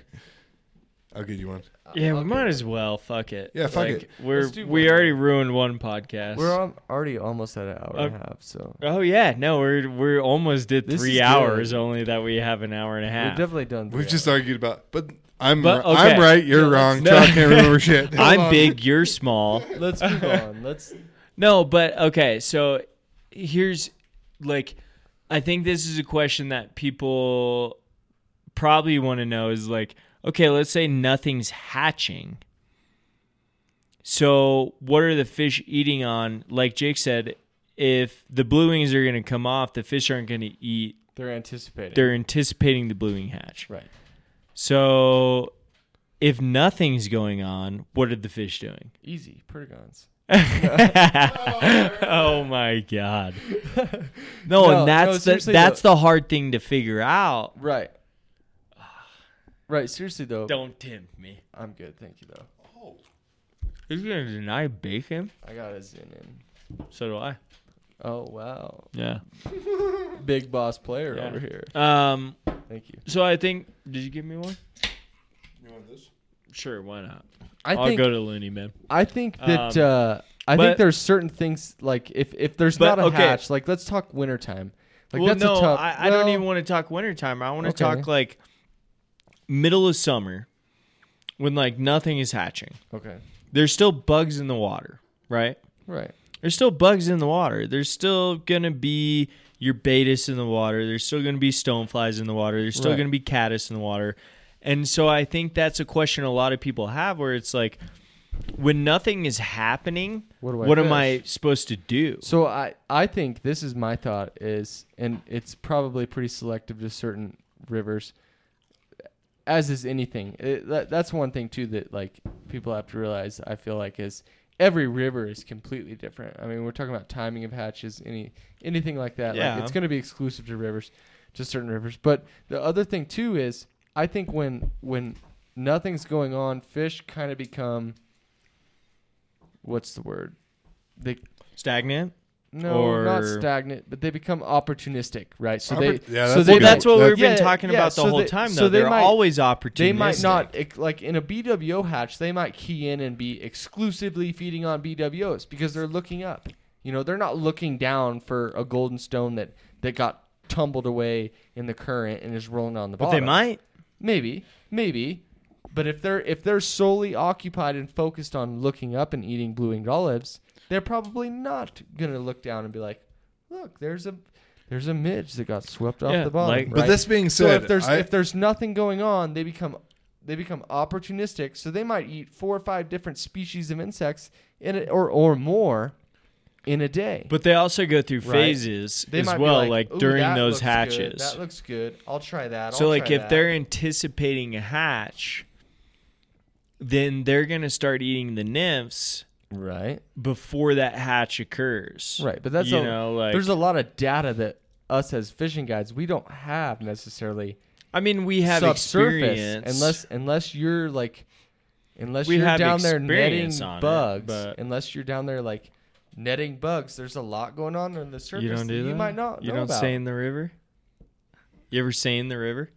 F: I'll get you one.
A: yeah, we might as well. Fuck it.
F: Yeah, fuck
A: Like,
F: it.
A: We're
E: Let's do
A: we
E: one.
A: already ruined one podcast.
E: We're on, already almost at an hour and a
A: Uh,
E: half, so
A: Oh yeah, no, we're we're almost did
E: This is
A: three
E: good.
A: hours only that we have an hour and a
E: we're
A: half.
E: definitely done.
F: We've
E: three
F: just
E: hours.
F: argued about, but I'm
A: But,
F: ri- I'm
A: okay.
F: right. You're wrong. Trout can't remember shit. Hold
A: I'm
F: on.
A: big, you're small.
E: let's move on. Let's
A: No, but okay, so here's like I think this is a question that people probably want to know is like, okay, let's say nothing's hatching. So, what are the fish eating on? Like Jake said, if the blue wings are going to come off, the fish aren't going to eat.
E: they're anticipating.
A: They're anticipating the blue wing hatch.
E: right.
A: So, if nothing's going on, what are the fish doing?
E: Easy. Pergons.
A: oh my god. No,
E: No,
A: and
E: no,
A: that's the
E: seriously
A: that's the hard thing to figure out.
E: Right. Ah. Right. Seriously though,
A: Don't tempt me.
E: I'm good. Thank you though.
A: Who's gonna deny bacon?
E: I got a zin in.
A: So do I.
E: Oh wow,
A: Yeah.
E: big boss player
A: Yeah.
E: over here.
A: Um
E: Thank you.
A: so I think did you give me one?
F: You want this?
A: Sure, why not?
E: I
A: will
E: think
A: go to Looney Man.
E: I think that
A: Um,
E: uh, I
A: but-
E: think there's certain things like if if there's
A: But,
E: not a
A: okay.
E: hatch, like let's talk wintertime. Like
A: well
E: that's
A: no,
E: a tough.
A: I, I
E: well,
A: don't even want to talk wintertime. I want to
E: Okay.
A: talk like middle of summer when like nothing is hatching.
E: Okay.
A: There's still bugs in the water, right?
E: Right.
A: There's still bugs in the water. There's still gonna be your betas in the water. There's still gonna be stoneflies in the water. There's still
E: Right.
A: gonna be caddis in the water. And so I think that's a question a lot of people have where it's like when nothing is happening,
E: What
A: what,
E: do I
A: am I
E: fish?
A: supposed to do?
E: So I I think this is my thought is, and it's probably pretty selective to certain rivers. As is anything, It- that, that's one thing too that like people have to realize. I feel like is every river is completely different. I mean, we're talking about timing of hatches, any anything like that.
A: Yeah.
E: Like, it's going to be exclusive to rivers, to certain rivers. But the other thing too is I think when when nothing's going on, fish kind of become what's the word? They
A: Stagnant?
E: no, not
A: or-
E: stagnant, but they become opportunistic, right? So they,
F: Oppor- yeah,
E: so
F: that's
E: they,
F: a
A: Well, that's what
F: That's-
A: we've been
E: yeah,
A: talking
E: yeah,
A: about the
E: so
A: whole
E: they-
A: time
E: so
A: though.
E: they
A: They are
E: might-
A: always opportunistic.
E: they might not ec- like in a BWO hatch. They might key in and be exclusively feeding on BWOs because they're looking up. You know, they're not looking down for a golden stone that that got tumbled away in the current and is rolling on the
A: but
E: bottom.
A: they might.
E: Maybe, maybe. But if they're if they're solely occupied and focused on looking up and eating blue winged olives, they're probably not gonna look down and be like, "Look, there's a there's a midge that got swept off
A: Yeah,
E: the bottom."
A: like-
E: right?
F: But this being
E: so
F: said,
E: if there's
F: I-
E: if there's nothing going on, they become they become opportunistic. So they might eat four or five different species of insects in a, or or more in a day.
A: But they also go through
E: Right.
A: phases
E: they
A: as
E: might be
A: well,
E: like,
A: like,
E: "Ooh,
A: during
E: that
A: those
E: looks good.
A: hatches.
E: That looks good. I'll try that.
A: So
E: I'll
A: like
E: try
A: if
E: that."
A: they're anticipating a hatch, then they're gonna start eating the nymphs
E: right.
A: before that hatch occurs.
E: Right, but that's
A: you
E: a,
A: know like
E: there's a lot of data that us as fishing guides we don't have necessarily
A: I mean we have
E: subsurface
A: experience
E: unless unless you're like unless
A: We
E: you're
A: have
E: down there netting
A: experience on it,
E: bugs
A: but-
E: unless you're down there like netting bugs. There's a lot going on in the surface.
A: you don't do
E: that
A: that.
E: You might not.
A: You
E: know
A: don't
E: about.
A: stay in the river. You ever seine the river?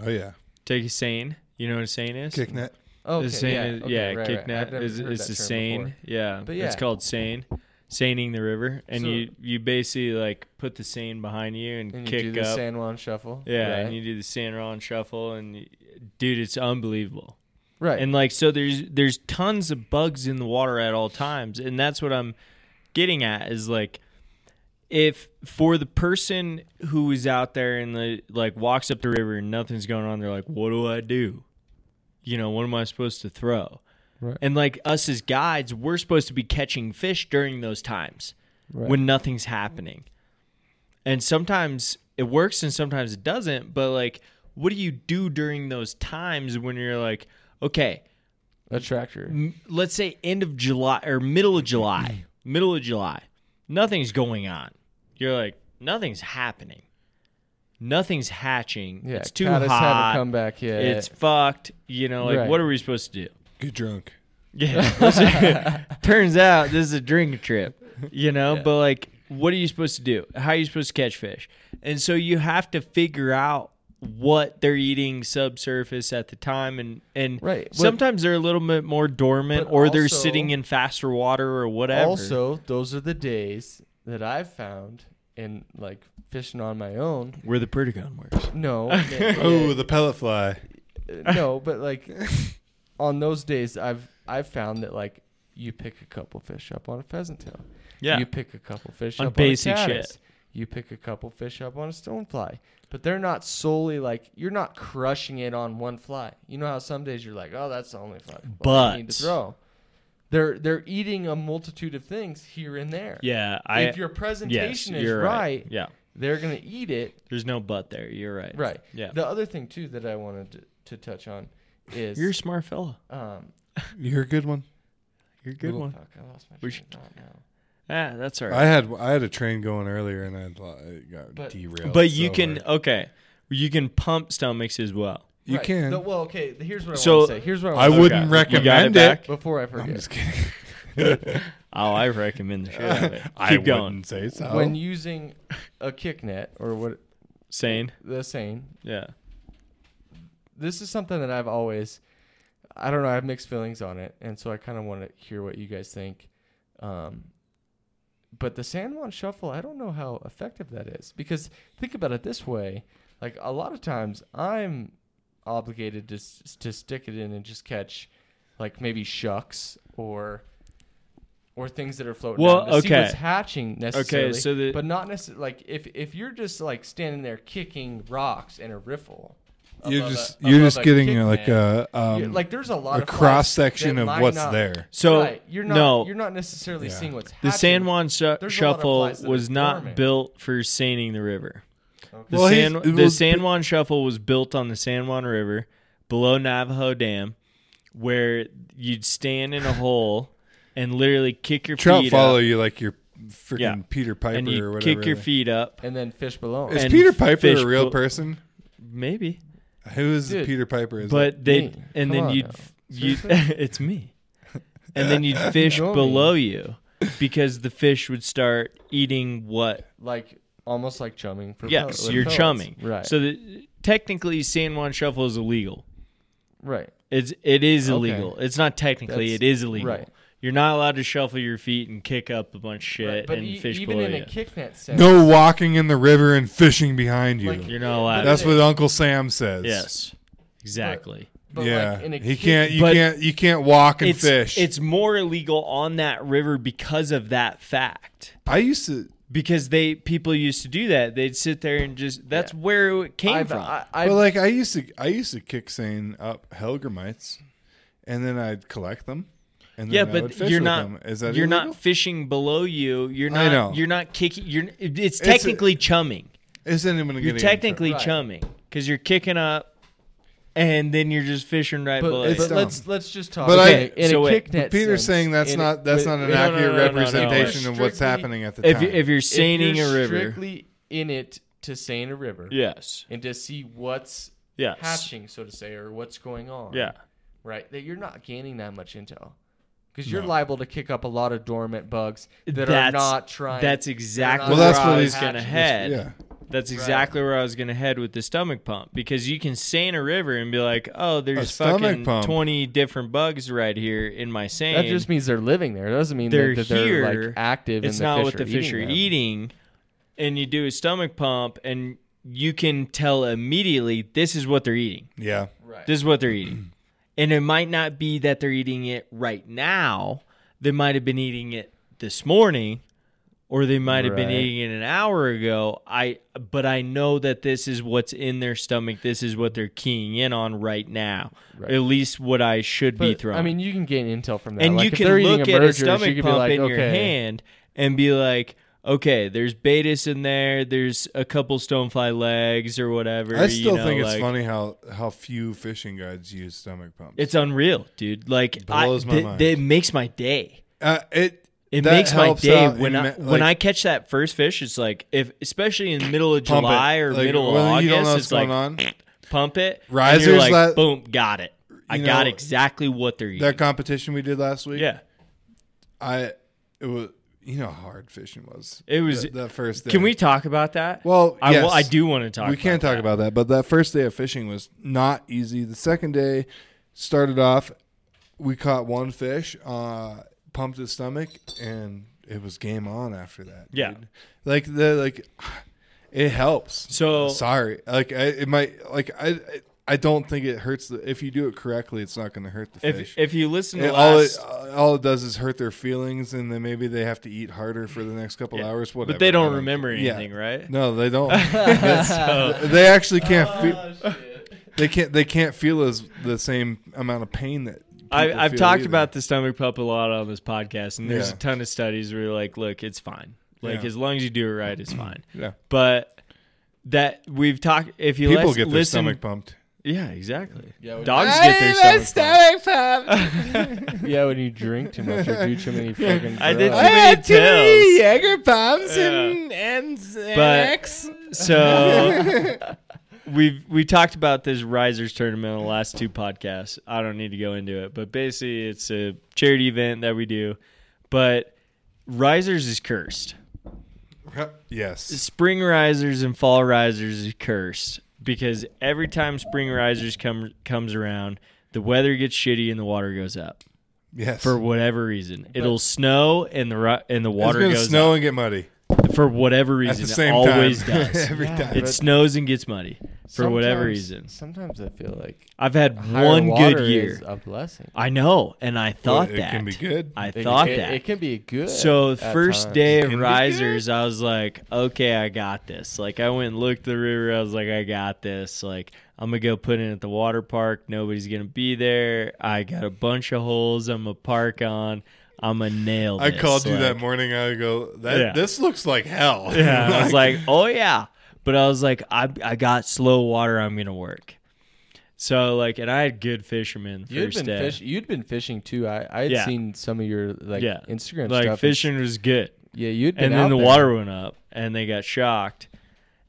F: Oh yeah,
A: Take a seine. You know what a seine is?
F: kick net.
E: Oh,
A: The seine
E: yeah,
A: is-
E: okay,
A: yeah,
E: right, right.
A: kick
E: I've
A: net
E: never
A: is,
E: heard
A: is
E: that
A: a
E: term
A: seine.
E: before.
A: Yeah,
E: But
A: it's
E: yeah.
A: called seine. Seining the river, and
E: So-
A: you you basically like put the seine behind you and,
E: And you
A: kick
E: do the
A: up.
E: San Juan shuffle.
A: yeah,
E: right.
A: and you do the San Ron shuffle, and you, dude, it's unbelievable.
E: right.
A: And like so there's there's tons of bugs in the water at all times and that's what I'm getting at is like if for the person who is out there and the like walks up the river and nothing's going on they're like what do I do? You know, what am I supposed to throw?
E: Right.
A: And like us as guides, we're supposed to be catching fish during those times
E: Right.
A: when nothing's happening. And sometimes it works and sometimes it doesn't, but like what do you do during those times when you're like, okay,
E: a tractor.
A: m- let's say end of July or middle of July, middle of July, nothing's going on. You're like, nothing's happening. Nothing's hatching.
E: Yeah,
A: it's too
E: Caddis
A: hot.
E: Haven't come back yet.
A: It's fucked. You know, like
E: Right.
A: what are we supposed to do?
F: Get drunk.
A: Yeah. listen, turns out this is a drink trip, you know, but like what are you supposed to do? How are you supposed to catch fish? And so you have to figure out what they're eating subsurface at the time and and
E: Right, but-
A: sometimes they're a little bit more dormant
E: but
A: or they're
E: also-
A: sitting in faster water or whatever.
E: Also, those are the days that I've found in like fishing on my own.
A: where the Perdigon works.
E: No, yeah,
F: Oh, the pellet fly.
E: uh, no, but like on those days, I've I've found that like you pick a couple fish up on a pheasant tail.
A: Yeah.
E: You pick a couple fish
A: On
E: up
A: basic
E: on a
A: shit.
E: caddis. You pick a couple fish up on a stonefly. But they're not solely like you're not crushing it on one fly. You know how some days you're like, oh, that's the only fly I need
A: But-
E: to throw. They're they're eating a multitude of things here and there.
A: yeah, I
E: if your
A: yes,
E: presentation is
A: you're
E: right,
A: right. Yeah.
E: they're gonna eat it.
A: There's no but there. You're right.
E: Right.
A: Yeah.
E: The other thing too that I wanted to, to touch on is
A: You're a smart fella.
E: um
F: You're a good one.
A: You're a good
F: Little-
A: one.
E: fuck, I lost my
A: We
E: train of thought now.
A: Ah, that's all right.
F: I had I had a train going earlier and I got
E: But-
F: derailed.
A: But you
F: so
A: can
F: hard.
A: okay, you can pump stomachs as well.
F: you
E: Right.
F: can.
E: The- well, okay. Here's what I
A: So,
E: want to say. Here's what I,
F: Oh, I
E: want
F: wouldn't
A: Okay. You got
F: recommend
A: it
F: it.
A: back?
E: before I
F: I'm
E: forget.
F: just kidding.
A: Oh, I recommend the shit out of it. Keep
F: I
A: going.
F: wouldn't say so.
E: when using a kick net or what
A: Sane.
E: the saying,
A: Yeah.
E: this is something that I've always, I don't know, I have mixed feelings on it, and so I kind of want to hear what you guys think. Um, but the San Juan shuffle, I don't know how effective that is because think about it this way: like a lot of times, I'm obligated to s- to stick it in and just catch, like maybe shucks or. Or things that are floating
A: Well,
E: down to see
A: okay.
E: what's hatching necessarily.
A: so the-
E: but not necessarily like if if you're just like standing there kicking rocks in a riffle,
F: you're
E: above a-
F: just you're
E: above
F: just
E: a
F: getting
E: kick
F: like
E: net.
F: a
E: You're-
F: um
E: like there's a lot
F: a
E: of flies
F: cross section
E: that
F: of
E: might
F: what's
E: not-
F: there.
A: So
E: Right, you're not
A: no,
E: you're not necessarily
F: Yeah.
E: seeing what's
A: the
E: happening.
A: San Juan shu-
E: There's a lot of
A: shuffle
E: flies that are
A: was not
E: dormant.
A: built for saning the river. The
F: Well, he's-
A: San
F: it
A: the
F: was-
A: San Juan shuffle was built on the San Juan River below Navajo Dam, where you'd stand in a hole and literally kick your
F: Trout
A: feet
F: follow
A: up
F: you like you're freaking
A: Yeah.
F: Peter Piper
A: and
F: or
A: you
F: whatever.
A: kick your feet up.
E: and then fish below.
F: Is
A: and
F: Peter Piper
A: fish
F: a real
A: bo-
F: person?
A: Maybe,
F: Who is
E: Dude,
F: Peter Piper? Is it?
A: but they
E: Me. Come
A: and then
E: on
A: you'd
E: now.
A: you
E: Seriously?
A: it's me, and then you'd fish
E: know me.
A: below you because the fish would start eating what
E: like almost like chumming for
A: Yeah,
E: pellets-
A: so
E: with
A: you're
E: pellets.
A: chumming.
E: Right.
A: So the, technically, San Juan shuffle is illegal.
E: right.
A: It's it is
E: Okay.
A: illegal. It's not technically.
E: That's-
A: it is illegal.
E: right.
A: You're not allowed to shuffle your feet and kick up a bunch of shit
E: right. But
A: and
E: e-
A: fish
E: even
A: below
E: in
A: you.
E: a kick net sense.
F: no walking in the river and fishing behind you.
E: Like,
A: You're not allowed.
F: That's
E: but-
F: what Uncle Sam says.
A: yes, exactly.
E: But
F: yeah.
E: Like in a
F: he
E: kick,
F: can't. You
A: But-
F: can't. You can't walk and
A: it's
F: fish.
A: it's more illegal on that river because of that fact.
F: I used to.
A: Because they people used to do that. They'd sit there and just. That's where it came
E: I've,
A: from.
E: I, I've,
F: Well, like I used to. I used to kick Sane up Helgramites, and then I'd collect them. And then
A: yeah,
F: I would
A: but
F: fish
A: you're
F: with
A: not.
F: them. Is that
A: you're
F: illegal?
A: not fishing below you. You're
F: I
A: not.
F: know.
A: You're not kicking. You're. It's
F: a-
A: technically chumming.
F: Is anyone
A: You're
F: getting
A: technically
E: Right.
A: chumming because you're kicking up, and then you're just fishing right
E: but,
A: below.
E: but
F: It's dumb.
E: let's let's just talk.
F: But
E: in
F: I-
E: a- in
A: so
E: a
A: wait,
E: kick
F: But
E: net.
F: Peter's
E: sense,
F: saying that's
E: in a-
F: not that's
E: wait,
F: not an
A: no,
E: wait,
A: no,
F: accurate
A: no, no, no, no.
F: representation of what's
E: Strictly-
F: happening at the
A: if
F: time.
A: you, if you're
E: if
A: seining
E: you're
A: a river,
E: strictly in it to seine a river
A: yes,
E: and to see what's
A: yes,
E: hatching, so to say, or what's going on.
A: yeah.
E: Right. That you're not gaining that much intel. because you're
F: No.
E: liable to kick up a lot of dormant bugs that are
A: That's-
E: not trying.
A: That's exactly
E: Well,
A: where
E: that's
A: I
E: what
A: was
E: he's-
A: going to
E: Hatch-
A: head.
F: Yeah.
A: That's
E: Right.
A: exactly where I was going to head with the stomach pump because you can stain a river and be like, oh, there's
F: stomach
A: fucking
F: pump.
A: 20 different bugs right here in my seine.
E: that just means they're living there. It doesn't mean
A: They're
E: that, that they're
A: here.
E: like active.
A: it's
E: and the
A: not
E: fish
A: what
E: are
A: the fish are
E: eating. them.
A: eating. And you do a stomach pump and you can tell immediately this is what they're eating.
F: Yeah.
A: This is what they're eating. And it might not be that they're eating it right now. They might have been eating it this morning or they might have been
E: Right.
A: eating it an hour ago. I but I know that this is what's in their stomach. This is what they're keying in on right now.
E: Right.
A: At least what I should be
E: But,
A: throwing.
E: I mean, you can gain intel from that.
A: and
E: Like,
A: you
E: if
A: can
E: they're eating
A: look
E: a
A: at
E: burger,
A: a
E: you
A: stomach
E: could be
A: pump
E: like,
A: in
E: okay,
A: your hand and be like, okay, there's betas in there. There's a couple stonefly legs or whatever.
F: I
A: you
F: still
A: know,
F: think it's
A: like-
F: funny how how few fishing guides use stomach pumps.
A: It's unreal, dude. Like,
F: Blows
A: I,
F: my
A: th-
F: mind.
A: th- it makes my day.
F: uh, it
A: It
F: that
A: makes my
F: helps
A: day
F: out
A: when I
F: imme-
A: when I
F: like,
A: catch that first fish. It's like if especially in the middle of
F: pump it.
A: July or
F: Like,
A: middle of
F: well,
A: August,
F: You don't know what's
A: it's
F: going
A: like
F: on.
A: pump it. and you're
F: Risers
A: like
F: that-
A: boom, got it. I
F: you
A: got
F: know,
A: exactly what they're eating.
F: That competition we did last week.
A: yeah.
F: I it was you know how hard fishing was.
A: It was-
F: that, that first day.
A: Can we talk about that?
F: Well,
A: I,
F: yes.
A: will- I do want to talk.
F: we can't talk
A: that.
F: about that, but that first day of fishing was not easy. The second day started off, we caught one fish, uh, pumped his stomach, and it was game on after that.
A: Yeah.
F: dude. like the like, it helps.
A: So-
F: sorry, like I, it might like I. I I don't think it hurts. The, if you do it correctly, it's not going to hurt the fish.
A: If if you listen to
F: It- all it
A: last,
F: all it does is hurt their feelings, and then maybe they have to eat harder for the next couple
A: Yeah.
F: hours. Whatever.
A: but they
F: I
A: don't remember
F: yeah.
A: anything, right?
F: No, they don't. That's- They actually can't feel. They can't. They can't feel as the same amount of pain that
A: I,
F: people
A: I've
F: feel
A: talked
F: either.
A: about the stomach pump a lot on this podcast, and there's
F: Yeah.
A: a ton of studies where you're like, look, it's fine. Like
F: Yeah.
A: as long as you do it right, it's fine.
F: Yeah.
A: But that we've talked. If you
F: People
A: les-
F: get their
A: listen,
F: stomach pumped.
A: yeah, exactly.
E: Yeah, when-
A: Dogs get their stomach.
E: yeah, when you drink too much or do too many fucking.
A: I did too
E: drugs.
A: many pills.
D: Jaeger pumps
A: Yeah.
D: and and
A: But so we've we talked about this risers tournament on the last two podcasts. I don't need to go into it, but basically it's a charity event that we do. But risers is cursed.
F: Yes.
A: Spring risers and fall risers is cursed because every time spring risers come comes around, the weather gets shitty and the water goes up
F: Yes.
A: for whatever reason. It'll snow and the ri- and the water
F: it's gonna
A: goes
F: snow and get muddy
A: up for whatever
F: at
A: reason.
F: the same
A: it always
F: time.
A: does.
F: Every
E: Yeah.
F: time.
A: It snows and gets muddy for whatever
E: Sometimes-
A: reason.
E: Sometimes I feel like
A: I've had
E: higher
A: one
E: water
A: good year.
E: is a blessing.
A: I know, and I thought
F: it
A: that
F: can be good.
A: I
E: It-
A: thought
E: it,
A: that.
E: it can be good.
A: so the
E: at
A: first
E: times.
A: day of
F: Can be
A: risers, I was like, okay, I got this. Like I went and looked the river. I was like, I got this. Like I'm gonna go put in at the water park. Nobody's gonna be there. I got a bunch of holes. I'm a park on. I'm a nail.
F: I
A: this.
F: called you that
A: Like,
F: morning. I go. That
A: Yeah.
F: this looks like hell.
A: Yeah, I was like, oh yeah, but I was like, I I got slow water. I'm gonna work. So like, and I had good fishermen
E: You'd
A: first
E: been
A: day.
E: fish, you'd been fishing too. I I had
A: Yeah.
E: seen some of your like
A: Yeah.
E: Instagram
A: like
E: stuff.
A: fishing was good,
E: Yeah, you'd been
A: and then
E: out
A: the
E: there.
A: water went up, and they got shocked.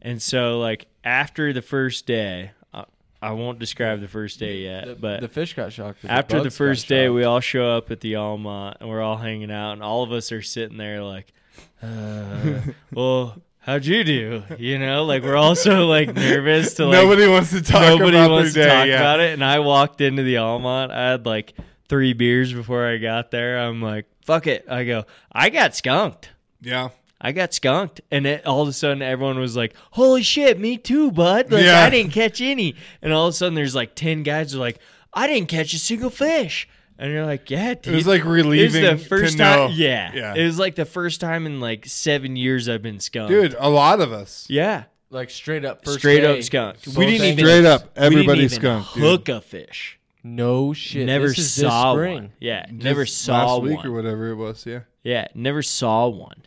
A: And so like after the first day, I, I won't describe the first day yet,
E: The,
A: but
E: the fish got shocked. but
A: after the
E: bugs got
A: first day,
E: shocked.
A: we all show up at the Almont and we're all hanging out, and all of us are sitting there like, uh, "Well, how'd you do?" You know, like we're also like nervous to like
F: nobody wants to talk
A: nobody
F: about
A: wants
F: their
A: to
F: day.
A: talk
F: yeah.
A: about it. And I walked into the Almont. I had like three beers before I got there. I'm like, "Fuck it!" I go, "I got skunked."
F: Yeah.
A: I got skunked, and it, all of a sudden everyone was like, "Holy shit, me too, bud!" Like
F: Yeah.
A: I didn't catch any, and all of a sudden there's like ten guys who are like, "I didn't catch a single fish," and you're like, "Yeah, dude."
F: It was like relieving.
A: the first
F: to
A: time.
F: know.
A: Yeah,
F: Yeah.
A: it was like the first time in like seven years I've been skunked,
F: Dude, a lot of us.
A: Yeah,
E: like straight up first
A: straight
E: day,
A: up skunked.
E: Both
F: straight up, everybody
A: we didn't even
F: skunked, dude.
A: Hook a fish.
E: No shit.
A: never
E: this is this
A: saw
E: spring.
A: one. Yeah, never
F: Just
A: saw
F: last
A: one.
F: week or whatever it was. Yeah.
A: Yeah, never saw one.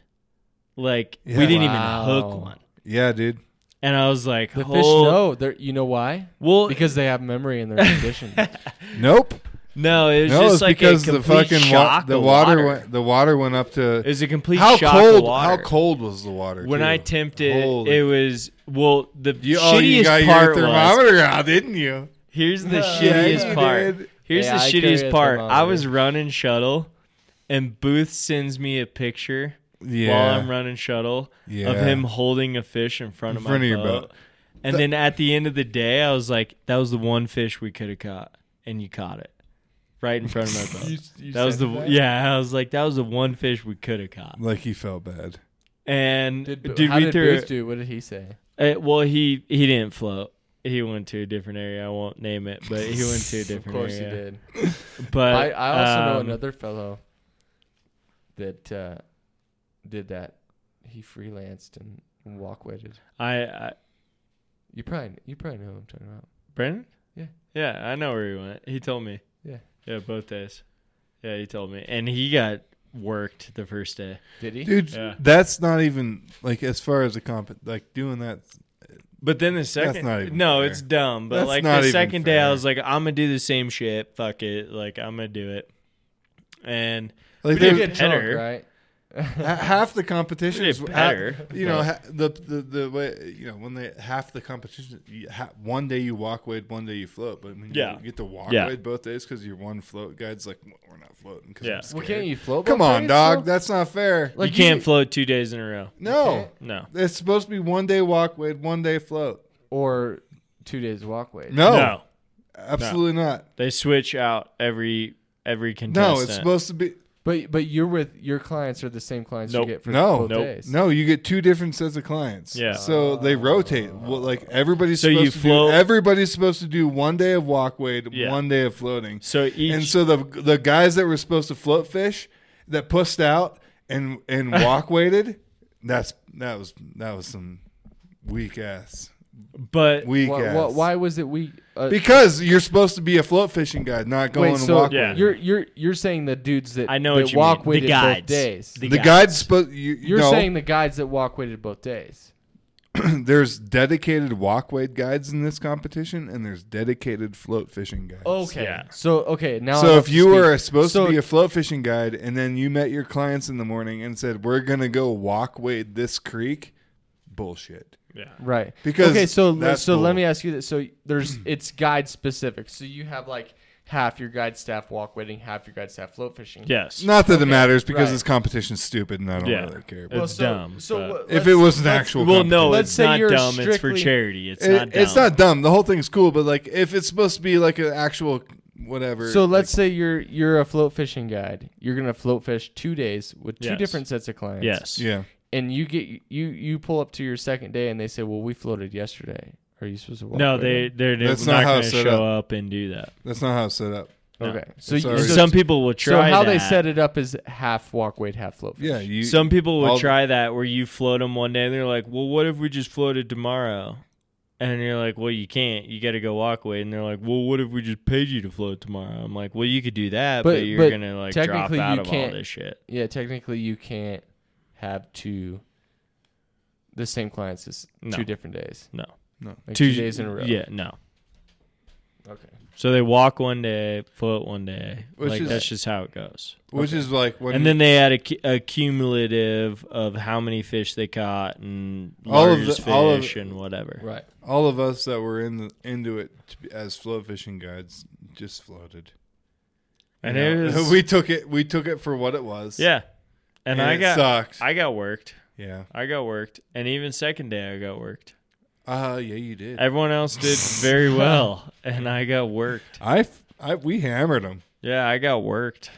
A: Like
F: Yeah.
A: we didn't
E: Wow.
A: even hook one.
F: Yeah, dude.
A: And I was like,
E: The fish
A: "Hol-
E: know. They're, you know why?
A: Well,
E: Because they have memory in their condition.
F: Nope.
A: No, it was
F: No,
A: just
F: it's
A: like
F: because
A: a
F: the
A: complete
F: fucking wa-
A: shock.
F: the
A: of
F: water, went the water went up to
A: It was a complete
F: how
A: shock.
F: cold
A: of water.
F: how cold was the water
A: When
F: too?
A: I tempted,
F: Holy-
A: it was well. The
F: you,
A: shittiest
F: oh, you got your
A: part was
F: thermometer out, didn't you?
A: here's the
F: Yeah,
A: shittiest
F: you
A: part.
F: did.
A: Here's
E: Yeah,
A: the
E: I carry
A: shittiest
E: a
A: part. I
E: thermometer.
A: was running shuttle, and Booth sends me a picture
F: Yeah.
A: while I'm running shuttle
F: yeah.
A: of him holding a fish in front
F: In
A: of
F: front
A: my
F: of your
A: boat.
F: boat.
A: And
F: That-
A: then at the end of the day, I was like, "That was the one fish we could have caught, and you caught it right in front of my boat." that was the yeah. I was like, "That was the one fish we could have caught."
F: Like he felt bad.
A: And
E: Did,
A: did,
E: how
A: we
E: did
A: throw?
E: Booth do? What did he say?
A: Uh, well, he he didn't float. He went to a different area. I won't name it, but he went to a different
E: Of course
A: area.
E: he did.
A: But
E: I, I also know
A: um,
E: another fellow that uh, did that. He freelanced and walk weighted.
A: I, I
E: You probably you probably know who I'm talking about.
A: Brandon?
E: Yeah.
A: Yeah, I know where he went. He told me.
E: Yeah.
A: Yeah, both days. Yeah, he told me. And he got worked the first day.
E: Did he?
F: Dude,
A: Yeah.
F: that's not even like as far as a comp like doing that.
A: But then the second
F: not even
A: No,
F: fair.
A: it's dumb. But
F: That's
A: like
F: not
A: the
F: even
A: second day
F: fair.
A: I was like, I'm gonna do the same shit. Fuck it. Like I'm gonna do it. And
F: Like
A: We
F: they
A: did
F: were-
A: get better.
E: right?
F: ha- half the competition
A: it's
F: is
A: better.
F: You know ha- the, the the way you know when they half the competition. You ha- one day you walk weight, one day you float. But I mean,
A: Yeah.
F: you get to walk
A: Yeah.
F: weight both days because your one float guide's like "Well, we're not floating. Cause
A: Yeah.
F: I'm
E: Well,
F: scared."
E: can't you float?
F: Come
E: both
F: on,
E: ways,
F: dog.
E: though?
F: That's not fair.
E: Like,
A: you can't float two days in a row.
F: no,
A: No.
F: it's supposed to be one day walk weight, one day float.
E: or two days walk weight.
F: No,
A: No.
F: absolutely not.
A: They switch out every every contestant.
F: No, it's supposed to be.
E: But but you're with your clients are the same clients
A: Nope.
E: you get for
F: No.
E: both
A: Nope.
E: days.
F: No, you get two different sets of clients.
A: Yeah.
F: So they rotate. Well, like everybody's
A: So
F: supposed
A: you
F: to
A: float-
F: do, everybody's supposed to do one day of walk weight,
A: Yeah.
F: one day of floating.
A: so each
F: and so the the guys that were supposed to float fish that pussed out and and walk weighted, that's that was that was some weak ass.
A: but
F: Weak
E: Why,
F: ass.
E: why, why was it we? Uh,
F: Because you're supposed to be a float fishing guide, not going
E: wait,
F: to
E: so
F: walk
A: Yeah.
F: weighted.
E: you're you're you're saying the dudes that
A: I know
E: that
A: what you
E: walk
A: mean. The
E: weighted both
A: guides.
E: days.
A: The
F: The,
A: guys.
F: guide's supposed you,
E: you're
F: no.
E: saying the guides that walk weighted both days.
F: there's dedicated walk weight guides in this competition, and there's dedicated float fishing guides.
E: Oh, Okay.
A: Yeah.
E: So okay now. I'm
F: so
E: up
F: if
E: to
F: you
E: speed.
F: were supposed
E: So-
F: to be a float fishing guide and then you met your clients in the morning and said we're going to go walk wade this creek bullshit
A: yeah.
E: right
F: because
E: okay so
F: that's
E: so let
F: bull.
E: me ask you this so there's it's guide specific so you have like half your guide staff walk weighting half your guide staff float fishing
A: Yes.
F: not that it matters because
E: right.
F: this competition's stupid and I don't
A: Yeah.
F: really care
A: It's
F: but
E: so,
A: dumb,
E: so
A: but-
E: what-
F: if
E: let's-
F: it was an
E: let's-
F: actual
A: Well, no,
E: Let's
A: it's
E: say
A: not
E: you're
A: dumb. It's for
E: strictly-
A: charity. It's
F: It-
A: not dumb.
F: it's not dumb the whole thing's cool but like if it's supposed to be like an actual whatever
E: so let's say you're you're a float fishing guide you're gonna float fish two days with two
A: Yes.
E: different sets of clients
A: Yes.
F: like, yeah
E: and you get you you pull up to your second day and they say well we floated yesterday are you supposed to walk
A: No, they
E: weighting?
A: they're, they're
F: That's
A: not,
F: not how
A: going
F: it's
A: to
F: set
A: show up. and do that.
F: that's not how it's set up
A: no.
E: okay so,
F: It's
E: you,
F: already-
E: so
A: Some people will
E: so
A: try.
E: how
A: that.
E: they set it up is half walk weight half float fish
F: yeah you
A: Some people will
F: all-
A: try that where you float them one day and they're like, "Well, what if we just floated tomorrow?" And you're like, "Well, you can't. You got to go walk away." And they're like, "Well, what if we just paid you to float tomorrow?" I'm like, "Well, you could do that, but,
E: But-
A: you're
E: but
A: gonna like drop
E: technically
A: out
E: you
A: of
E: can't-
A: all this shit."
E: Yeah, technically you can't have two the same clients as
A: No.
E: two different days.
A: No,
E: Like two, days in a row.
A: Yeah, no.
E: Okay.
A: So they walk one day, float one day.
F: Which
A: like
F: is-
A: that's just how it goes.
F: which is like when
A: and then they had a, cu- a cumulative of how many fish they caught and
F: All of
A: largest
F: the- all of-
A: fish and whatever.
E: Right.
F: all of us that were in the, into it to be, as float fishing guides just floated
A: And
F: You
A: it
F: know,
A: was
F: we took it we took it for what it was.
A: yeah. And, I
F: it
A: got
F: sucked.
A: I got worked.
F: yeah.
A: I got worked. And even second day I got worked.
F: Uh yeah, you did.
A: Everyone else did very well and I got worked.
F: I, f- I- we hammered them.
A: Yeah, I got worked.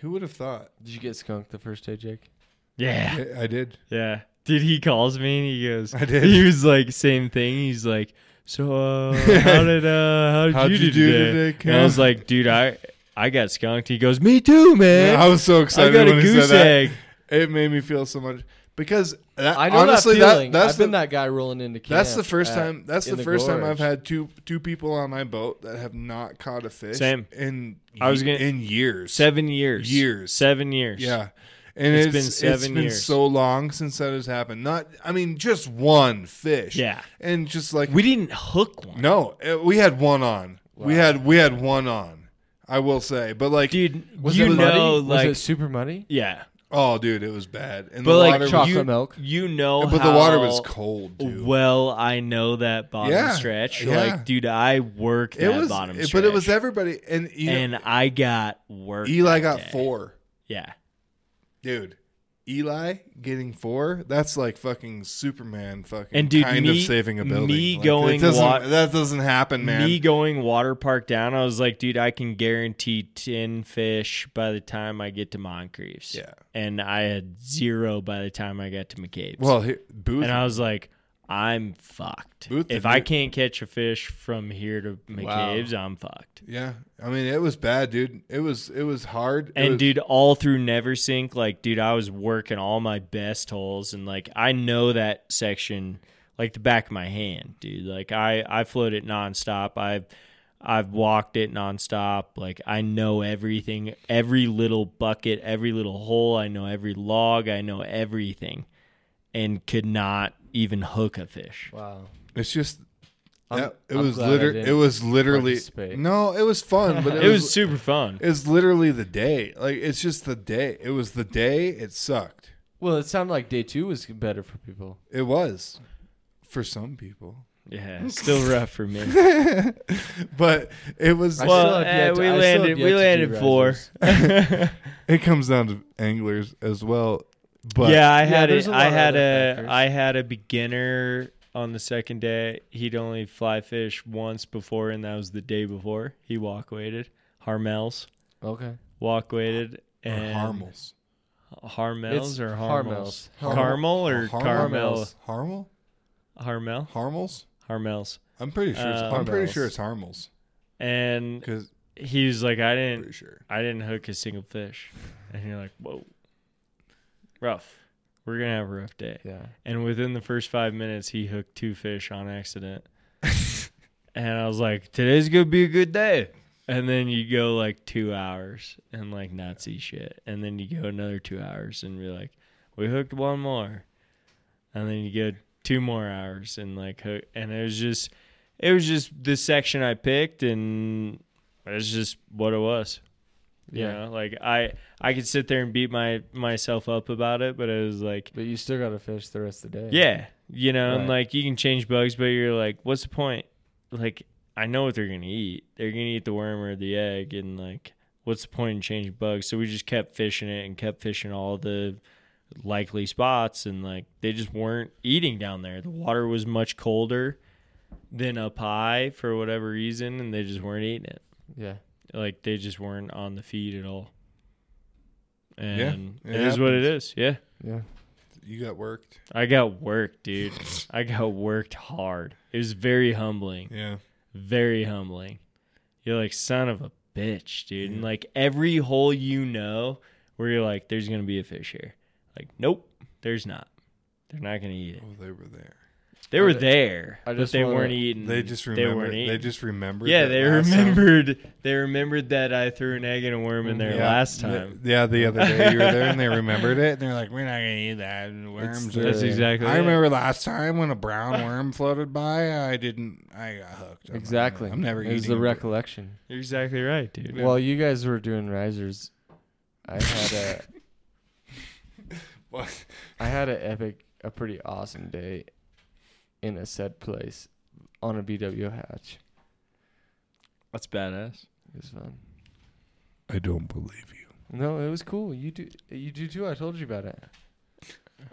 F: Who would have thought?
E: Did you get skunked the first day, Jake?
A: Yeah.
F: I, I did.
A: Yeah. Dude, he calls me and he goes,
F: I did.
A: He was like, same thing. He's like, so uh, how did uh, how did
F: How'd
A: you,
F: you
A: do
F: do
A: today?
F: today,
A: and I was
F: Cam?
A: like, dude, I I got skunked. He goes, me too, man.
F: I was so
A: I
F: excited
A: got a
F: when he
A: goose
F: said
A: egg.
F: that. It made me feel so much because that,
E: I know
F: honestly
E: that
F: that,
E: feeling.
F: that's
E: I've
F: the,
E: been that guy rolling into camp.
F: that's the first
E: at-
F: time that's
E: in
F: the first time
E: gorge.
F: I've had two two people on my boat that have not caught a fish
A: Same.
F: in
A: I was gonna-
F: in years.
A: Seven years.
F: Years.
A: Seven years.
F: Yeah. And
A: It's
F: it's,
A: been
F: it's
A: seven
F: been
A: years.
F: so long since that has happened. Not, I mean, just one fish.
A: Yeah.
F: and just like
A: We didn't hook one.
F: no, eh, we had one on. We
E: Wow.
F: had we had one on. I will say, but like,
A: Dude,
E: Was
A: you
E: it
A: know,
E: muddy?
A: like,
E: was it super muddy?
A: yeah.
F: oh, dude, it was bad. And
A: But
F: the
A: like
F: water, was-
E: chocolate
A: you,
E: milk.
A: You know
F: but the water
A: how
F: was cold, dude.
A: Well, I know that bottom
F: Yeah.
A: stretch.
F: Yeah.
A: Like, dude, I work
F: it
A: that
F: was, eh,
A: bottom
F: it-
A: stretch.
F: but it was everybody, and you know,
A: and I got worked.
F: Eli
A: that
F: got
A: day.
F: four.
A: Yeah.
F: Dude, Eli getting four, that's like fucking Superman fucking
A: And dude,
F: kind
A: me-
F: of saving a building.
A: me
F: Like,
A: going
F: it doesn't,
A: wa-
F: that doesn't happen, man.
A: Me going water park down, I was like, dude, I can guarantee 10 fish by the time I get to Moncrief's.
F: Yeah.
A: And I had zero by the time I got to McCabe's.
F: well, here, Booth
A: and I was like, I'm fucked.
F: Booth
A: if
F: did
A: I
F: good.
A: can't catch a fish from here to McCabe's, I'm fucked.
F: Yeah, I mean it was bad, dude. It was it was hard. It
A: And
F: was-
A: dude, all through Neversink, like dude, I was working all my best holes, and like I know that section like the back of my hand, dude. Like I I float it nonstop. I've I've walked it nonstop. Like I know everything, every little bucket, every little hole. I know every log. I know everything, and could not even hook a fish.
E: Wow.
F: it's just
E: I'm-
F: yeah, it
E: I'm
F: was
E: glad I
F: liter-
E: didn't
F: it was literally
E: participate.
F: no, it was fun, but it,
A: It was super fun.
F: it's literally the day. Like it's just the day. It was the day. It sucked.
E: Well, it sounded like day two was better for people.
F: It was for some people,
A: Yeah, still rough for me.
F: but it was.
E: I
A: Well,
E: still have yet
A: eh,
E: to-
A: we
E: I still
A: landed-
E: have
A: we
E: yet to do
A: landed four.
E: risers.
F: it comes down to anglers as well. But
A: yeah, I
E: Yeah,
A: had
E: there's
A: a,
E: a
A: I
E: lot of
A: had
E: other
A: a I
E: factors.
A: had a beginner on the second day. He'd only fly fish once before, and that was the day before. He walk weighted. Harmel's
E: Okay.
A: walk weighted
F: or
A: and
F: Harmels,
A: Harmel's
E: It's
A: or
E: Harmel's.
A: Harmel's. Carmel or
F: Harmel. Oh,
A: Carmel?
F: Harmel,
A: Harmel.
F: Harmels.
A: Harmel's.
F: I'm pretty sure. It's,
A: Uh,
F: I'm pretty sure
E: Harmels.
F: it's Harmels
A: And
F: because
A: he was like, I
F: pretty
A: didn't,
F: sure.
A: I didn't hook a single fish. And you're like, whoa, rough. We're gonna have a rough day.
E: Yeah.
A: And within the first five minutes, he hooked two fish on accident. and I was like, today's going to be a good day. And then you go like two hours and like not see shit. And then you go another two hours and be like, we hooked one more. And then you go two more hours and like hook. And it was just, it was just the section I picked and it's just what it was. You
E: Yeah.
A: know, like I, I could sit there and beat my myself up about it, but it was like,
E: But you still got to fish the rest of the day.
A: yeah. You know, and
E: Right.
A: like you can change bugs, but you're like, what's the point? Like, I know what they're going to eat. They're going to eat the worm or the egg. And like, what's the point in changing bugs? So we just kept fishing it and kept fishing all the likely spots. And like, they just weren't eating down there. The water was much colder than up high for whatever reason. And they just weren't eating it.
E: Yeah.
A: Like, they just weren't on the feed at all.
F: Yeah,
A: And
F: it
A: it is what it
F: happens.
A: is. Yeah.
E: Yeah.
F: You got worked.
A: I got worked, dude. I got worked hard. It was very humbling.
F: Yeah.
A: Very humbling. You're like, son of a bitch, dude. And like every hole you know where you're like, there's gonna be a fish here. Like, nope, there's not. They're not gonna eat it.
F: Oh, they were there.
A: They were there,
E: I
A: but
E: just
A: they
E: wanna-
A: weren't eating.
F: They just
A: Mm. They
F: remembered.
A: weren't
F: They,
A: eating.
F: just remembered.
A: yeah,
F: that
A: they
F: last time.
A: remembered. They remembered that I threw an egg and a worm in there
F: Yeah,
A: last
F: the-
A: time.
F: yeah, the other day you were there and they remembered it and they're like, "We're not gonna eat that and worms."
E: the-
F: are-"
A: That's
E: Yeah.
A: exactly.
F: I
A: it.
F: remember last time when a brown worm floated by. I didn't. I got hooked. I'm not-
E: Exactly.
F: I'm never
E: It was
F: eating.
E: the
F: a-
E: recollection.
A: You're exactly right, dude.
E: While you guys were doing risers, I had a
F: What?
E: I had an epic, a pretty awesome day in a said place on a BW hatch.
A: That's badass.
E: It was fun.
F: I don't believe you.
E: No, it was cool. You do, you do too. I told you about it.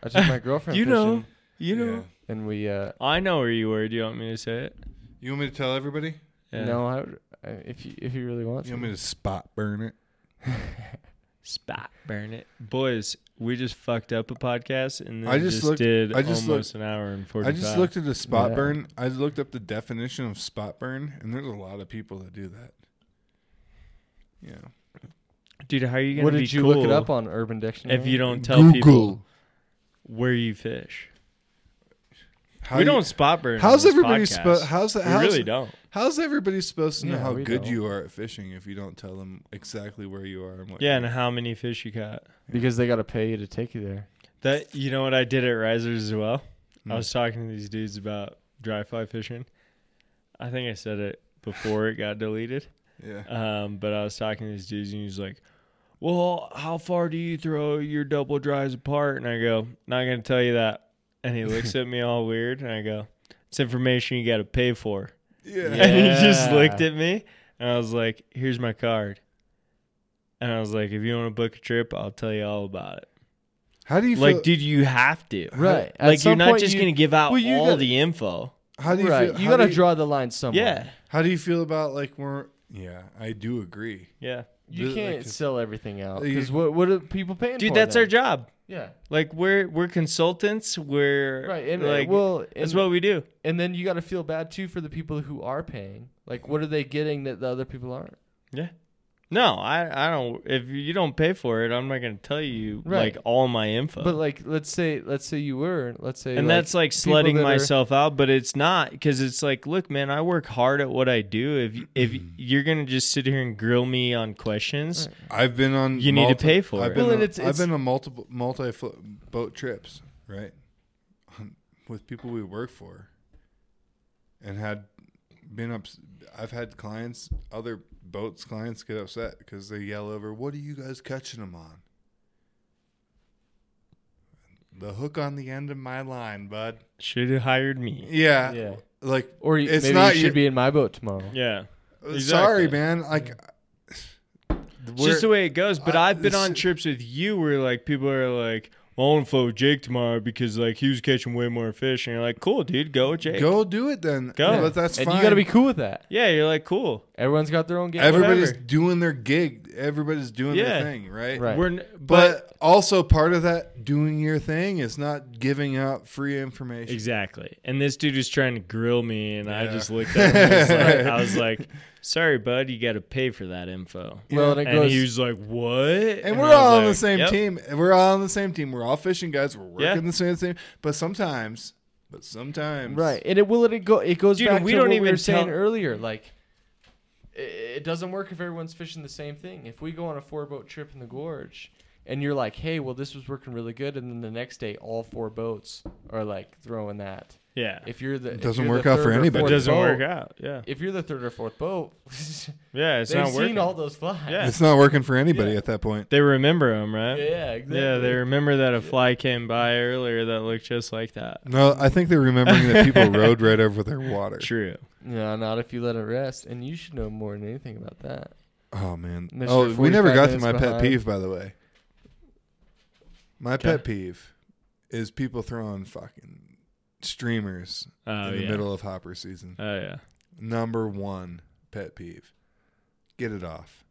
E: I took my girlfriend.
A: You know.
E: fishing,
A: You know.
F: Yeah.
E: and we. Uh,
A: I know where you were. Do you want me to say it?
F: You want me to tell everybody?
A: Yeah.
E: No, I, would- I if you if you really want
F: You
E: to.
F: want me to spot burn it?
A: Spot burn it. Boys, we just fucked up a podcast and then
F: I
A: I
F: just
A: just,
F: looked-
A: did
F: I just
A: almost an hour and 45.
F: I just looked at a spot
E: Yeah.
F: burn. I looked up the definition of spot burn, and there's a lot of people that do that. Yeah.
A: Dude, how are you going to
E: what
A: be
E: did you
A: cool
E: look it up on Urban Dictionary?
A: if you don't tell people where you fish?
F: How
A: we
F: you-
A: don't spot burn.
F: How's
A: on this
F: everybody?
A: podcast.
F: Spo- how's
A: We
F: how's
A: really don't.
F: How's everybody supposed to know
E: Yeah,
F: how
E: we
F: good
E: don't.
F: you are at fishing if you don't tell them exactly where you are and what?
A: Yeah,
F: you're
A: and how many fish you caught?
E: because they got to pay you to take you there.
A: That you know what I did at Risers as well.
F: doing.
A: I was talking to these dudes about dry fly fishing. I think I said it before it got deleted.
F: yeah.
A: Um, but I was talking to this dude, and he was like, "Well, how far do you throw your double drives apart?" And I go, "Not gonna tell you that." And he looks at me all weird, and I go, "It's information you got to pay for."
F: yeah,
A: And he just
E: Yeah.
A: looked at me, and I was like, "Here's my card. And I was like, if you want to book a trip, I'll tell you all about it.
F: How do you
A: Like,
F: feel?
A: dude, you have to.
E: Right. At
A: like, you're
E: some
A: not
E: point
A: just
E: you-
A: going to give out
E: well, you
A: all
E: gotta-
A: the info.
F: how do you
E: right.
F: feel?
E: you
F: how
E: got to
F: do
E: draw the line somewhere.
A: Yeah.
F: How do you feel about like we're? Yeah, I do agree.
A: Yeah.
E: You
F: Th- like,
E: can't
F: it's-
E: sell everything out
F: You-
E: because what what are people paying for?
A: Dude, that's
E: then?
A: our job.
E: Yeah.
A: Like, we're we're consultants. We're
E: Right. And uh,
A: like,
E: well,
A: that's
E: and,
A: what we do.
E: and then you got to feel bad too for the people who are paying. Like, what are they getting that the other people aren't?
A: No, I I don't. If you don't pay for it, I'm not going to tell you
E: Right.
A: like all my info.
E: But like, let's say let's say you were let's say
A: and
E: like,
A: that's like
E: people
A: sledding
E: that are-
A: myself out but it's not because it's like look man i work hard at what i do if if you're gonna just sit here and grill me on questions
F: I've been on.
A: You need to
F: multi-
A: pay for
F: I've
A: it.
F: Been
E: Well,
F: on,
E: and it's-
F: I've
E: it's-
F: been on multiple multi boat trips, right, with people we work for, and had been up. I've had clients, other boats clients, get upset because they yell over, "What are you guys catching them on?" The hook on the end of my line, bud.
A: should have hired me
F: Yeah,
E: yeah.
F: like
E: Or you,
F: It's
E: maybe
F: not
E: you should
F: your-
E: be in my boat tomorrow.
A: yeah Exactly.
F: sorry, man. Like,
A: it's just the way it goes but
F: I-
A: I, have been on
F: this-
A: trips with you where like people are like well, I want to float with Jake tomorrow because like he was catching way more fish, and you're like, cool, dude, go with Jake.
F: go do it then.
A: Go.
F: but that's
E: and
F: fine.
E: you got to be cool with that.
A: Yeah, you're like, cool.
E: Everyone's got their own game.
F: Everybody's
A: whatever.
F: doing their gig. Everybody's doing
A: Yeah.
F: their thing, right?
E: Right.
A: We're n- but,
F: But, also part of that doing your thing is not giving out free information.
A: Exactly. And this dude was trying to grill me, and I
F: Yeah.
A: just looked at him. And was like, I was like, sorry, bud, you got to pay for that info.
E: well, and it
A: And
E: goes.
A: he was like, what?
F: And,
A: I
F: we're
A: was
F: all on the
A: like,
F: same
A: "Yep."
F: team. We're all on the same team. We're all fishing guys. We're working
A: Yeah.
F: the same thing. But sometimes, but sometimes,
E: Right, and it will let it go. It goes
A: Dude,
E: back
A: we
E: to
A: don't
E: what we
A: even
E: were saying
A: tell-
E: earlier. Like, i- it doesn't work if everyone's fishing the same thing. If we go on a four boat trip in the gorge, and you're like, "Hey, well, this was working really good," and then the next day, all four boats are like throwing that.
A: Yeah.
E: If you're the if
F: Doesn't
E: you're the
F: work out for
E: third or
F: anybody.
E: fourth
A: It doesn't
E: boat-
A: work out. Yeah.
E: If you're the third or fourth boat,
A: Yeah, it's
E: they've
A: not
E: seen
A: working.
E: all those flies.
A: Yeah.
F: It's not working for anybody
E: Yeah.
F: at that point.
A: they remember him,
E: yeah,
A: right?
E: exactly.
A: Yeah, they remember that a fly came by earlier that looked just like that.
F: No, I think they're remembering that people rode right over their water.
A: True.
E: No, not if you let it rest, and you should know more than anything about that.
F: Oh man.
E: Mr.
F: Oh, we never
E: 45
F: got to
E: minutes
F: my pet
E: behind.
F: peeve, by the way. My
A: Okay.
F: pet peeve is people throwing fucking streamers
A: Oh,
F: in the
A: yeah.
F: middle of hopper season.
A: Oh, yeah.
F: Number one pet peeve. Get it off.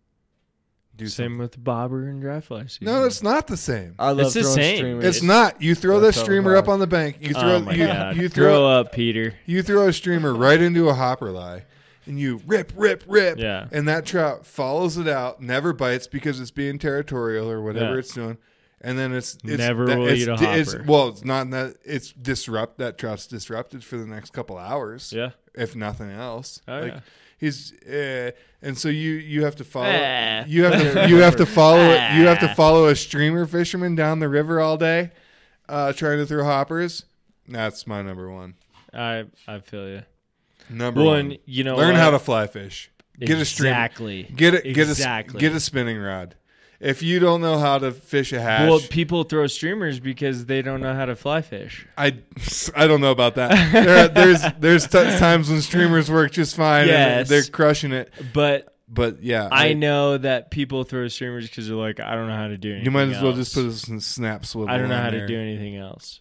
F: Do
A: same
F: something.
A: with the bobber and dry fly season.
F: No, it's not the same.
E: I love
A: It's the
E: throwing
A: same.
E: streamers.
F: It's not. You throw the
E: That's all
F: streamer
E: about
F: up on the bank. You throw
A: oh, my
F: you,
A: God.
F: you
A: throw,
F: throw
A: up, Peter.
F: you throw a streamer right into a hopper lie and you rip, rip, rip.
A: Yeah.
F: And that trout follows it out, never bites because it's being territorial or whatever
A: Yeah.
F: it's doing. And then it's, it's
A: Never
F: that-
A: will
F: it's,
A: eat a
F: it's-
A: hopper.
F: well, it's not that it's disrupt that trout's disrupted for the next couple hours,
A: Yeah.
F: if nothing else.
A: Oh,
F: like
A: yeah.
F: he's uh, and so you you have to follow
A: Ah.
F: you have to you have to follow you have to follow a streamer fisherman down the river all day, uh, trying to throw hoppers. That's my number one.
A: I I feel you.
F: Number
A: Well,
F: one,
A: and you know,
F: learn
A: what?
F: how to fly fish. Get a stream.
A: exactly.
F: Get it. Get
A: Exactly.
F: a get a spinning rod. If you don't know how to fish a hash,
A: Well, people throw streamers because they don't know how to fly fish.
F: I I don't know about that. There are- there's there's t- times when streamers work just fine.
A: Yes.
F: and they're crushing it.
A: But
F: But yeah,
A: I know that people throw streamers because they're like, I don't know how to do anything.
F: You might as well just
A: else.
F: put some snap swivel.
A: I don't know
F: on
A: how
F: there.
A: to do anything else.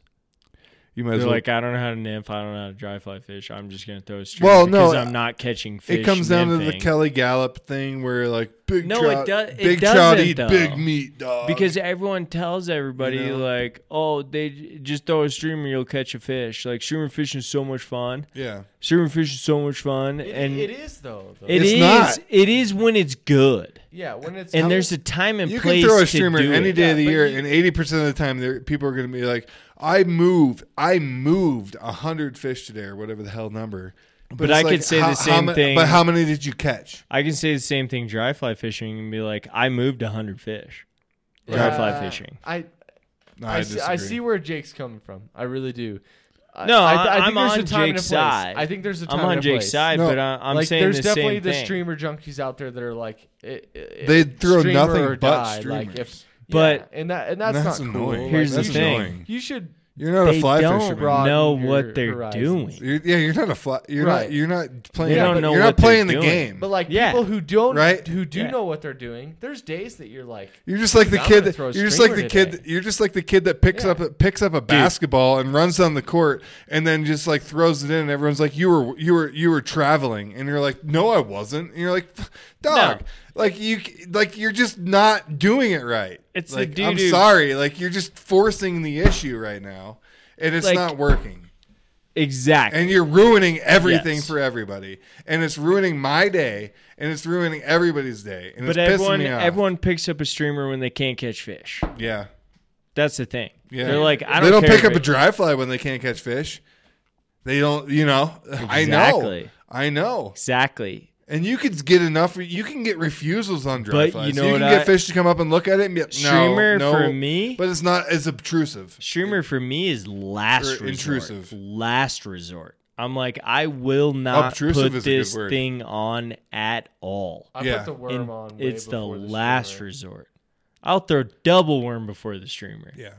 F: You might
A: They're
F: as well.
A: like, I don't know how to nymph. I don't know how to dry fly fish. I'm just gonna throw a streamer
F: Well, no, uh,
A: because I'm not catching fish.
F: it comes down to the
A: nymphing.
F: Kelly Gallup thing where like big
A: No, it
F: trout,
A: do- it
F: big trout
A: doesn't,
F: eat
A: though.
F: big meat, dog.
A: because everyone tells everybody
F: You know?
A: like, oh, they j- just throw a streamer, you'll catch a fish. Like streamer fishing is so much fun.
F: yeah,
A: Streamer fishing is so much fun,
E: It,
A: and
E: it is though. though.
A: it
F: It's
A: is-
F: not.
A: It is when it's good.
E: yeah, when it's
A: and
E: out-
A: there's a time and
F: you
A: place
F: can throw
A: to
F: a streamer
A: do
F: any
A: it.
F: day of the
E: Yeah, but
F: year,
E: you-
F: and eighty percent of the time, there people are going to be like, "I moved, I moved a hundred fish today, or whatever the hell number."
A: But
F: it's
A: I could say the
F: how,
A: same
F: ma-
A: thing-
F: But how many did you catch?
A: I can say the same thing dry fly fishing and be like, I moved 100 fish. Dry fly
E: Uh,
A: fishing.
E: I
F: No,
E: I, see, I
F: disagree.
E: see where Jake's coming from. I really do. I-
A: No,
E: I, th- I
A: I'm
E: think there's
A: on
E: a time and a
A: Jake's
E: place.
A: side.
E: I think there's a time.
A: I'm on
E: and a
A: Jake's
E: place.
A: side,
F: No,
A: but I, I'm
E: like,
A: saying
E: there's
A: the
E: definitely
A: same
E: the
A: thing.
E: streamer junkies out there that are like, it, it,
F: They
E: it-
F: throw
E: streamer
F: nothing
E: or
F: but
E: die. Like
F: streamers.
E: if,
A: But-
E: yeah, and that and that's,
F: That's
E: not cool.
F: annoying.
E: Like,
A: Here's
E: you
A: the
E: should-
A: thing.
F: annoying.
E: You should
F: You're not
E: They
F: a fly
E: don't,
F: fisherman.
E: Broad
A: know
E: your
A: what they're doing.
E: horizons.
F: You're, yeah, you're not a fly. You're
E: Right.
F: not. You're not
E: They
F: playing.
E: don't
F: the-
E: know
F: you're
A: what
F: not
A: they're
F: playing the
A: doing.
F: game.
E: But like
A: Yeah.
E: people who don't
F: Right?
E: who do
A: Yeah.
E: know what they're doing, there's days that you're like
F: You're just like the
E: I'm
F: kid.
E: gonna
F: That,
E: throw a
F: you're just like the
E: streamer
F: kid.
E: today.
F: That, you're just like the kid that picks
E: Yeah.
F: up a, picks up a basketball and runs down the court and then just like throws it in. and Everyone's like, "You were you were you were traveling," and you're like, "No, I wasn't." And you're like, "Dog, like you c- like you're just not doing it right."
A: It's the
F: like I'm
A: doo-doo.
F: sorry. Like you're just forcing the issue right now, and it's
A: Like-
F: not working.
A: Exactly.
F: And you're ruining everything
A: Yes.
F: for everybody, and it's ruining my day, and it's ruining everybody's day, and
A: but
F: it's pissing
A: everyone
F: me off.
A: everyone picks up a streamer when they can't catch fish.
F: yeah.
A: That's the thing.
F: Yeah.
A: They're like, I don't
F: they don't
A: care
F: pick
A: if
F: up a
A: it-
F: dry fly when they can't catch fish. They don't, you know. I know.
A: Exactly.
F: I know.
A: Exactly.
F: And you could get enough. You can get refusals on dry
A: But
F: flies.
A: you know
F: you can
A: what
F: get
A: I-
F: fish to come up and look at it. And be like, no,
A: Streamer
F: no,
A: for me-
F: but it's not as obtrusive.
A: Streamer for me is last
F: Or
A: resort.
F: intrusive.
A: Last resort. I'm like, I will not
F: Obtrusive
A: put
F: is a good
A: this
F: word.
A: thing on at all.
E: I
F: Yeah.
E: put the worm
A: And
E: on. way
A: it's the
E: before the
A: last
E: streamer.
A: resort. I'll throw double worm before the streamer.
F: Yeah,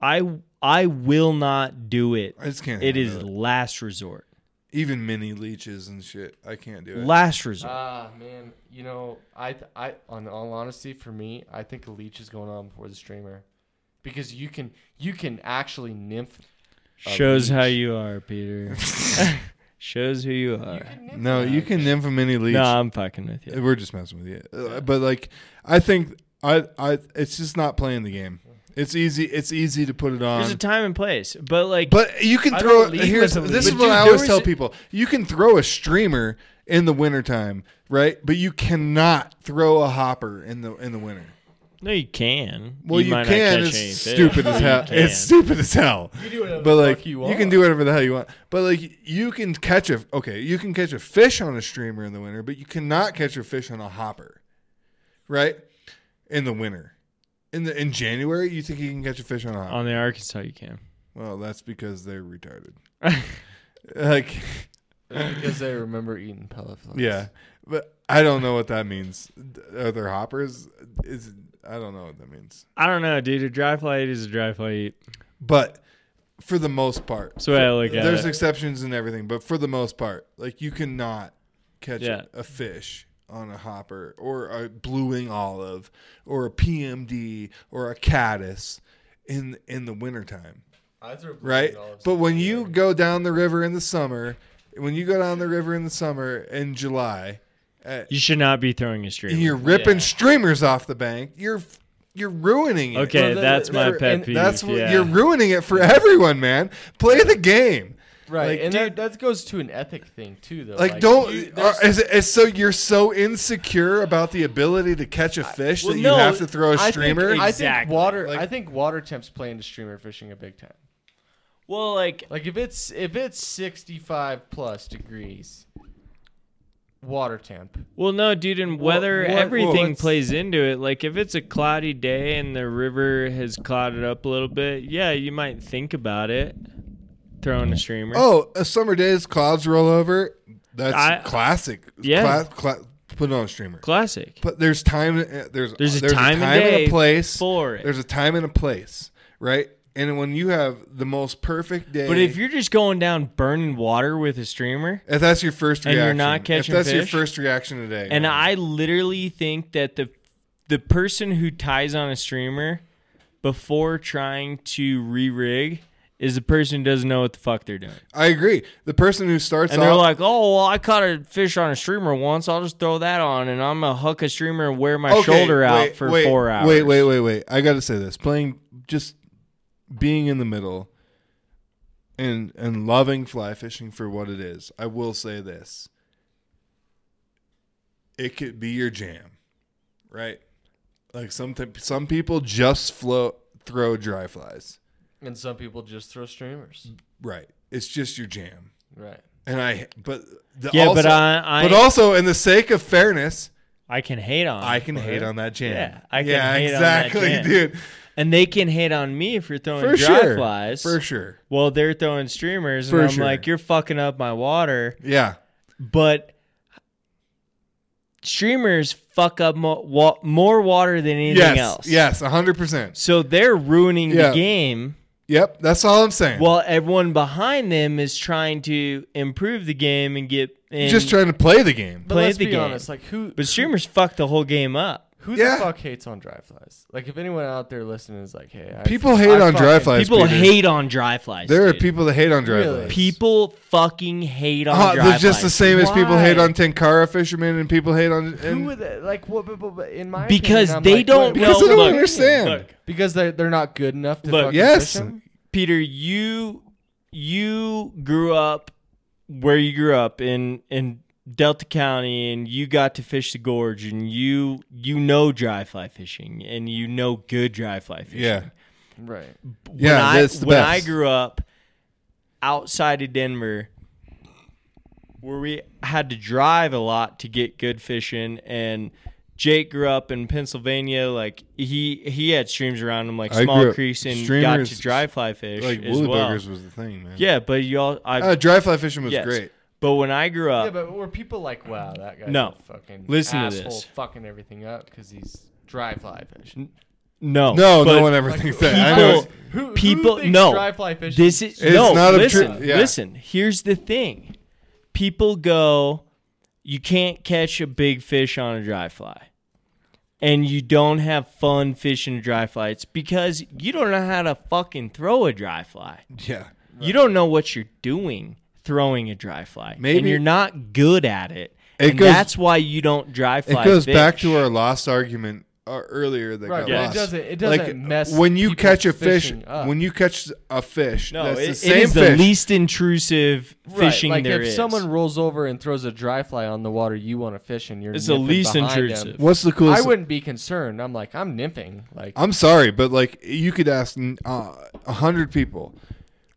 A: I I will not do it.
F: I just can't.
A: It
F: handle
A: is last resort.
F: even mini leeches and shit. I can't do it.
A: Last resort.
E: Ah man, you know I th- I on all honesty for me, I think a leech is going on before the streamer, because you can you can actually nymph. a
A: Shows how
E: leech.
A: you are, Peter. Shows who you are.
E: nymph
F: no,
E: that.
F: you can nymph a mini leech.
A: No, I'm fucking with you.
F: We're just messing with you. Uh, But like, I think I I it's just not playing the game. It's easy. It's easy to put it on.
A: There's a time and place, but like,
F: But you can
E: I
F: throw.
E: don't leave
F: Here's
E: with a
F: this
E: lead. But
F: is what
E: dude,
F: I
E: there
F: always
E: was
F: tell
E: a-
F: people: you can throw a streamer in the wintertime, right? But you cannot throw a hopper in the in the winter.
A: no, you can.
F: Well, you,
A: might not
F: can.
A: catch
F: It's
A: any fish,
F: stupid
A: but
F: as
A: you
F: hell.
A: can.
F: It's stupid as hell.
E: You do whatever
F: But
E: the
F: like,
E: fuck
F: you,
E: you
F: can
E: want.
F: do whatever the hell you want. But like, you can catch a okay. You can catch a fish on a streamer in the winter, but you cannot catch a fish on a hopper, right? In the winter, in the in January, you think you can catch a fish on a hopper?
A: on the Arkansas, you can.
F: well, that's because they're retarded. like.
E: because they remember eating pellet flies.
F: Yeah, but I don't know what that means. Are there hoppers? Is I don't know what that means.
A: I don't know, dude. A dry fly eat is a dry fly eat.
F: But for the most part,
A: So I look at
F: there's
A: it.
F: exceptions and everything. But for the most part, like you cannot catch
A: Yeah.
F: a, a fish on a hopper or a blueing olive or a PMD or a caddis in in the wintertime.
E: I throw
F: right?
E: blueberry olives
F: But
E: in
F: when
E: the
F: you
E: air.
F: go down the river in the summer, when you go down the river in the summer in July, uh,
A: you should not be throwing a streamer.
F: and you're ripping
E: Yeah.
F: streamers off the bank. You're you're ruining it.
A: okay,
E: Well, that-
A: that's my
E: for-
A: pet
E: and
A: peeve.
F: That's what
A: yeah.
F: you're ruining it for everyone, man. Play the game.
E: right,
F: like,
E: and that, that goes to an ethic thing too, though.
F: Like, don't. uh,
E: you-
F: are,
E: there's-
F: is, it- is so you're so insecure about the ability to catch a fish
A: well,
F: that you
A: no,
F: have to throw a
E: I think-
F: streamer.
E: I think,
A: Exactly.
E: water.
F: Like-
E: I think water temps play into streamer fishing a big time.
A: well, like,
E: Like if it's if it's sixty five plus degrees, water temp.
A: well, no, dude. And weather,
F: what-
A: everything
F: what's-
A: plays into it. Like, if it's a cloudy day and the river has clouded up a little bit, yeah, you might think about it throwing a streamer.
F: oh, a summer days, clouds roll over. That's
A: I-
F: classic.
A: Yeah.
F: Cla- cla- put it on a streamer.
A: classic.
F: But there's time. uh, There's
A: There's a time and day
F: a place
A: for it.
F: There's a time and a place, right? And when you have the most perfect day,
A: But if you're just going down burning water with a streamer,
F: if that's your first
A: And
F: reaction,
A: you're not catching
F: if that's
A: fish?
F: your first reaction today,
A: and
F: man,
A: I literally think that the the person who ties on a streamer before trying to re-rig is the person who doesn't know what the fuck they're doing.
F: I agree. The person who starts
A: And they're
F: off,
A: like, "Oh, well, I caught a fish on a streamer once. I'll just throw that on, and I'm gonna hook a streamer and wear my
F: okay,
A: shoulder out
F: wait,
A: for
F: wait,
A: four hours."
F: Wait, wait, wait, wait. I got to say this: playing, just being in the middle, and and loving fly fishing for what it is. I will say this: it could be your jam, right? Like some t- some people just float throw dry flies,
E: And some people just throw streamers.
F: right? It's just your jam,
E: Right.
F: and I but the
A: Yeah,
F: also,
A: but I, I,
F: but also in the sake of fairness,
A: I can hate on.
F: I can
A: for
F: hate
A: it.
F: on that jam.
A: Uh, Yeah, I can
F: yeah,
A: hate on that
F: exactly,
A: jam.
F: dude.
A: and they can hate on me for throwing
F: For
A: dry
F: sure.
A: flies.
F: For sure.
A: Well, they're throwing streamers,
F: For
A: and I'm
F: sure.
A: like, "You're fucking up my water."
F: Yeah.
A: but streamers fuck up mo- wa- more water than anything
F: yes.
A: else.
F: Yes, 100%.
A: So they're ruining
F: Yeah.
A: the game
F: Yep, that's all I'm saying.
A: While everyone behind them is trying to improve the game and get and
F: just trying to play the game.
E: But
A: Play
E: let's
A: the
E: be
A: game.
E: honest, like who?
A: But streamers fuck the whole game up.
E: who, who
F: Yeah.
E: the fuck hates on dry flies? Like, if anyone out there listening is like, hey, I,
F: People hate
E: I
F: on dry
E: fucking-
F: flies.
A: People
F: Peter.
A: hate on dry flies.
F: There are
A: dude.
F: people that hate on dry
E: Really?
F: flies.
A: People fucking hate on
F: Uh,
A: dry
F: they're just the
A: flies.
F: same as people hate
E: Why?
F: on Tenkara fishermen and people hate on.
E: Who
F: and-
E: would that- like what? But, but, but in my
A: Because
E: opinion, I'm
A: they
E: like,
A: don't
E: what-
F: because
A: know.
F: they don't
A: look,
F: understand.
A: look,
E: because they're they're not good enough to
A: Look,
E: fucking
F: yes.
E: fish 'em?
A: Peter, you you grew up where you grew up in in Delta County, and you got to fish the gorge, and you you know dry fly fishing, and you know good dry fly fishing.
F: yeah,
E: right?
A: when
F: Yeah,
A: I,
F: that's the
A: when
F: best.
A: I grew up outside of Denver, where we had to drive a lot to get good fishing, and Jake grew up in Pennsylvania. Like he he had streams around him, like
F: I
A: small
F: grew up-
A: creeks, and got
F: streamers-
A: to dry fly fish
F: like
A: as
F: woolly
A: well.
F: burgers was the thing, man.
A: Yeah, but y'all, I
F: uh, dry fly fishing was
A: yes.
F: great.
A: But when I grew up,
E: yeah, but were people like, wow, that guy's
A: Uh, No.
E: a fucking
A: Listen to
E: asshole,
A: this.
E: fucking everything up because he's dry fly fishing.
A: no,
F: No,
A: but
F: no one ever thinks that. I
A: people-
F: know. it's-
E: Who- who
A: people-
E: thinks
A: no.
E: dry fly fishing.
A: This is
F: It's
A: no.
F: not a
A: listen,
F: tr- yeah.
A: listen. Here's the thing: people go, you can't catch a big fish on a dry fly, and you don't have fun fishing a dry fly. It's because you don't know how to fucking throw a dry fly.
F: Yeah,
A: You don't know what you're doing throwing a dry fly, and
F: Maybe-
A: you're not good at it.
F: It
A: and
F: goes-
A: that's why you don't dry
F: it
A: fly.
F: goes back
A: fish.
F: to our lost argument uh, earlier. That
E: Right,
F: got
E: but it
F: lost.
E: doesn't- it doesn't mess
F: when you
E: people's
F: catch a fish.
E: fishing up.
F: When you catch a fish,
A: No,
F: that's
A: it-
F: the
A: it
F: same
A: is the
F: fish.
A: least intrusive
E: Right,
A: fishing
E: like
A: there
E: if
A: is.
E: someone rolls over and throws a dry fly on the water, you want to fish and you're
A: It's the
E: nymphing
A: least
E: behind 'em.
A: intrusive.
F: What's the
E: I
F: coolest?
E: wouldn't be concerned. I'm like, I'm nymphing. Like,
F: I'm sorry, but like you could ask n- uh, a hundred people,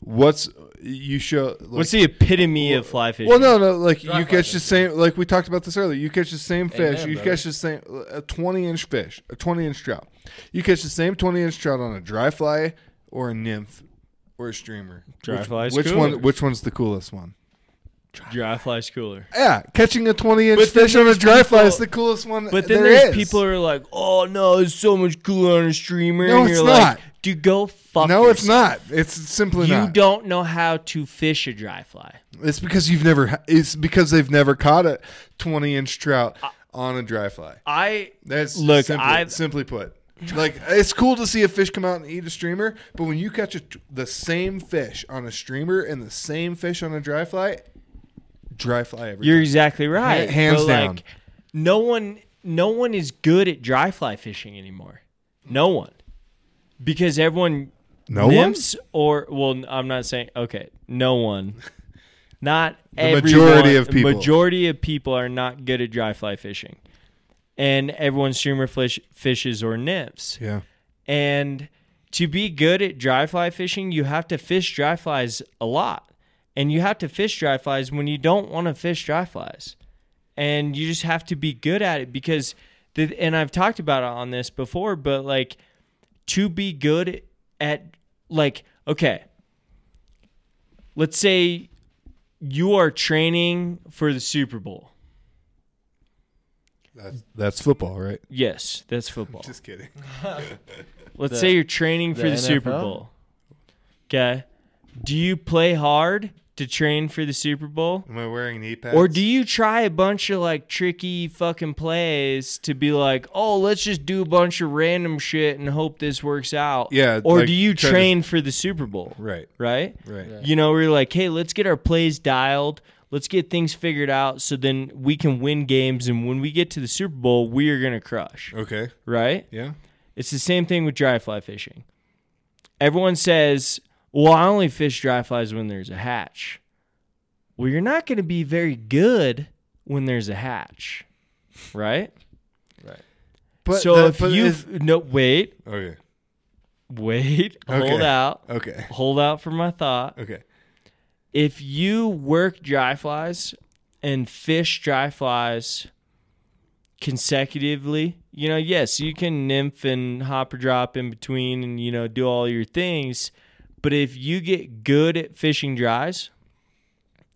F: what's you show? Like,
A: What's the epitome of fly fishing?
F: Well, no, no. Like
E: Dry
F: you
E: fly
F: catch the same. Like we talked about this earlier. You catch the same fish.
E: Amen,
F: you
E: brother.
F: catch the same a twenty-inch fish, a twenty-inch trout. You catch the same twenty-inch trout on a dry fly or a nymph or a streamer.
A: Dry
F: which,
A: fly's
F: Which
A: cooler.
F: one? Which one's the coolest one?
A: Dry fly's cooler.
F: Yeah, catching a twenty-inch
A: But then
F: fish on a
A: there's
F: dry fly
A: people-
F: is the coolest one.
A: But then
F: there
A: there's
F: is.
A: people who are like, "Oh no, it's so much cooler on a streamer."
F: No,
A: and
F: it's
A: you're
F: not.
A: Like, Dude, go fuck.
F: No, it's
A: yourself.
F: not. It's simply
A: You
F: not.
A: don't know how to fish a dry fly.
F: It's because you've never. ha- It's because they've never caught a twenty-inch trout on a dry fly.
A: I
F: That's
A: Look,
F: simply,
A: I've-
F: simply put. Like it's cool to see a fish come out and eat a streamer, but when you catch a, the same fish on a streamer and the same fish on a dry fly, dry fly every
A: You're
F: time.
A: exactly right.
F: Ha- hands
A: but,
F: down.
A: Like, no one, no one is good at dry fly fishing anymore. No one, because everyone
F: No one?
A: nymphs or well, I'm not saying okay. No one, not
F: The majority
A: everyone-
F: of people.
A: Majority of people are not good at dry fly fishing, and everyone streamer fish, fishes or nymphs.
F: Yeah,
A: And to be good at dry fly fishing, you have to fish dry flies a lot. And you have to fish dry flies when you don't want to fish dry flies. And you just have to be good at it because the and I've talked about it on this before, but like to be good at like okay, let's say you are training for the Super Bowl.
F: that's, that's football, right?
A: Yes, that's football.
F: Just kidding.
A: Let's
E: The-
A: say you're training for
E: the
A: the Super
E: NFL?
A: Bowl. Okay. Do you play hard to train for the Super Bowl?
F: Am I wearing knee pads?
A: Or do you try a bunch of like tricky fucking plays to be like, oh, let's just do a bunch of random shit and hope this works out?
F: Yeah,
A: Or
F: like,
A: do you
F: try to-
A: train for the Super Bowl?
F: Right,
A: Right?
F: right.
E: Yeah.
A: You know, we're like, hey, let's get our plays dialed. Let's get things figured out so then we can win games. And when we get to the Super Bowl, we are going to crush.
F: Okay.
A: Right?
F: Yeah.
A: It's the same thing with dry fly fishing. Everyone says, well, I only fish dry flies when there's a hatch. Well, you're not going to be very good when there's a hatch, right?
F: But
A: so
F: that-
A: if
F: but
A: you
F: is-
A: no wait,
F: okay,
A: wait, hold
F: Okay.
A: out,
F: okay,
A: hold out for my thought.
F: okay.
A: If you work dry flies and fish dry flies consecutively, you know, yes, you can nymph and hopper drop in between and, you know, do all your things. But if you get good at fishing dries,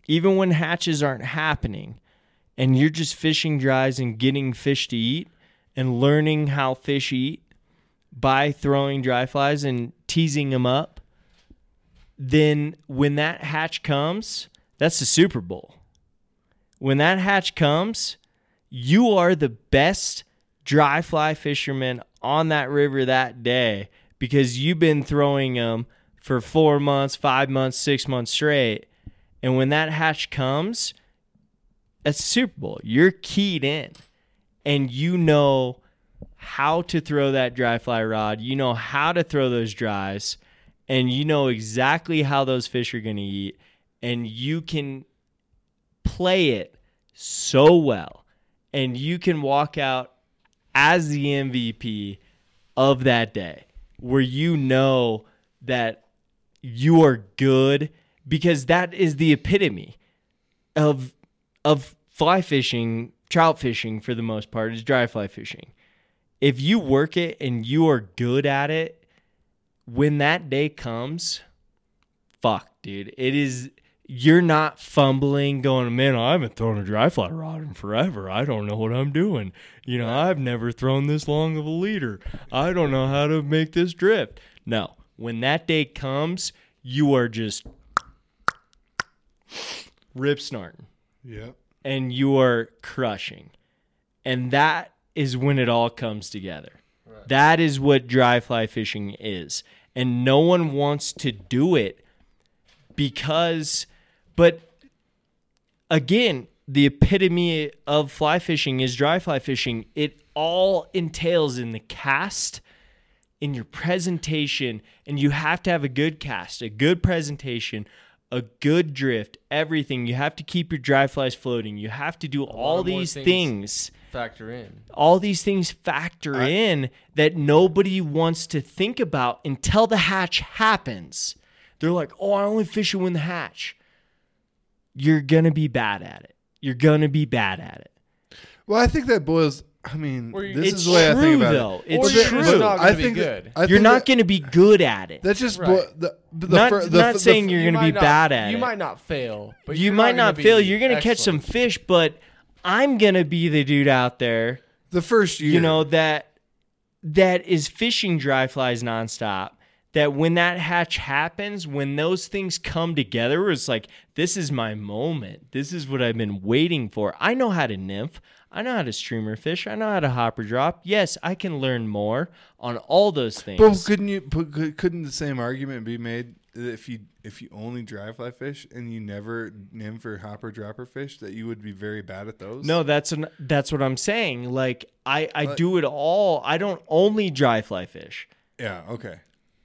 A: even when hatches aren't happening and you're just fishing dries and getting fish to eat and learning how fish eat by throwing dry flies and teasing them up, then when that hatch comes, that's the Super Bowl. When that hatch comes, you are the best dry fly fisherman on that river that day because you've been throwing them for four months, five months, six months straight. And when that hatch comes, that's Super Bowl. You're keyed in and you know how to throw that dry fly rod. You know how to throw those dries, and you know exactly how those fish are going to eat, and you can play it so well, and you can walk out as the MVP of that day, where you know that you are good because that is the epitome of of fly fishing, trout fishing for the most part is dry fly fishing if you work it and you are good at it, when that day comes, fuck, dude. It is you're not fumbling, going, man, I haven't thrown a dry fly rod in forever. I don't know what I'm doing. You know, I've never thrown this long of a leader. I don't know how to make this drift. No, when that day comes, you are just rip snarting
F: Yep.
A: and you are crushing. And that is when it all comes together. That is what dry fly fishing is. And no one wants to do it because, but again, the epitome of fly fishing is dry fly fishing. It all entails in the cast, in your presentation, and you have to have a good cast, a good presentation, a good drift, everything. You have to keep your dry flies floating. You have to do all
E: of more
A: these
E: things.
A: things
E: Factor in.
A: all these things factor in that nobody wants to think about until the hatch happens. They're like, oh, I only fish it when the hatch. You're going to be bad at it. You're going to be bad at it.
F: Well, I think that boils. I mean,
E: Or you-
F: this
A: it's
F: is the way I think
A: true,
F: about
A: though.
F: it.
A: It's
F: Well, but-
A: true.
F: but
E: It's not gonna
F: I
E: be
F: think
E: good.
F: that- I
A: You're
F: think
A: not
F: that-
A: going to be good at it.
F: That's just
E: Right.
F: boi- the, the
A: Not-
F: fir- the
A: not
F: f- the
A: saying
F: f-
A: you're gonna
E: might
A: be
E: not-
A: bad at
E: You
A: it.
E: might not fail, but
A: you
E: you're
A: might
E: gonna
A: not fail.
E: be
A: You're going to catch some
E: excellent.
A: fish, but I'm going to be the dude out there
F: the first year.
A: you know that that is fishing dry flies nonstop that when that hatch happens when those things come together where it's like this is my moment this is what i've been waiting for i know how to nymph i know how to streamer fish i know how to hopper drop yes i can learn more on all those things
F: But couldn't you? But could- couldn't the same argument be made that if you if you only dry fly fish and you never nymph or hopper dropper fish that you would be very bad at those?
A: No, that's an that's what I'm saying. Like I I do it all. I don't only dry fly fish.
F: Yeah. Okay.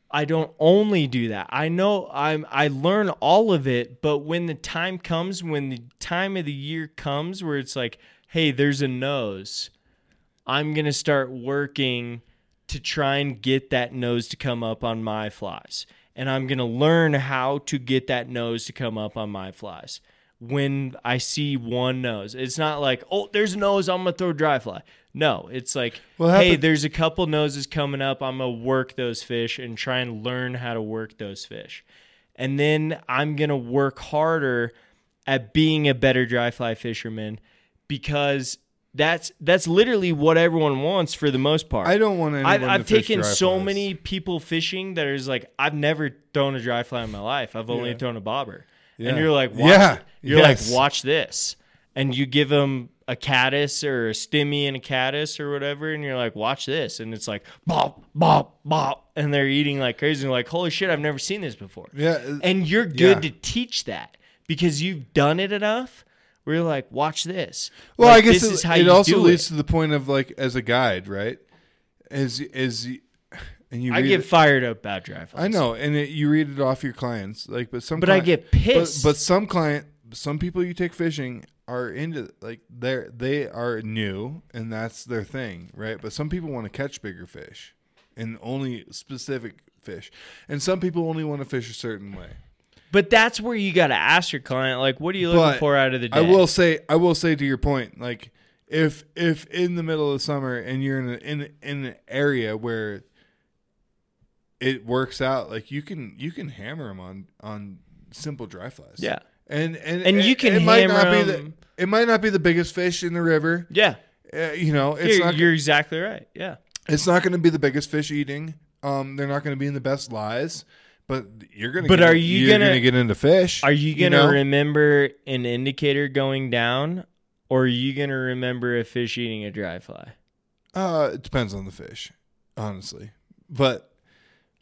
A: I don't only do that. I know I'm I learn all of it, but when the time comes, when the time of the year comes where it's like, hey, there's a nose, I'm gonna start working to try and get that nose to come up on my flies. And I'm gonna learn how to get that nose to come up on my flies. When I see one nose, it's not like, oh, there's a nose, I'm gonna throw a dry fly. No, it's like,
F: What
A: hey,
F: happened-
A: there's a couple noses coming up. I'm gonna work those fish and try and learn how to work those fish. And then I'm gonna work harder at being a better dry fly fisherman because that's that's literally what everyone wants for the most part.
F: I don't want anyone.
A: I've,
F: to
A: I've
F: fish
A: taken
F: dry
A: so
F: flies.
A: many people fishing that is like I've never thrown a dry fly in my life. I've only
F: Yeah.
A: thrown a bobber,
F: Yeah.
A: and you're like, watch
F: Yeah.
A: it. you're
F: Yes.
A: like, watch this, and you give them a caddis or a stimmy and a caddis or whatever, and you're like, watch this, and it's like bop bop bop, and they're eating like crazy. And you're like, holy shit, I've never seen this before.
F: Yeah.
A: And you're good
F: Yeah.
A: to teach that because you've done it enough. Where you're like, watch this.
F: Well,
A: Like,
F: I guess
A: this
F: it,
A: is how
F: it
A: you
F: also
A: do
F: leads
A: it.
F: to the point of like as a guide, right? As as you- and you
A: I
F: read
A: get
F: it-
A: fired up about dry flies.
F: I know, and it, you read it off your clients, like, but some.
A: But I
F: cli-
A: get pissed.
F: But, but some client, some people you take fishing are into like they're they are new and that's their thing, right? But some people want to catch bigger fish, and only specific fish, and some people only want to fish a certain way.
A: But that's where you got to ask your client, like, what are you looking
F: But
A: for out of the day?
F: I will say, I will say to your point, like if if in the middle of summer and you're in a, in a- in an area where it works out, like you can you can hammer them on on simple dry flies.
A: Yeah.
F: and and
A: And you can
F: not
A: hammer
F: be the
A: 'em.
F: it might not be the biggest fish in the river.
A: Yeah,
F: Uh, you know, it's
A: you're,
F: not
A: you're exactly right. Yeah,
F: it's not going to be the biggest fish eating. Um, they're not going to be in the best lies, But you're gonna.
A: But
F: get,
A: are you
F: you're
A: gonna-
F: get into fish?
A: Are you
F: You
A: gonna
F: know?
A: remember an indicator going down, or are you gonna remember a fish eating a dry fly?
F: Uh, it depends on the fish, honestly. But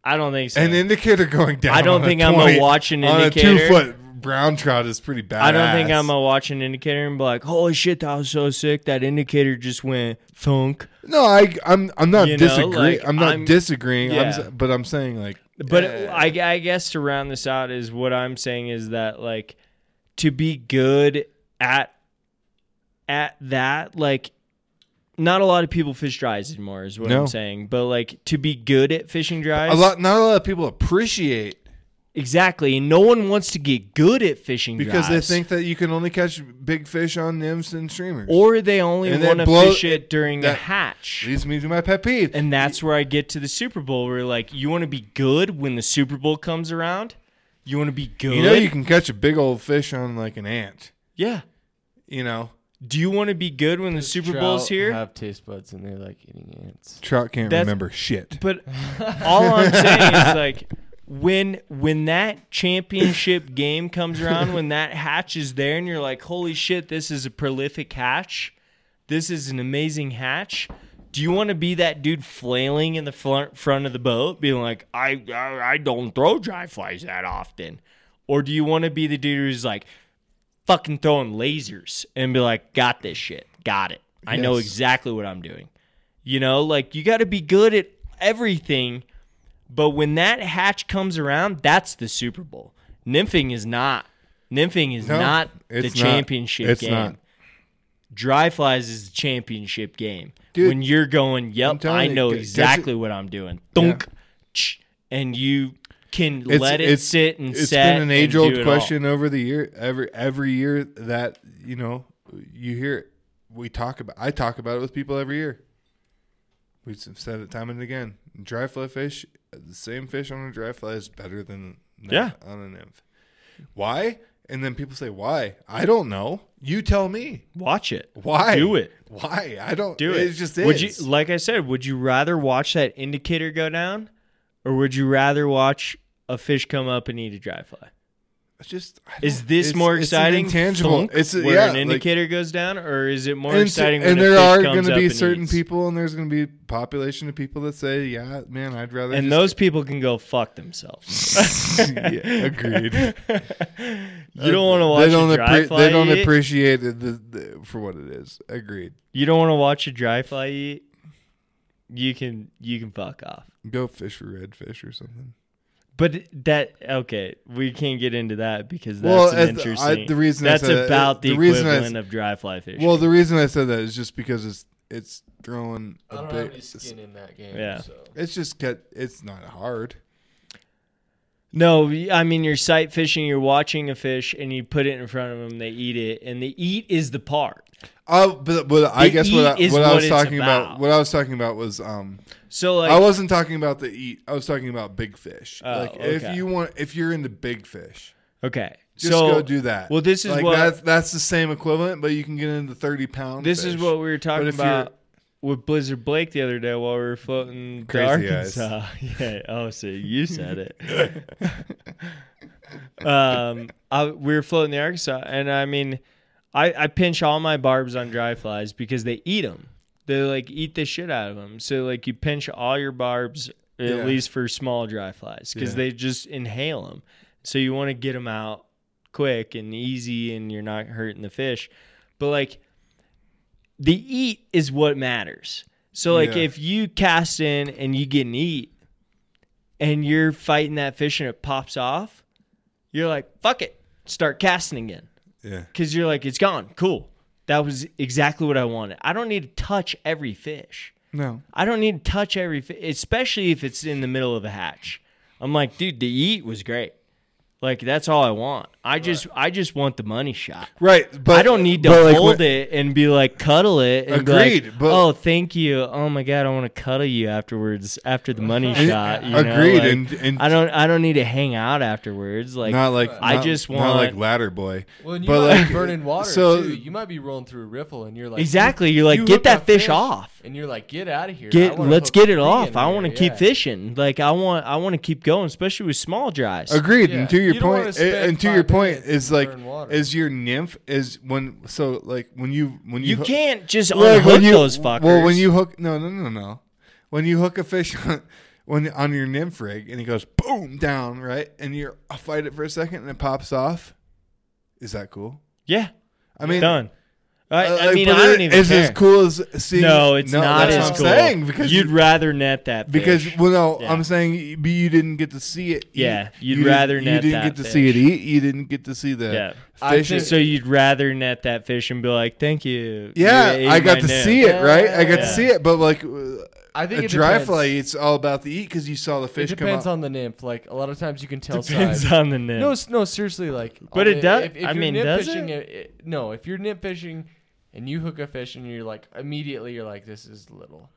A: I don't think so.
F: an indicator going down.
A: I don't
F: on a
A: think I'm
F: 20
A: gonna watch an
F: on
A: indicator.
F: a two foot brown trout is pretty bad.
A: I don't think I'm gonna watch an indicator and be like, "Holy shit, that was so sick! That indicator just went thunk."
F: No, I I'm I'm not
A: You know,
F: disagreeing.
A: like,
F: I'm not
A: I'm-
F: disagreeing. I'm,
A: Yeah.
F: s- but I'm saying like.
A: But
F: eh,
A: I, I guess to round this out is what I'm saying is that like to be good at at that like not a lot of people fish dries anymore is what
F: No.
A: I'm saying. But like to be good at fishing dries,
F: a lot. Not a lot of people appreciate
A: exactly. And no one wants to get good at fishing
F: because
A: dries.
F: they think that you can only catch big fish on nymphs and streamers.
A: or they only
F: And then
A: want to
F: blow-
A: fish it during a
F: that-
A: hatch.
F: leads me to my pet peeve.
A: And that's where I get to the Super Bowl, where like you want to be good when the Super Bowl comes around. You want to be good.
F: you know, you can catch a big old fish on like an ant.
A: yeah.
F: You know,
A: Do you want to be good when the Super Bowl's
E: Trout
A: here?
E: Have taste buds and they're like eating ants.
F: trout can't
A: That's-
F: remember shit.
A: But all I'm saying is like when when that championship game comes around, when that hatch is there, and you're like, holy shit, this is a prolific hatch. This is an amazing hatch. Do you want to be that dude flailing in the front front of the boat, being like, I I, I don't throw dry flies that often, or do you want to be the dude who's like fucking throwing lasers and be like, got this shit, got it. I know
F: Yes.
A: exactly what I'm doing. You know, like you got to be good at everything, but when that hatch comes around, that's the Super Bowl. Nymphing is not. Nymphing is
F: No,
A: not the
F: it's not.
A: championship
F: It's
A: game.
F: not.
A: Dry flies is the championship game.
F: Dude,
A: when you're going, yep,
F: telling
A: I
F: you,
A: know
F: catch it-
A: exactly what I'm doing. Thunk, ch, and you can
F: It's-
A: let it
F: it's-
A: sit and
F: It's
A: set.
F: been an
A: and
F: age
A: do
F: old
A: it all.
F: question over the year every every year that you know you hear it. we talk about I talk about it with people every year. We've said it time and again. Dry fly fish, the same fish on a dry fly is better than that
A: Yeah.
F: on a nymph. Why? And then people say why? I don't know. You tell me
A: Watch it.
F: why.
A: Do it.
F: Why? I don't
A: Do it.
F: It just is.
A: Would you like I said, would you rather watch that indicator go down or would you rather watch a fish come up and eat a dry fly?
F: It's just I
A: Is
F: don't-
A: this
F: it's-
A: more
F: it's an
A: exciting?
F: intangible.
A: thunk,
F: It's a-
A: where
F: yeah,
A: an
F: like-
A: indicator goes down, or is it more
F: and,
A: exciting?
F: and
A: when a
F: there
A: fish
F: are
A: going to
F: be certain
A: eats?
F: people, and there's going to be population of people that say, "Yeah, man, I'd rather."
A: and
F: just
A: those people can go fuck themselves.
F: yeah, agreed.
A: You don't want to watch
F: They don't,
A: a dry
F: appre-
A: fly.
F: they don't
A: eat.
F: appreciate it the, the, for what it is. Agreed.
A: You don't want to watch a dry fly eat. You can you can fuck off.
F: Go fish for redfish or something.
A: But that okay, we can't get into that because that's
F: Well,
A: an
F: as- I-
A: interesting.
F: the reason I
A: that's
F: said that-
A: about the,
F: the reason I s-
A: equivalent of dry fly fishing.
F: Well, the reason I said that is just because it's it's throwing
E: I
F: a
E: don't have
F: big.
E: any
F: It's,
E: skin in that game.
A: Yeah.
E: So.
F: it's just cut. It's not hard.
A: no, I mean you're sight fishing. You're watching a fish and you put it in front of them. They eat it, and the eat is the part.
F: Oh, but, but I
A: The
F: guess what I,
A: eat is
F: what I
A: what
F: was
A: it's
F: talking
A: about.
F: about. What I was talking about was um
A: So like,
F: I wasn't talking about the eat. I was talking about big fish.
A: Oh,
F: like
A: okay.
F: if you want, if you're into big fish,
A: okay,
F: just
A: so
F: go do that.
A: well, this is
F: like
A: what-
F: that's that's the same equivalent, but you can get into thirty pound.
A: This is
F: fish.
A: what we were talking
F: if you're-
A: about with Blizzard Blake the other day while we were floating to
F: Crazy eyes.
A: Arkansas. yeah. Oh, so you said it. um, I, we were floating the Arkansas, and I mean, I, I pinch all my barbs on dry flies because they eat them. They like eat the shit out of them. So like you pinch all your barbs at
F: Yeah.
A: least for small dry flies because
F: Yeah.
A: they just inhale them. So you want to get them out quick and easy, and you're not hurting the fish. But like the eat is what matters. So like
F: Yeah.
A: if you cast in and you get an eat and you're fighting that fish and it pops off, you're like, fuck it. Start casting again.
F: Yeah.
A: Cause you're like, it's gone. Cool. That was exactly what I wanted. I don't need to touch every fish.
F: No.
A: I don't need to touch every fish, especially if it's in the middle of a hatch. I'm like, dude, the eat was great. Like that's all I want. I just I just want the money shot.
F: Right, but
A: I don't need to
F: but, like,
A: hold
F: when-
A: it and be like cuddle it. And be
F: Agreed,
A: like,
F: but-
A: oh, thank you. Oh my god, I want to cuddle you afterwards after the money
F: And-
A: shot. you know,
F: agreed,
A: like,
F: and and
A: I don't I don't need to hang out afterwards. Like
F: not like
A: I
F: not-
A: just
F: not like
A: want-
F: ladder boy.
E: Well, and you
F: But,
E: might be
F: like,
E: burning water
F: so-
E: too. You might be rolling through a riffle, and you're like,
A: exactly. You're like
E: you
A: get
E: hooked
A: that
E: a
A: fish,
E: fish,
A: off.
E: and you're like, get out of here. I
A: Get
E: wanna
A: let's
E: hook
A: get it
E: a
A: off.
E: thing
A: I
E: in
A: want to
E: here,
A: keep
E: yeah.
A: fishing. Like I want I want to keep going, especially with small dries.
F: Agreed,
E: Yeah.
F: and to your
E: You don't wanna
F: point,
E: spend
F: and to
E: five
F: your point
E: minutes
F: is
E: to
F: like
E: learn water.
F: is your nymph is when so like when you when you
A: You
F: hoo-
A: can't just
F: Well, like,
A: unhook those fuckers.
F: Well, when you hook, no, no, no, no. When you hook a fish on, when on your nymph rig and it goes boom down, right, and you are fight it for a second and it pops off, is that cool?
A: yeah,
F: I mean,
A: done. I,
F: uh,
A: I
F: like,
A: mean,
F: but
A: I don't
F: it-
A: even
F: It's
A: care.
F: as cool as seeing.
A: no, it's not
F: that's
A: as
F: what
A: cool.
F: I'm saying because
A: you'd
F: you-
A: rather net that fish.
F: because well, no,
A: Yeah.
F: I'm saying but you didn't get to see it. eat.
A: Yeah, you'd
F: you didn't-
A: rather net
F: you didn't
A: that
F: get to see it
A: fish.
F: eat. You didn't get to see
A: yeah.
F: the
E: I
F: fish.
E: think-
A: So you'd rather net that fish and be like, "Thank you."
F: yeah,
A: you ate
F: I got
A: my
F: to
A: net."
F: see it. Right, I got to
A: Yeah.
F: see it. But like uh,
E: I think
F: a
E: it
F: dry
E: depends.
F: fly, it's all about the eat because you saw the
E: It
F: fish come
E: depends
F: out.
E: on the nymph. Like a lot of times you can tell
A: Depends
E: size.
A: on the net.
E: No, s- no, seriously, like.
A: But
E: on
A: it
E: the-
A: does-
E: If, if
A: I
E: you're
A: mean,
E: nip
A: does
E: fishing,
A: it?
E: it- it- No, if you're nip fishing, and you hook a fish, and you're like immediately, you're like, this is little,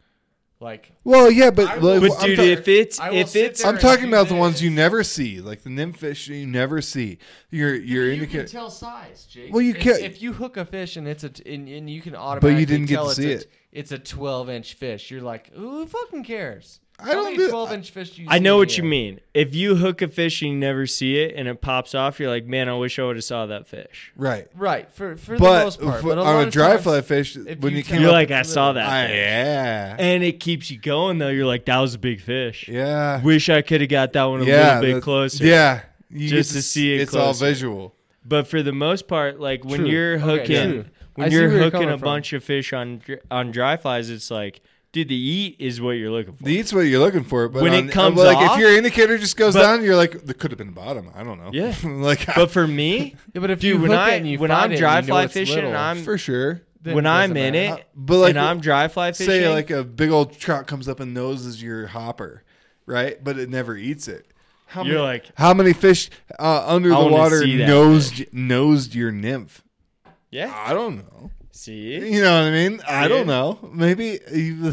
E: like.
F: Well, yeah, but
E: I
F: like,
E: will-
A: but
F: I'm,
A: dude,
F: ta-
A: if it's
E: I will
A: if
E: sit
A: it's
E: there
F: I'm
E: and
F: talking
E: do
F: about the ones
E: this.
F: you never see, like the nymph fish you never see. You're you're
E: you can
F: indicating.
E: tell size, Jake.
F: Well, you
E: If-
F: can't-
E: If, you hook a fish and it's a t- and, and you can automatically
F: didn't get
E: tell
F: to
E: it's
F: see
E: a,
F: it.
E: It's a 12 inch fish. You're like, who fucking cares?
F: I
E: How
F: don't
E: many
F: do-
E: 12 inch fish. Do you
A: I
E: see
A: know
E: in
A: what
E: the
A: you
E: air?
A: mean. If you hook a fish and you never see it and it pops off, you're like, "Man, I wish I would have saw that fish."
F: Right,
E: Right for for the
F: but,
E: most part,
F: for-
E: but a lot
F: on a
E: of
F: dry
E: times,
F: fly fish,
E: if
F: when
E: you
F: you,
E: tell-
F: came
A: You're
F: up,
A: like, "I saw that."
F: I,
A: fish."
F: yeah,
A: and it keeps you going though. You're like, "That was a big fish."
F: yeah,
A: Wish I could have got that one a
F: yeah,
A: little bit
F: that-
A: closer.
F: Yeah, you
A: Just
F: get
A: to
F: s-
A: see it
F: It's all
A: closer.
F: visual.
A: But for the most part, like when
E: True.
A: you're
E: Okay,
A: hooking,
E: true. I
A: when
E: see
A: you're
E: where you're
A: hooking
E: coming
A: a
E: from.
A: bunch of fish on dr- on dry flies, it's like, dude, the eat is what you're looking for.
F: The eat's what you're looking for, but
A: When it
F: on-
A: comes
F: like
A: off-
F: if your indicator just goes
A: But-
F: down, you're like, there could have been bottom. I don't know.
A: Yeah.
F: like
A: but for me,
E: Yeah, but if
A: dude,
E: you
A: when
E: hook
A: I
E: it and you
A: when
E: find
A: I'm
E: it
A: dry
E: and you know
A: fly
E: it's
A: fishing
E: little,
A: and I'm
F: for sure.
E: then
A: when
E: it
A: I'm
E: doesn't
A: in
E: matter.
A: it,
F: But like
A: and I'm dry fly fishing,
F: say like a big old trout comes up and noses your hopper, right? But it never eats it. How
A: You're
F: many,
A: like-
F: how many fish uh, under
A: I
F: the
A: wanna
F: water
A: see that
F: nosed nosed your nymph?
A: yeah,
F: I don't know.
A: see,
F: You know what I mean? I
A: Yeah.
F: don't know. Maybe.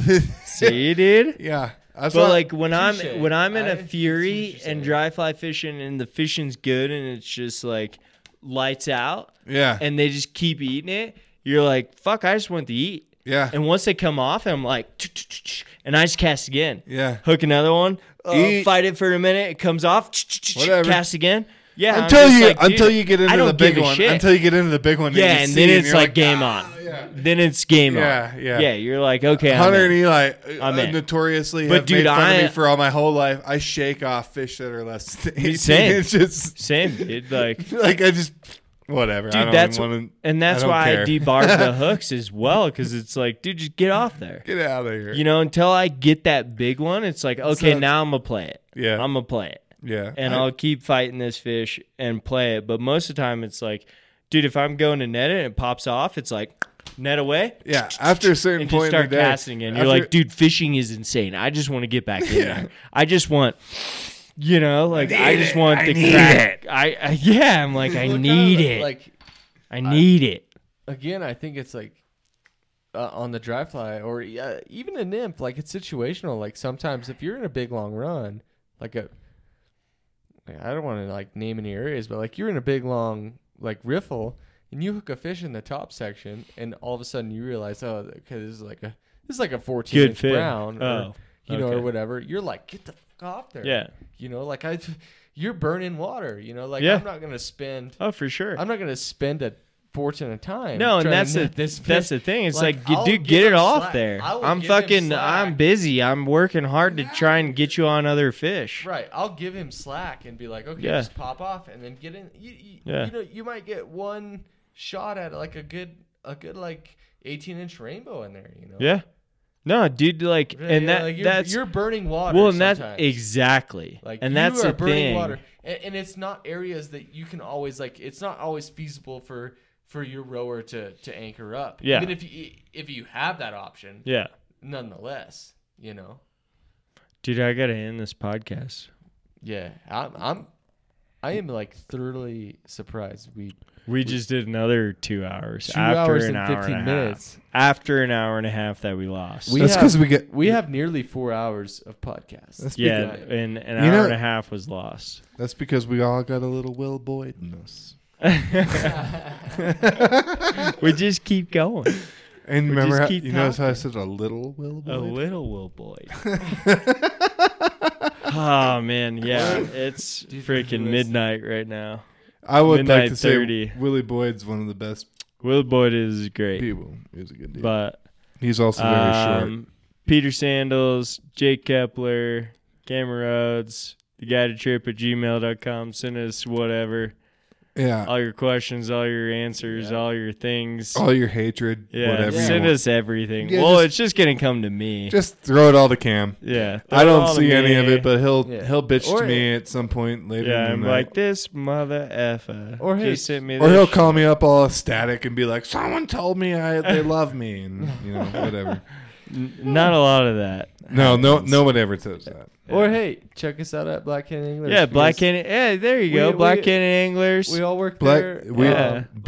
A: see, dude.
F: yeah. That's
A: But
F: what-
A: like when
E: Touche.
A: I'm when I'm in
E: I- I
A: a
E: see what you're
A: fury
E: saying.
A: and dry fly fishing and the fishing's good and it's just like lights out
F: yeah,
A: and they just keep eating it, you're like, fuck, I just want to eat.
F: yeah,
A: And once they come off, I'm like, "Ch-ch-ch-ch," and I just cast again.
F: yeah.
A: Hook another one, uh,
F: Eat.
A: fight it for a minute, it comes off, "Ch-ch-ch-ch,"
F: Whatever.
A: cast again. Yeah, I'm
F: until
A: just
F: you
A: like, dude,
F: until you get
A: I
F: into
A: don't
F: the big
A: give a
F: one.
A: shit.
F: Until you get into the big one.
A: yeah,
F: you
A: and
F: see
A: then
F: it
A: it's
F: you're "Ah,
A: like, game on. Then it's game
F: Yeah,
A: on.
F: yeah.
A: yeah. You're like, okay, I'm
F: Hunter
A: in.
F: and Eli uh,
A: I'm in.
F: notoriously
A: But
F: have
A: dude,
F: made fun
A: I-
F: of me for all my whole life. I shake off fish that are less than 18
A: Same.
F: inches.
A: same, dude. Like,
F: Like I just whatever. I
A: dude,
F: don't
A: that's
F: want to
A: and that's
F: I don't
A: why I
F: care.
A: debarred the hooks as well because it's like, dude, just get off there.
F: get out of here.
A: You know, until I get that big one, it's like, okay,
F: not-
A: now I'm gonna play it.
F: Yeah.
A: I'm gonna play it,
F: yeah,
A: and
F: I-
A: I, will keep fighting this fish and play it. But most of the time, it's like, dude, if I'm going to net it and it pops off, it's like net away.
F: yeah. After a certain
A: And
F: point
A: just start
F: in the day,
A: casting and you're
F: after-
A: like, dude, fishing is insane. I just want to get back in
F: Yeah.
A: there. I just want, you know, like I, just want the
F: need
A: crack. I, I yeah, I'm like, I
E: Look,
A: need
E: uh,
A: it.
E: Like
A: I need it.
E: again, I think it's like uh, on the dry fly or uh, even a nymph. Like it's situational. Like sometimes if you're in a big long run, like a like, I don't want to like name any areas, but like you're in a big long like riffle and you hook a fish in the top section, and all of a sudden you realize, oh, okay, this is like a this is like a 14
A: Good
E: inch
A: fish.
E: brown,
A: Oh,
E: or, you know, or
A: okay.
E: whatever. You're like, get the fuck off there.
A: Yeah.
E: You know, like I, you're burning water. You know, like
A: Yeah.
E: I'm not gonna spend.
A: Oh, for sure.
E: I'm not gonna spend a fortune of time.
A: No, and
E: trying to
A: that's the
E: net this
A: that's the
E: fish.
A: thing. It's
E: Like,
A: like,
E: I'll
A: dude,
E: give
A: get it
E: him
A: off
E: slack.
A: there.
E: I will
A: I'm
E: give him
A: fucking.
E: slack.
A: I'm busy. I'm working hard to try and get you on other fish.
E: right. I'll give him slack and be like, okay,
A: Yeah.
E: just pop off and then get in. You, you,
A: Yeah.
E: you know, you might get one shot at like a good a good like 18 inch rainbow in there. You know.
A: Yeah. No, dude. Like,
E: Yeah,
A: and
E: yeah,
A: that
E: like, you're,
A: that's
E: you're burning water.
A: well, and that's
E: sometimes.
A: exactly.
E: Like
A: and
E: you
A: that's
E: are
A: the
E: burning
A: thing.
E: water, and, and it's not areas that you can always like. It's not always feasible for for your rower to to anchor up.
A: Yeah.
E: Even if you if you have that option,
A: Yeah,
E: nonetheless, you know.
A: dude. I gotta end this podcast.
E: Yeah, I'm I'm I am like thoroughly surprised. We
A: We just did another two hours
E: two
A: after
E: hours
A: an
E: and
A: hour
E: fifteen
A: and a
E: minutes.
A: half. After an hour and a half that we lost.
E: We
F: That's
E: have-
F: because we get.
E: We have nearly four hours of podcast.
F: That's
A: yeah,
E: because-
A: and an
F: You
A: hour
F: know-
A: and a half was lost.
F: That's because we all got a little Will Boyd in us.
A: we just keep going.
F: And
A: We
F: remember,
A: just
F: how,
A: keep
F: you notice how I said a little Will Boyd?
A: A little Will Boyd. oh man, yeah, it's
E: Dude,
A: freaking
E: who is-
A: midnight right now.
F: I would like
A: Midnight
F: to
A: 30.
F: say Willie Boyd's one of the best
A: Will Boyd is great,
F: people. He was a good dude.
A: but
F: He's also very short.
A: um, Peter Sandals, Jake Kepler, Cameron Rhodes, the guided trip at gmail.com. Send us whatever.
F: Yeah.
A: All your questions, all your answers,
E: Yeah.
A: all your things.
F: All your hatred,
A: yeah,
F: Oh, whatever you
A: send
F: want.
A: us everything.
F: Yeah,
A: well,
F: just-
A: it's just gonna come to me.
F: Just throw it all to Cam.
A: yeah, all
F: I don't
A: to
F: see any of
A: me.
F: it, but he'll
E: Yeah.
F: he'll bitch
E: Or-
F: to me at some point later.
A: Yeah,
F: in
A: I'm
F: the
A: like
F: night.
A: this mother effer.
E: Or hey,
A: just sent me
F: or
A: this
F: he'll
A: shit.
F: call me up all ecstatic and be like, "Someone told me I they love me," and you know whatever.
A: N- Not a lot of that.
F: No, no, no one ever says that.
E: Or hey, check us out at Black Can English.
A: yeah, Black
E: because
A: Canyon. Yeah, there you
E: We-
A: go.
E: we-
A: Black Canyon Anglers.
E: We all work
F: Black-
E: there.
F: we-
A: yeah,
F: be-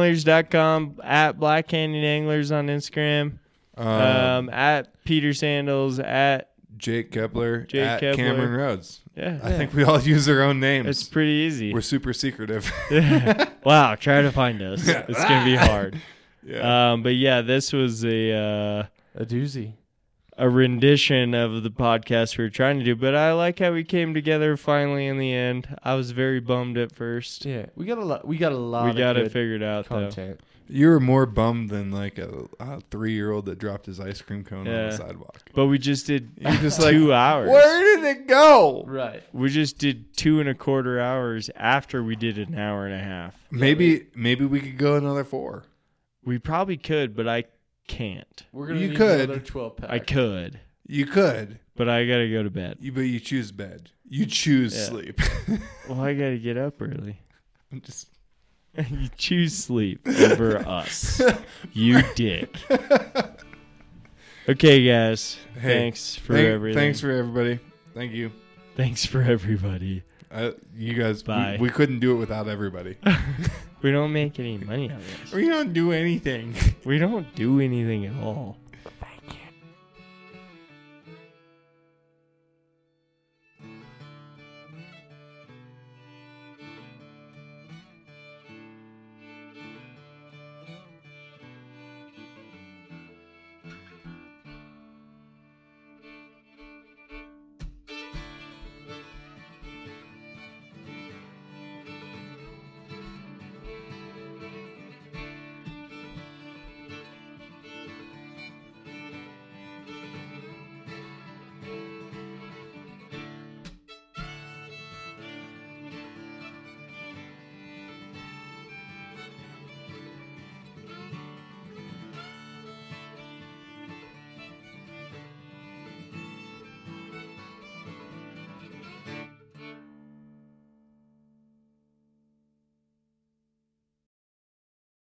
A: blackcanyonanglers.com at Black Canyon Anglers on Instagram.
F: Um,
A: Um, at Peter Sandals at
F: Jake Kepler,
A: Jake
F: at
A: Kepler.
F: Cameron Rhodes.
A: yeah.
F: I think we all use our own
A: It's
F: names.
A: pretty easy.
F: We're super secretive.
A: wow, try to find us. It's gonna be hard.
F: yeah.
A: Um, but yeah, this was a uh,
E: a doozy.
A: a rendition of the podcast we were trying to do. But I like how we came together finally in the end. I was very bummed at first.
E: Yeah, we got a lot. We got a lot.
A: we
E: of
A: got it
E: good
A: figured out
E: Content.
F: you were more bummed than like a, a three-year-old that dropped his ice cream cone on
A: Yeah.
F: the sidewalk.
A: though. But we just did
F: You're just like,
A: two hours.
F: Where did it go?
E: Right.
A: We just did two and a quarter hours after we did an hour and a half.
F: Maybe maybe we could go another four.
A: We probably could, but I can't.
E: We're gonna
F: You
E: need
F: could.
E: another twelve pack.
A: I could,
F: You could,
A: but I gotta go to bed.
F: you, but you choose bed. You choose
A: Yeah.
F: sleep.
A: Well, I gotta get up early.
F: I'm just
A: you choose sleep over us. You dick. Okay, guys.
F: Hey,
A: thanks for
F: Thank-
A: everything.
F: Thanks for everybody. Thank you.
A: Thanks for everybody.
F: Uh, you guys, we-
A: Bye.
F: We, couldn't do it without everybody.
A: We don't make any money on this.
F: we don't do anything.
A: We don't do anything at all.